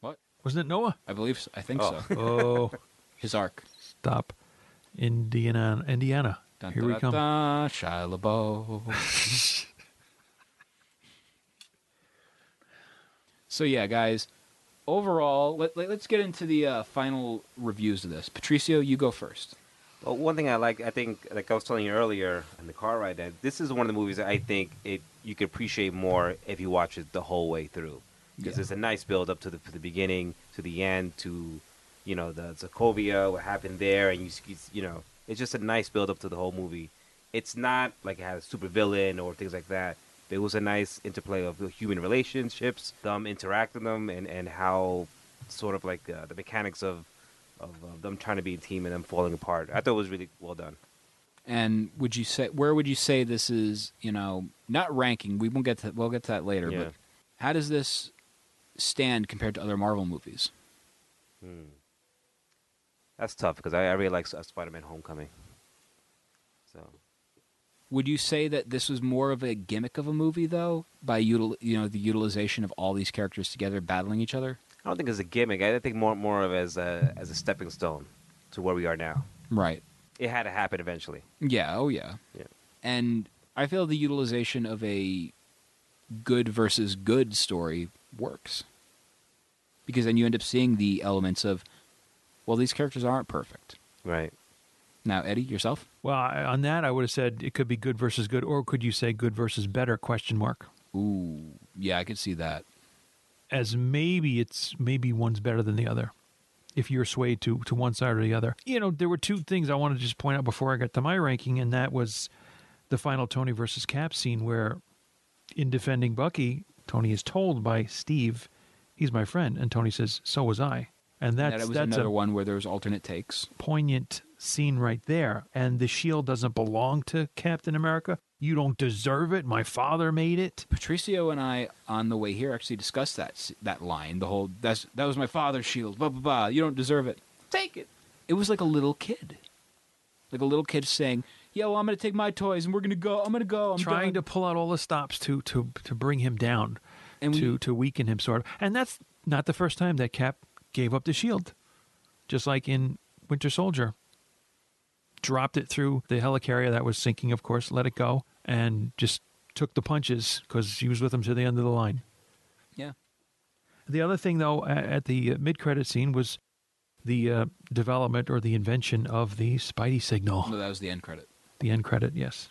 Speaker 3: What?
Speaker 2: Wasn't it
Speaker 3: *laughs*
Speaker 2: Noah?
Speaker 3: I believe so. I think so.
Speaker 2: Oh,
Speaker 3: His arc.
Speaker 2: stop. Indiana. Indiana.
Speaker 3: Dun,
Speaker 2: Here
Speaker 3: dun,
Speaker 2: we
Speaker 3: dun,
Speaker 2: come.
Speaker 3: dun, Shia LaBeouf.
Speaker 2: *laughs*
Speaker 3: so yeah, guys. Overall, let, let, us get into the uh, final reviews of this. Patricio, you go first.
Speaker 4: Well, one thing I like, I think, like I was telling you earlier in the car ride, that this is one of the movies that I think it you could appreciate more if you watch it the whole way through, because
Speaker 3: Yeah.
Speaker 4: it's a nice build up to the to the beginning, to the end, to you know the Sokovia, what happened there, and you s- you s- you know it's just a nice build up to the whole movie. It's not like it had a super villain or things like that. There was a nice interplay of the human relationships, them interacting them, and and how sort of like uh, the mechanics of of uh, them trying to be a team and them falling apart. I thought it was really well done.
Speaker 3: And would you say where would you say this is? You know, not ranking. We won't get to we'll get to that later.
Speaker 4: Yeah.
Speaker 3: But how does this stand compared to other Marvel movies?
Speaker 4: That's tough because I, I really like Spider-Man: Homecoming. So
Speaker 3: Would you say that this was more of a gimmick of a movie, though, by util- you know the utilization of all these characters together battling each other?
Speaker 4: I don't think it's a gimmick. I think more more of as a as a stepping stone to where we are now.
Speaker 3: Right.
Speaker 4: It had to happen eventually.
Speaker 3: Yeah. Oh, yeah.
Speaker 4: Yeah.
Speaker 3: And I feel the utilization of a good versus good story works. Because then you end up seeing the elements of, well, these characters aren't perfect.
Speaker 4: Right.
Speaker 3: Now, Eddie, yourself?
Speaker 2: Well, I, on that, I would have said it could be good versus good, or could you say good versus better? Question mark.
Speaker 3: Ooh, yeah, I could see that.
Speaker 2: As maybe it's maybe one's better than the other. If you're swayed to to one side or the other, you know there were two things I wanted to just point out before I got to my ranking, and that was the final Tony versus Cap scene where, in defending Bucky, Tony is told by Steve, "He's my friend," and Tony says, "So was I." And
Speaker 3: And
Speaker 2: that's
Speaker 3: that was
Speaker 2: that's
Speaker 3: another
Speaker 2: a
Speaker 3: one where there was alternate takes.
Speaker 2: poignant scene right there. And the shield doesn't belong to Captain America. You don't deserve it. My father made it.
Speaker 3: Patricio and I on the way here actually discussed that s- that line. The whole that's that was my father's shield. Blah blah blah. You don't deserve it. Take it. It was like a little kid, like a little kid saying, "Yo, I'm gonna take my toys and we're gonna go. I'm gonna go. I'm
Speaker 2: trying
Speaker 3: done."
Speaker 2: to pull out all the stops to to to bring him down,
Speaker 3: And we-
Speaker 2: to to weaken him sort of. And that's not the first time that Cap gave up the shield, just like in Winter Soldier. Dropped it through the helicarrier that was sinking, of course. Let it go and just took the punches because he was with him to the end of the line.
Speaker 3: Yeah.
Speaker 2: The other thing, though, a- at the uh, mid-credit scene was the uh, development or the invention of the Spidey signal.
Speaker 3: *laughs* No, that was the end credit.
Speaker 2: The end credit, yes.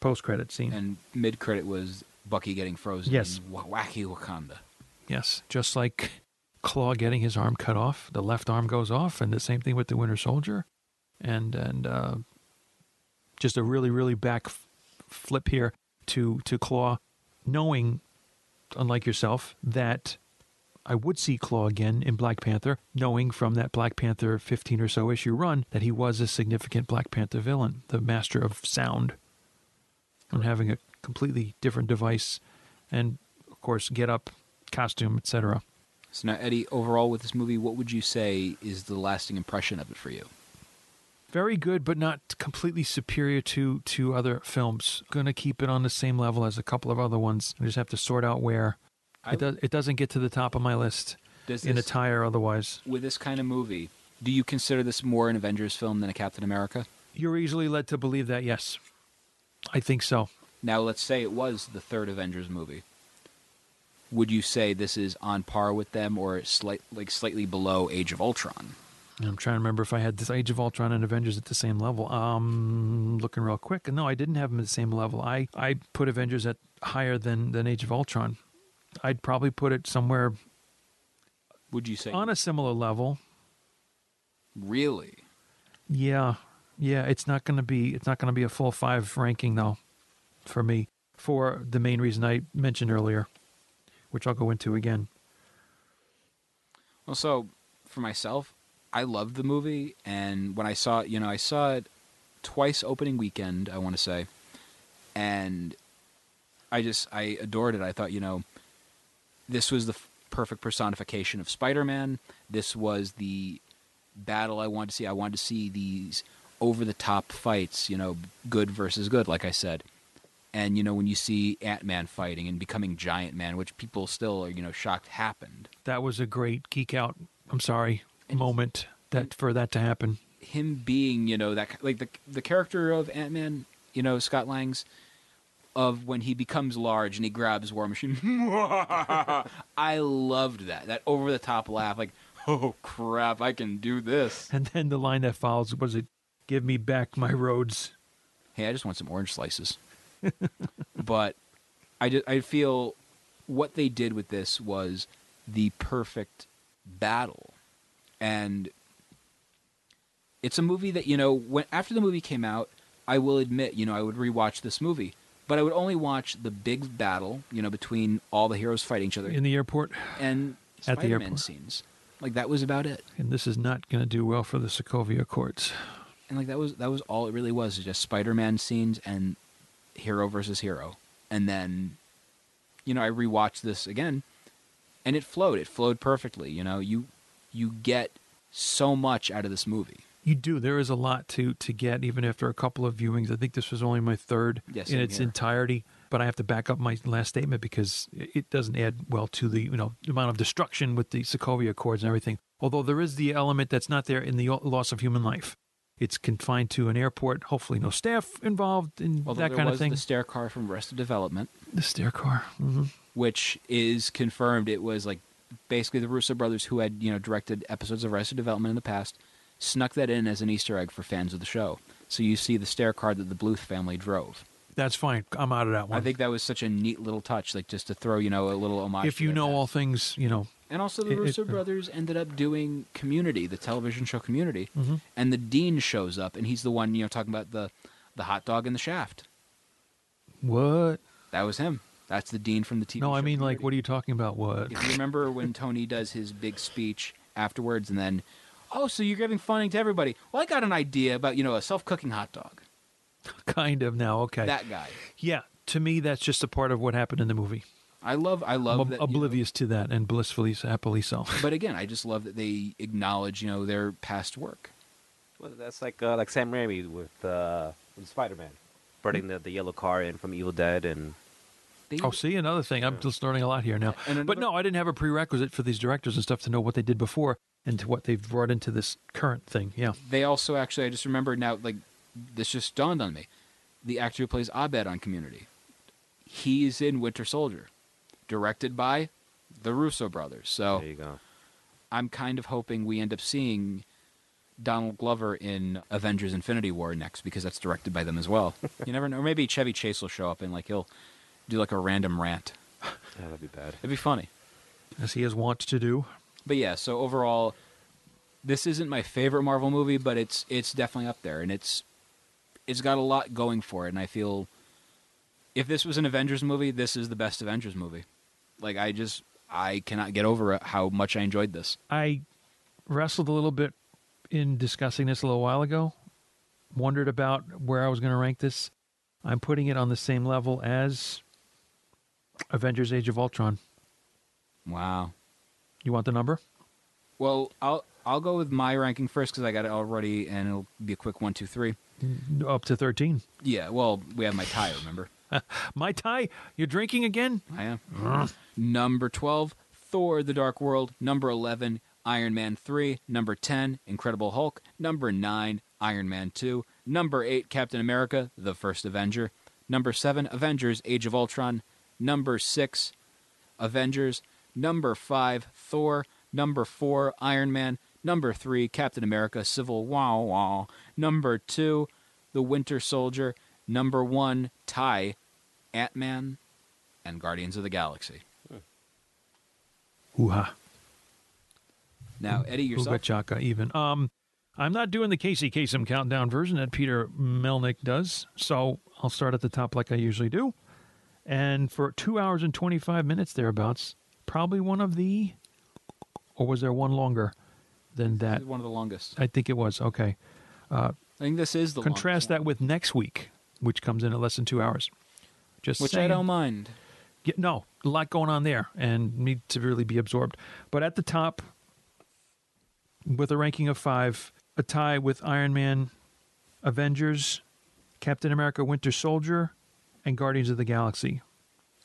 Speaker 2: Post-credit scene,
Speaker 3: And mid credit was Bucky getting frozen.
Speaker 2: Yes.
Speaker 3: in wa- wacky Wakanda.
Speaker 2: yes. Just like Claw getting his arm cut off, the left arm goes off, and the same thing with the Winter Soldier, and and uh, just a really really back f- flip here to to Claw, knowing, unlike yourself, that. I would see Claw again in Black Panther, knowing from that Black Panther 15 or so issue run that he was a significant Black Panther villain, the master of sound, and having a completely different device, and of course, get up, costume, etc.
Speaker 3: So now, Eddie, overall with this movie, what would you say is the lasting impression of it for you?
Speaker 2: Very good, but not completely superior to to other films. Gonna keep it on the same level as a couple of other ones. I just have to sort out where
Speaker 3: I-
Speaker 2: it does. It doesn't get to the top of my list
Speaker 3: Does
Speaker 2: in
Speaker 3: this-
Speaker 2: attire. Otherwise,
Speaker 3: With this kind of movie, do you consider this more an Avengers film than a Captain America?
Speaker 2: you're easily led to believe that. Yes, I think so.
Speaker 3: Now, let's say it was the third Avengers movie. Would you say this is on par with them, or slight, like slightly below Age of Ultron?
Speaker 2: And I'm trying to remember if I had this Age of Ultron and Avengers at the same level. Um, looking real quick, no, I didn't have them at the same level. I I put Avengers at higher than than Age of Ultron. I'd probably put it somewhere
Speaker 3: Would you say
Speaker 2: on a similar level.
Speaker 3: really?
Speaker 2: Yeah, yeah. It's not going to be it's not going to be a full five ranking though, for me, for the main reason I mentioned earlier, which I'll go into again.
Speaker 3: Well, so for myself, I loved the movie, and when I saw it, you know, I saw it twice opening weekend, I want to say, and I just I adored it. I thought, you know, this was the f- perfect personification of Spider-Man. This was the battle I wanted to see. I wanted to see these over-the-top fights, you know, good versus good, like I said. And you know, when you see Ant-Man fighting and becoming Giant Man, which people still are, you know, shocked happened.
Speaker 2: That was a great geek out. I'm sorry moment that for that to happen.
Speaker 3: him being, you know, that like the the character of Ant Man, you know, Scott Lang's, of when he becomes large and he grabs War Machine. *laughs* I loved that that over the top laugh, like, *laughs* oh crap, I can do this.
Speaker 2: And then the line that follows was it, "Give me back my roads."
Speaker 3: Hey, I just want some
Speaker 2: *laughs*
Speaker 3: orange slices. but I just, I feel what they did with this was the perfect battle, and it's a movie that you know when after the movie came out i will admit you know i would rewatch this movie but i would only watch the big battle you know between all the heroes fighting each other
Speaker 2: In the airport,
Speaker 3: and
Speaker 2: At the
Speaker 3: spider-man
Speaker 2: airport.
Speaker 3: scenes like that was about it
Speaker 2: and this is not going to do well for the Sokovia Accords.
Speaker 3: and like that was that was all it really was just spider-man scenes and hero versus hero and then you know i rewatched this again and it flowed it flowed perfectly you know you you get so much out of this movie
Speaker 2: You do. There is a lot to to get, even after a couple of viewings. I think this was only my third
Speaker 3: Yes,
Speaker 2: in
Speaker 3: same
Speaker 2: its
Speaker 3: here.
Speaker 2: entirety. But I have to back up my last statement because it it doesn't add well to the you know amount of destruction with the Sokovia Accords and everything. Although there is the element that's not there in the o- loss of human life. It's confined to an airport. Hopefully, no staff involved in
Speaker 3: Although
Speaker 2: that
Speaker 3: there
Speaker 2: kind of
Speaker 3: was
Speaker 2: thing.
Speaker 3: the stair car from Arrested Development,
Speaker 2: the stair car. hmm
Speaker 3: which is confirmed. It was like basically the Russo brothers who had you know directed episodes of Arrested Development in the past snuck that in as an Easter egg for fans of the show. So you see the stair car that the Bluth family drove.
Speaker 2: That's fine. I'm out of that one.
Speaker 3: I think that was such a neat little touch, like just to throw you know a little homage.
Speaker 2: if
Speaker 3: to
Speaker 2: you
Speaker 3: their
Speaker 2: know
Speaker 3: past.
Speaker 2: all things, you know.
Speaker 3: And also, the
Speaker 2: It- uh-huh. it-
Speaker 3: Russo brothers ended up doing Community, the television show Community,
Speaker 2: Mhm.
Speaker 3: and the dean shows up, and he's the one you know talking about the the hot dog in the shaft.
Speaker 2: What?
Speaker 3: That was him. That's the dean from the TV.
Speaker 2: No, I
Speaker 3: show
Speaker 2: mean like,
Speaker 3: Community.
Speaker 2: what are you talking about? What?
Speaker 3: If you remember when Tony does his big speech afterwards, and then, oh, so you're giving funding to everybody? Well, I got an idea about you know a self cooking hot dog.
Speaker 2: *laughs* kind of now. Okay.
Speaker 3: That guy.
Speaker 2: yeah. To me, that's just a part of what happened in the movie.
Speaker 3: I love. I
Speaker 2: I'm
Speaker 3: love
Speaker 2: ob-
Speaker 3: that. you know-
Speaker 2: oblivious to that and blissfully, happily
Speaker 3: *laughs*
Speaker 2: so.
Speaker 3: but again, I just love that they acknowledge you know their past work.
Speaker 4: Well, that's like uh, like Sam Raimi with uh, with Spider Man, burning the, the yellow car in from Evil Dead, and
Speaker 3: They,
Speaker 2: Oh, see, another thing. I'm just learning a lot here now.
Speaker 3: And
Speaker 2: but
Speaker 3: another-
Speaker 2: no, I didn't have a prerequisite for these directors and stuff to know what they did before and to what they've brought into this current thing. Yeah.
Speaker 3: they also actually I just remembered now like this just dawned on me. The actor who plays Abed on Community. He's in Winter Soldier, directed by the Russo brothers. So
Speaker 4: there you go.
Speaker 3: I'm kind of hoping we end up seeing Donald Glover in Avengers Infinity War next because that's directed by them as well. you never know. Maybe Chevy Chase will show up and like he'll do like a random rant.
Speaker 4: Yeah, that'd be bad.
Speaker 3: It'd be funny.
Speaker 2: As he is wont to do.
Speaker 3: But yeah, so overall, this isn't my favorite Marvel movie, but it's it's definitely up there, and it's it's got a lot going for it. And I feel if this was an Avengers movie, this is the best Avengers movie. Like I just I cannot get over how much I enjoyed this.
Speaker 2: I wrestled a little bit in discussing this a little while ago, wondered about where I was going to rank this. I'm putting it on the same level as Avengers Age of Ultron.
Speaker 3: Wow.
Speaker 2: You want the number?
Speaker 3: Well, I'll I'll go with my ranking first because I got it already, and it'll be a quick one, two, three.
Speaker 2: Up to 13.
Speaker 3: Yeah. Well, we have my tie. Remember,
Speaker 2: My tie, you're drinking again?
Speaker 3: I am number twelve. Thor: The Dark World. Number eleven. Iron Man 3, number 10, Incredible Hulk, number 9, Iron Man 2, number 8, Captain America, The First Avenger, number 7, Avengers Age of Ultron, number 6, Avengers, number 5, Thor, number 4, Iron Man, number 3, Captain America, Civil Wow Wow, number 2, The Winter Soldier, number 1, Ty, Ant Man, and Guardians of the Galaxy.
Speaker 2: Hoo ha. Hmm.
Speaker 3: Now, Eddie, yourself.
Speaker 2: Chaka even. Um, I'm not doing the Casey Kasem countdown version that Peter Melnick does, so I'll start at the top like I usually do. And for two hours and 25 minutes thereabouts, probably one of the, or was there one longer than
Speaker 3: This
Speaker 2: that?
Speaker 3: is one of the longest.
Speaker 2: I think it was. Okay.
Speaker 3: I think this is the
Speaker 2: Contrast
Speaker 3: longest
Speaker 2: that with next week, which comes in at less than two hours. Just
Speaker 3: which I
Speaker 2: saying.
Speaker 3: don't mind.
Speaker 2: Yeah, no, a lot going on there and need to really be absorbed. But at the top, with a ranking of five, a tie with Iron Man, Avengers, Captain America Winter Soldier, and Guardians of the Galaxy.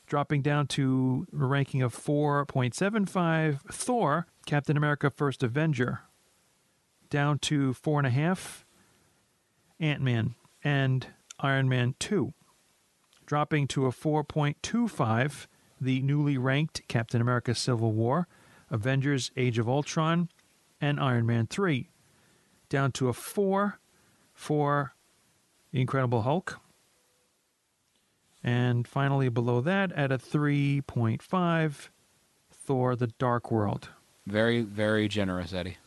Speaker 2: Dropping down to a ranking of 4.75, Thor, Captain America First Avenger. Down to four and a half, Ant Man, and Iron Man 2 dropping to a 4.25, the newly ranked Captain America Civil War, Avengers Age of Ultron, and Iron Man 3, down to a 4 for The Incredible Hulk. And finally, below that, at a 3.5, Thor The Dark World.
Speaker 3: Very, very generous, Eddie.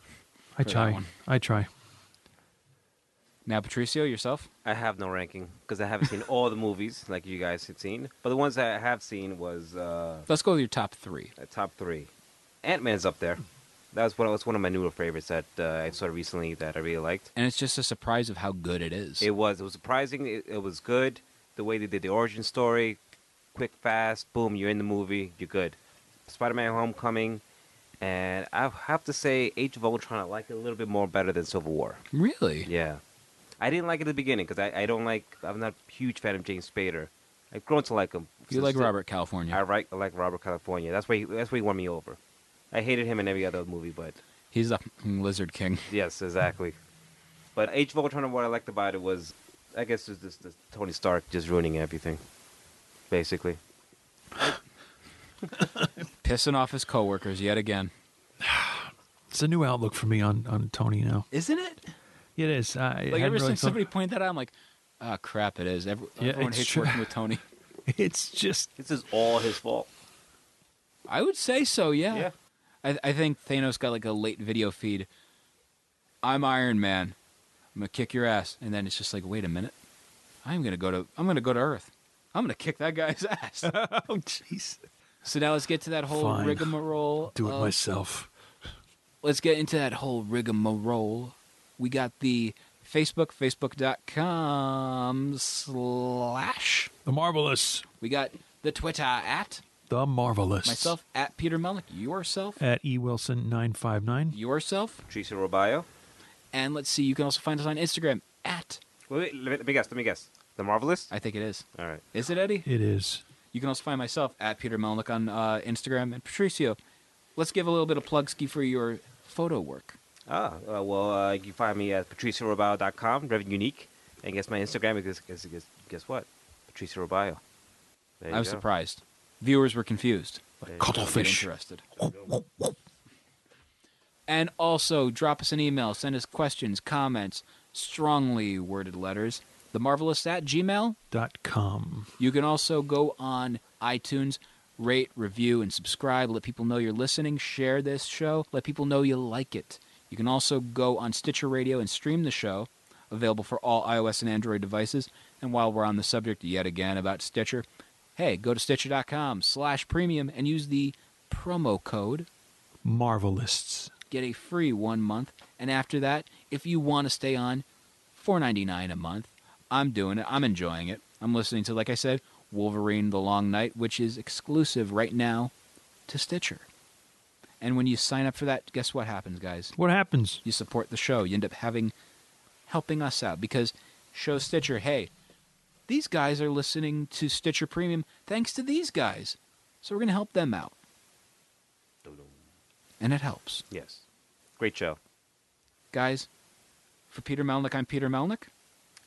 Speaker 2: I
Speaker 3: For that
Speaker 2: try.
Speaker 3: one.
Speaker 2: I try.
Speaker 3: Now, Patricio, yourself?
Speaker 4: I have no ranking because I haven't seen all the movies like you guys have seen, but the ones that I have seen was uh,
Speaker 3: Let's go with your top three.
Speaker 4: the Uh, top three. Ant Man's up there. That was one. That was one of my newer favorites that uh, I saw recently that I really liked.
Speaker 3: And it's just a surprise of how good it is.
Speaker 4: It was. It was surprising. It, it was good. The way they did the origin story, quick, fast, boom, you're in the movie. You're good. Spider-Man: Homecoming, and I have to say, Age of Ultron, I like it a little bit more better than Civil War.
Speaker 3: really?
Speaker 4: Yeah, I didn't like it at the beginning because I, I don't like. I'm not a huge fan of James Spader. I've grown to like him.
Speaker 3: You like
Speaker 4: since the-
Speaker 3: Robert California.
Speaker 4: I like I like Robert California. That's why he, that's why he won me over. I hated him in every other movie, but
Speaker 3: He's the fucking Lizard King. *laughs*
Speaker 4: yes, exactly. But Age of Ultron, what I liked about it was, I guess, it was just, just Tony Stark just ruining everything, basically.
Speaker 3: Pissing off his coworkers yet again.
Speaker 2: It's a new outlook for me on, on Tony now.
Speaker 3: Isn't it?
Speaker 2: It is. I
Speaker 3: Like
Speaker 2: hadn't
Speaker 3: ever
Speaker 2: really
Speaker 3: since
Speaker 2: thought-
Speaker 3: somebody pointed that out, I'm like, ah, crap, it is. Every,
Speaker 2: Yeah,
Speaker 3: everyone
Speaker 2: it's
Speaker 3: hates
Speaker 2: true.
Speaker 3: working with Tony.
Speaker 2: *laughs* It's just
Speaker 4: This is all his fault.
Speaker 3: I would say so, yeah.
Speaker 4: Yeah.
Speaker 3: I, I think Thanos got like a late video feed. I'm Iron Man. I'm gonna kick your ass, and then it's just like, wait a minute, I'm gonna go to I'm gonna go to Earth. I'm gonna kick that guy's
Speaker 2: *laughs*
Speaker 3: ass.
Speaker 2: oh jeez.
Speaker 3: so now let's get to that whole
Speaker 2: Fine.
Speaker 3: rigmarole.
Speaker 2: Do it
Speaker 3: of-
Speaker 2: myself.
Speaker 3: let's get into that whole rigmarole. We got the Facebook, facebook.com slash.
Speaker 2: The marvelous.
Speaker 3: We got the Twitter at
Speaker 2: The marvelous.
Speaker 3: myself at Peter Melnick, yourself,
Speaker 2: at e wilson nine five nine.
Speaker 3: yourself,
Speaker 4: Teresa Robayo.
Speaker 3: and let's see. You can also find us on Instagram at
Speaker 4: Wait, wait, let, me, let me guess. Let me guess. The Marvelous.
Speaker 3: I think it is.
Speaker 4: All right.
Speaker 3: Is it Eddie?
Speaker 2: It is.
Speaker 3: You can also find myself at Peter Melnick on uh, Instagram and Patricio. Let's give a little bit of plug ski for your photo work.
Speaker 4: Ah, uh, well, uh, you can find me at patriciarobayo.com, Revan Unique. And guess my Instagram, guess, guess, guess, guess what? Patricia Robayo. There you
Speaker 3: I was
Speaker 4: go.
Speaker 3: surprised. Viewers were confused.
Speaker 4: There you go.
Speaker 3: Get
Speaker 2: Cuttlefish.
Speaker 3: interested. And also, drop us an email, send us questions, comments, strongly worded letters. The Marvelous at Gmail.
Speaker 2: Dot com.
Speaker 3: You can also go on iTunes, rate, review, and subscribe. Let people know you're listening. Share this show. Let people know you like it. You can also go on Stitcher Radio and stream the show, available for all iOS and Android devices. And while we're on the subject yet again about Stitcher, hey, go to stitcher.com slash premium and use the promo code
Speaker 2: Marvelists.
Speaker 3: get a free one month and after that if you want to stay on 4.99 a month i'm doing it i'm enjoying it i'm listening to like i said wolverine the long night which is exclusive right now to stitcher and when you sign up for that guess what happens guys
Speaker 2: What happens?
Speaker 3: you support the show you end up having helping us out because show stitcher hey these guys are listening to stitcher premium thanks to these guys so we're going to help them out and it helps
Speaker 4: Yes. Great show.
Speaker 3: guys, for Peter Melnick, I'm Peter Melnick.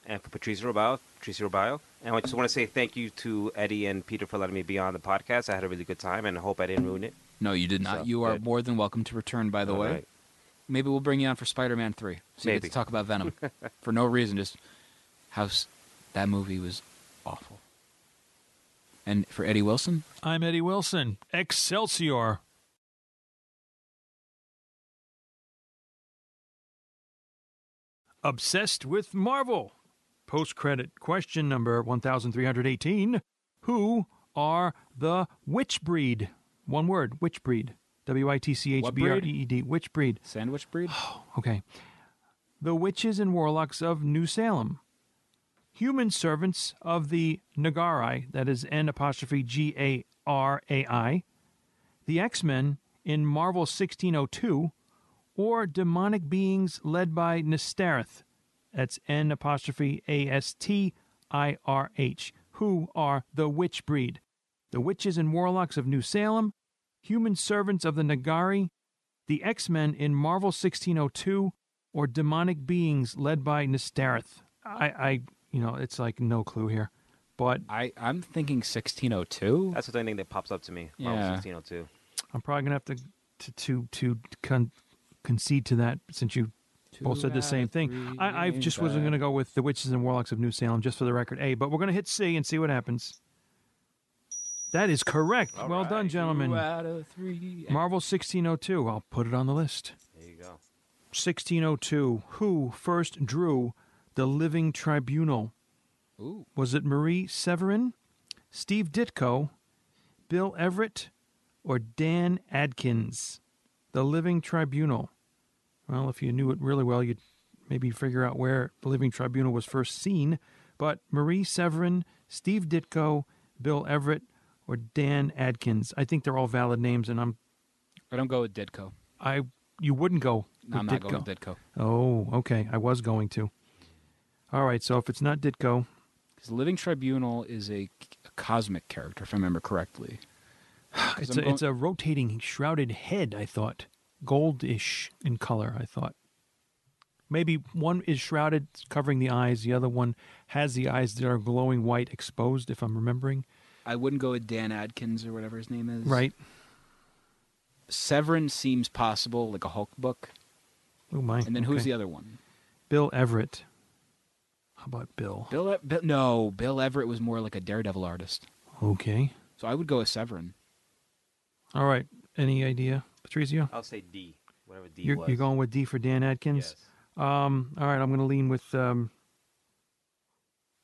Speaker 4: and for Patricia Robayo, Patricia Robayo. And I just want to say thank you to Eddie and Peter for letting me be on the podcast. I had a really good time, and I hope I didn't ruin it.
Speaker 3: No, you did not.
Speaker 4: So,
Speaker 3: you are
Speaker 4: good.
Speaker 3: more than welcome to return, by the
Speaker 4: All
Speaker 3: way.
Speaker 4: right.
Speaker 3: Maybe we'll bring you on for Spider Man 3. So you get
Speaker 4: Maybe.
Speaker 3: to talk about Venom.
Speaker 4: *laughs*
Speaker 3: for no reason, just how s- that movie was awful. And for Eddie Wilson,
Speaker 2: I'm Eddie Wilson. Excelsior. Obsessed with Marvel. Post credit question number 1318. Who are the witch breed? One word, witch breed. W I T C H
Speaker 3: What
Speaker 2: B R
Speaker 3: breed?
Speaker 2: E E D. Witch breed.
Speaker 3: Sandwich *sighs* Breed?
Speaker 2: Okay. The witches and warlocks of New Salem. Human servants of the Nagarai, that is N apostrophe G A R A I. The X Men in Marvel 1602. Or demonic beings led by Nestereth, that's N apostrophe A S T I R H, who are the witch breed. The witches and warlocks of New Salem, human servants of the Nagari, the X Men in Marvel 1602, or demonic beings led by Nestereth. I, I, you know, it's like no clue here, but
Speaker 3: I, I'm thinking 1602.
Speaker 4: That's the only thing that pops up to me. Marvel
Speaker 3: Yeah.
Speaker 4: 1602.
Speaker 2: I'm probably gonna have to to to, to con- concede to that since you both said the same thing. I, I just wasn't gonna go with the witches and warlocks of New Salem just for the record A, but we're gonna hit C and see what happens. That is correct. well done, gentlemen.
Speaker 3: Two out of three.
Speaker 2: Marvel 1602. I'll put it on the list.
Speaker 4: There you go.
Speaker 2: 1602, who first drew the Living Tribunal?
Speaker 3: Ooh.
Speaker 2: Was it Marie Severin, Steve Ditko, Bill Everett, or Dan Adkins? The Living Tribunal. Well, if you knew it really well, you'd maybe figure out where the Living Tribunal was first seen. But Marie Severin, Steve Ditko, Bill Everett, or Dan Adkins. I think they're all valid names, and I'm
Speaker 3: I don't go with Ditko.
Speaker 2: I you wouldn't go. with
Speaker 3: No, I'm not
Speaker 2: Ditko.
Speaker 3: going with Ditko.
Speaker 2: Oh, okay. I was going to. All right. So if it's not
Speaker 3: *sighs*
Speaker 2: Ditko,
Speaker 3: Because Living Tribunal is a, a cosmic character, if I remember correctly.
Speaker 2: it's
Speaker 3: I'm
Speaker 2: a,
Speaker 3: going-
Speaker 2: it's a rotating shrouded head. I thought goldish in color. I thought Maybe one is shrouded, covering the eyes. The other one has the eyes that are glowing white, exposed. If I'm remembering
Speaker 3: I wouldn't go with Dan Adkins or whatever his name is.
Speaker 2: right.
Speaker 3: Severin seems possible, like a Hulk book.
Speaker 2: Oh my!
Speaker 3: And then who's
Speaker 2: okay.
Speaker 3: the other one?
Speaker 2: Bill Everett? How about Bill?
Speaker 3: Bill, E- Bill. No, Bill Everett was more like a daredevil artist.
Speaker 2: Okay.
Speaker 3: So I would go with Severin.
Speaker 2: All right. Any idea, Patrizio?
Speaker 4: I'll say D, whatever D
Speaker 2: You're,
Speaker 4: was.
Speaker 2: you're going with D for Dan Adkins.
Speaker 4: Yes.
Speaker 2: Um. All right. I'm going to lean with um.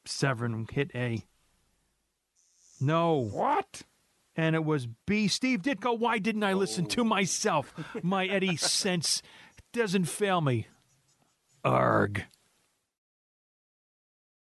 Speaker 2: Severin hit A. No.
Speaker 1: What?
Speaker 2: and it was B. Steve Ditko. Why didn't I listen to myself? My Eddie sense doesn't fail me. Arg.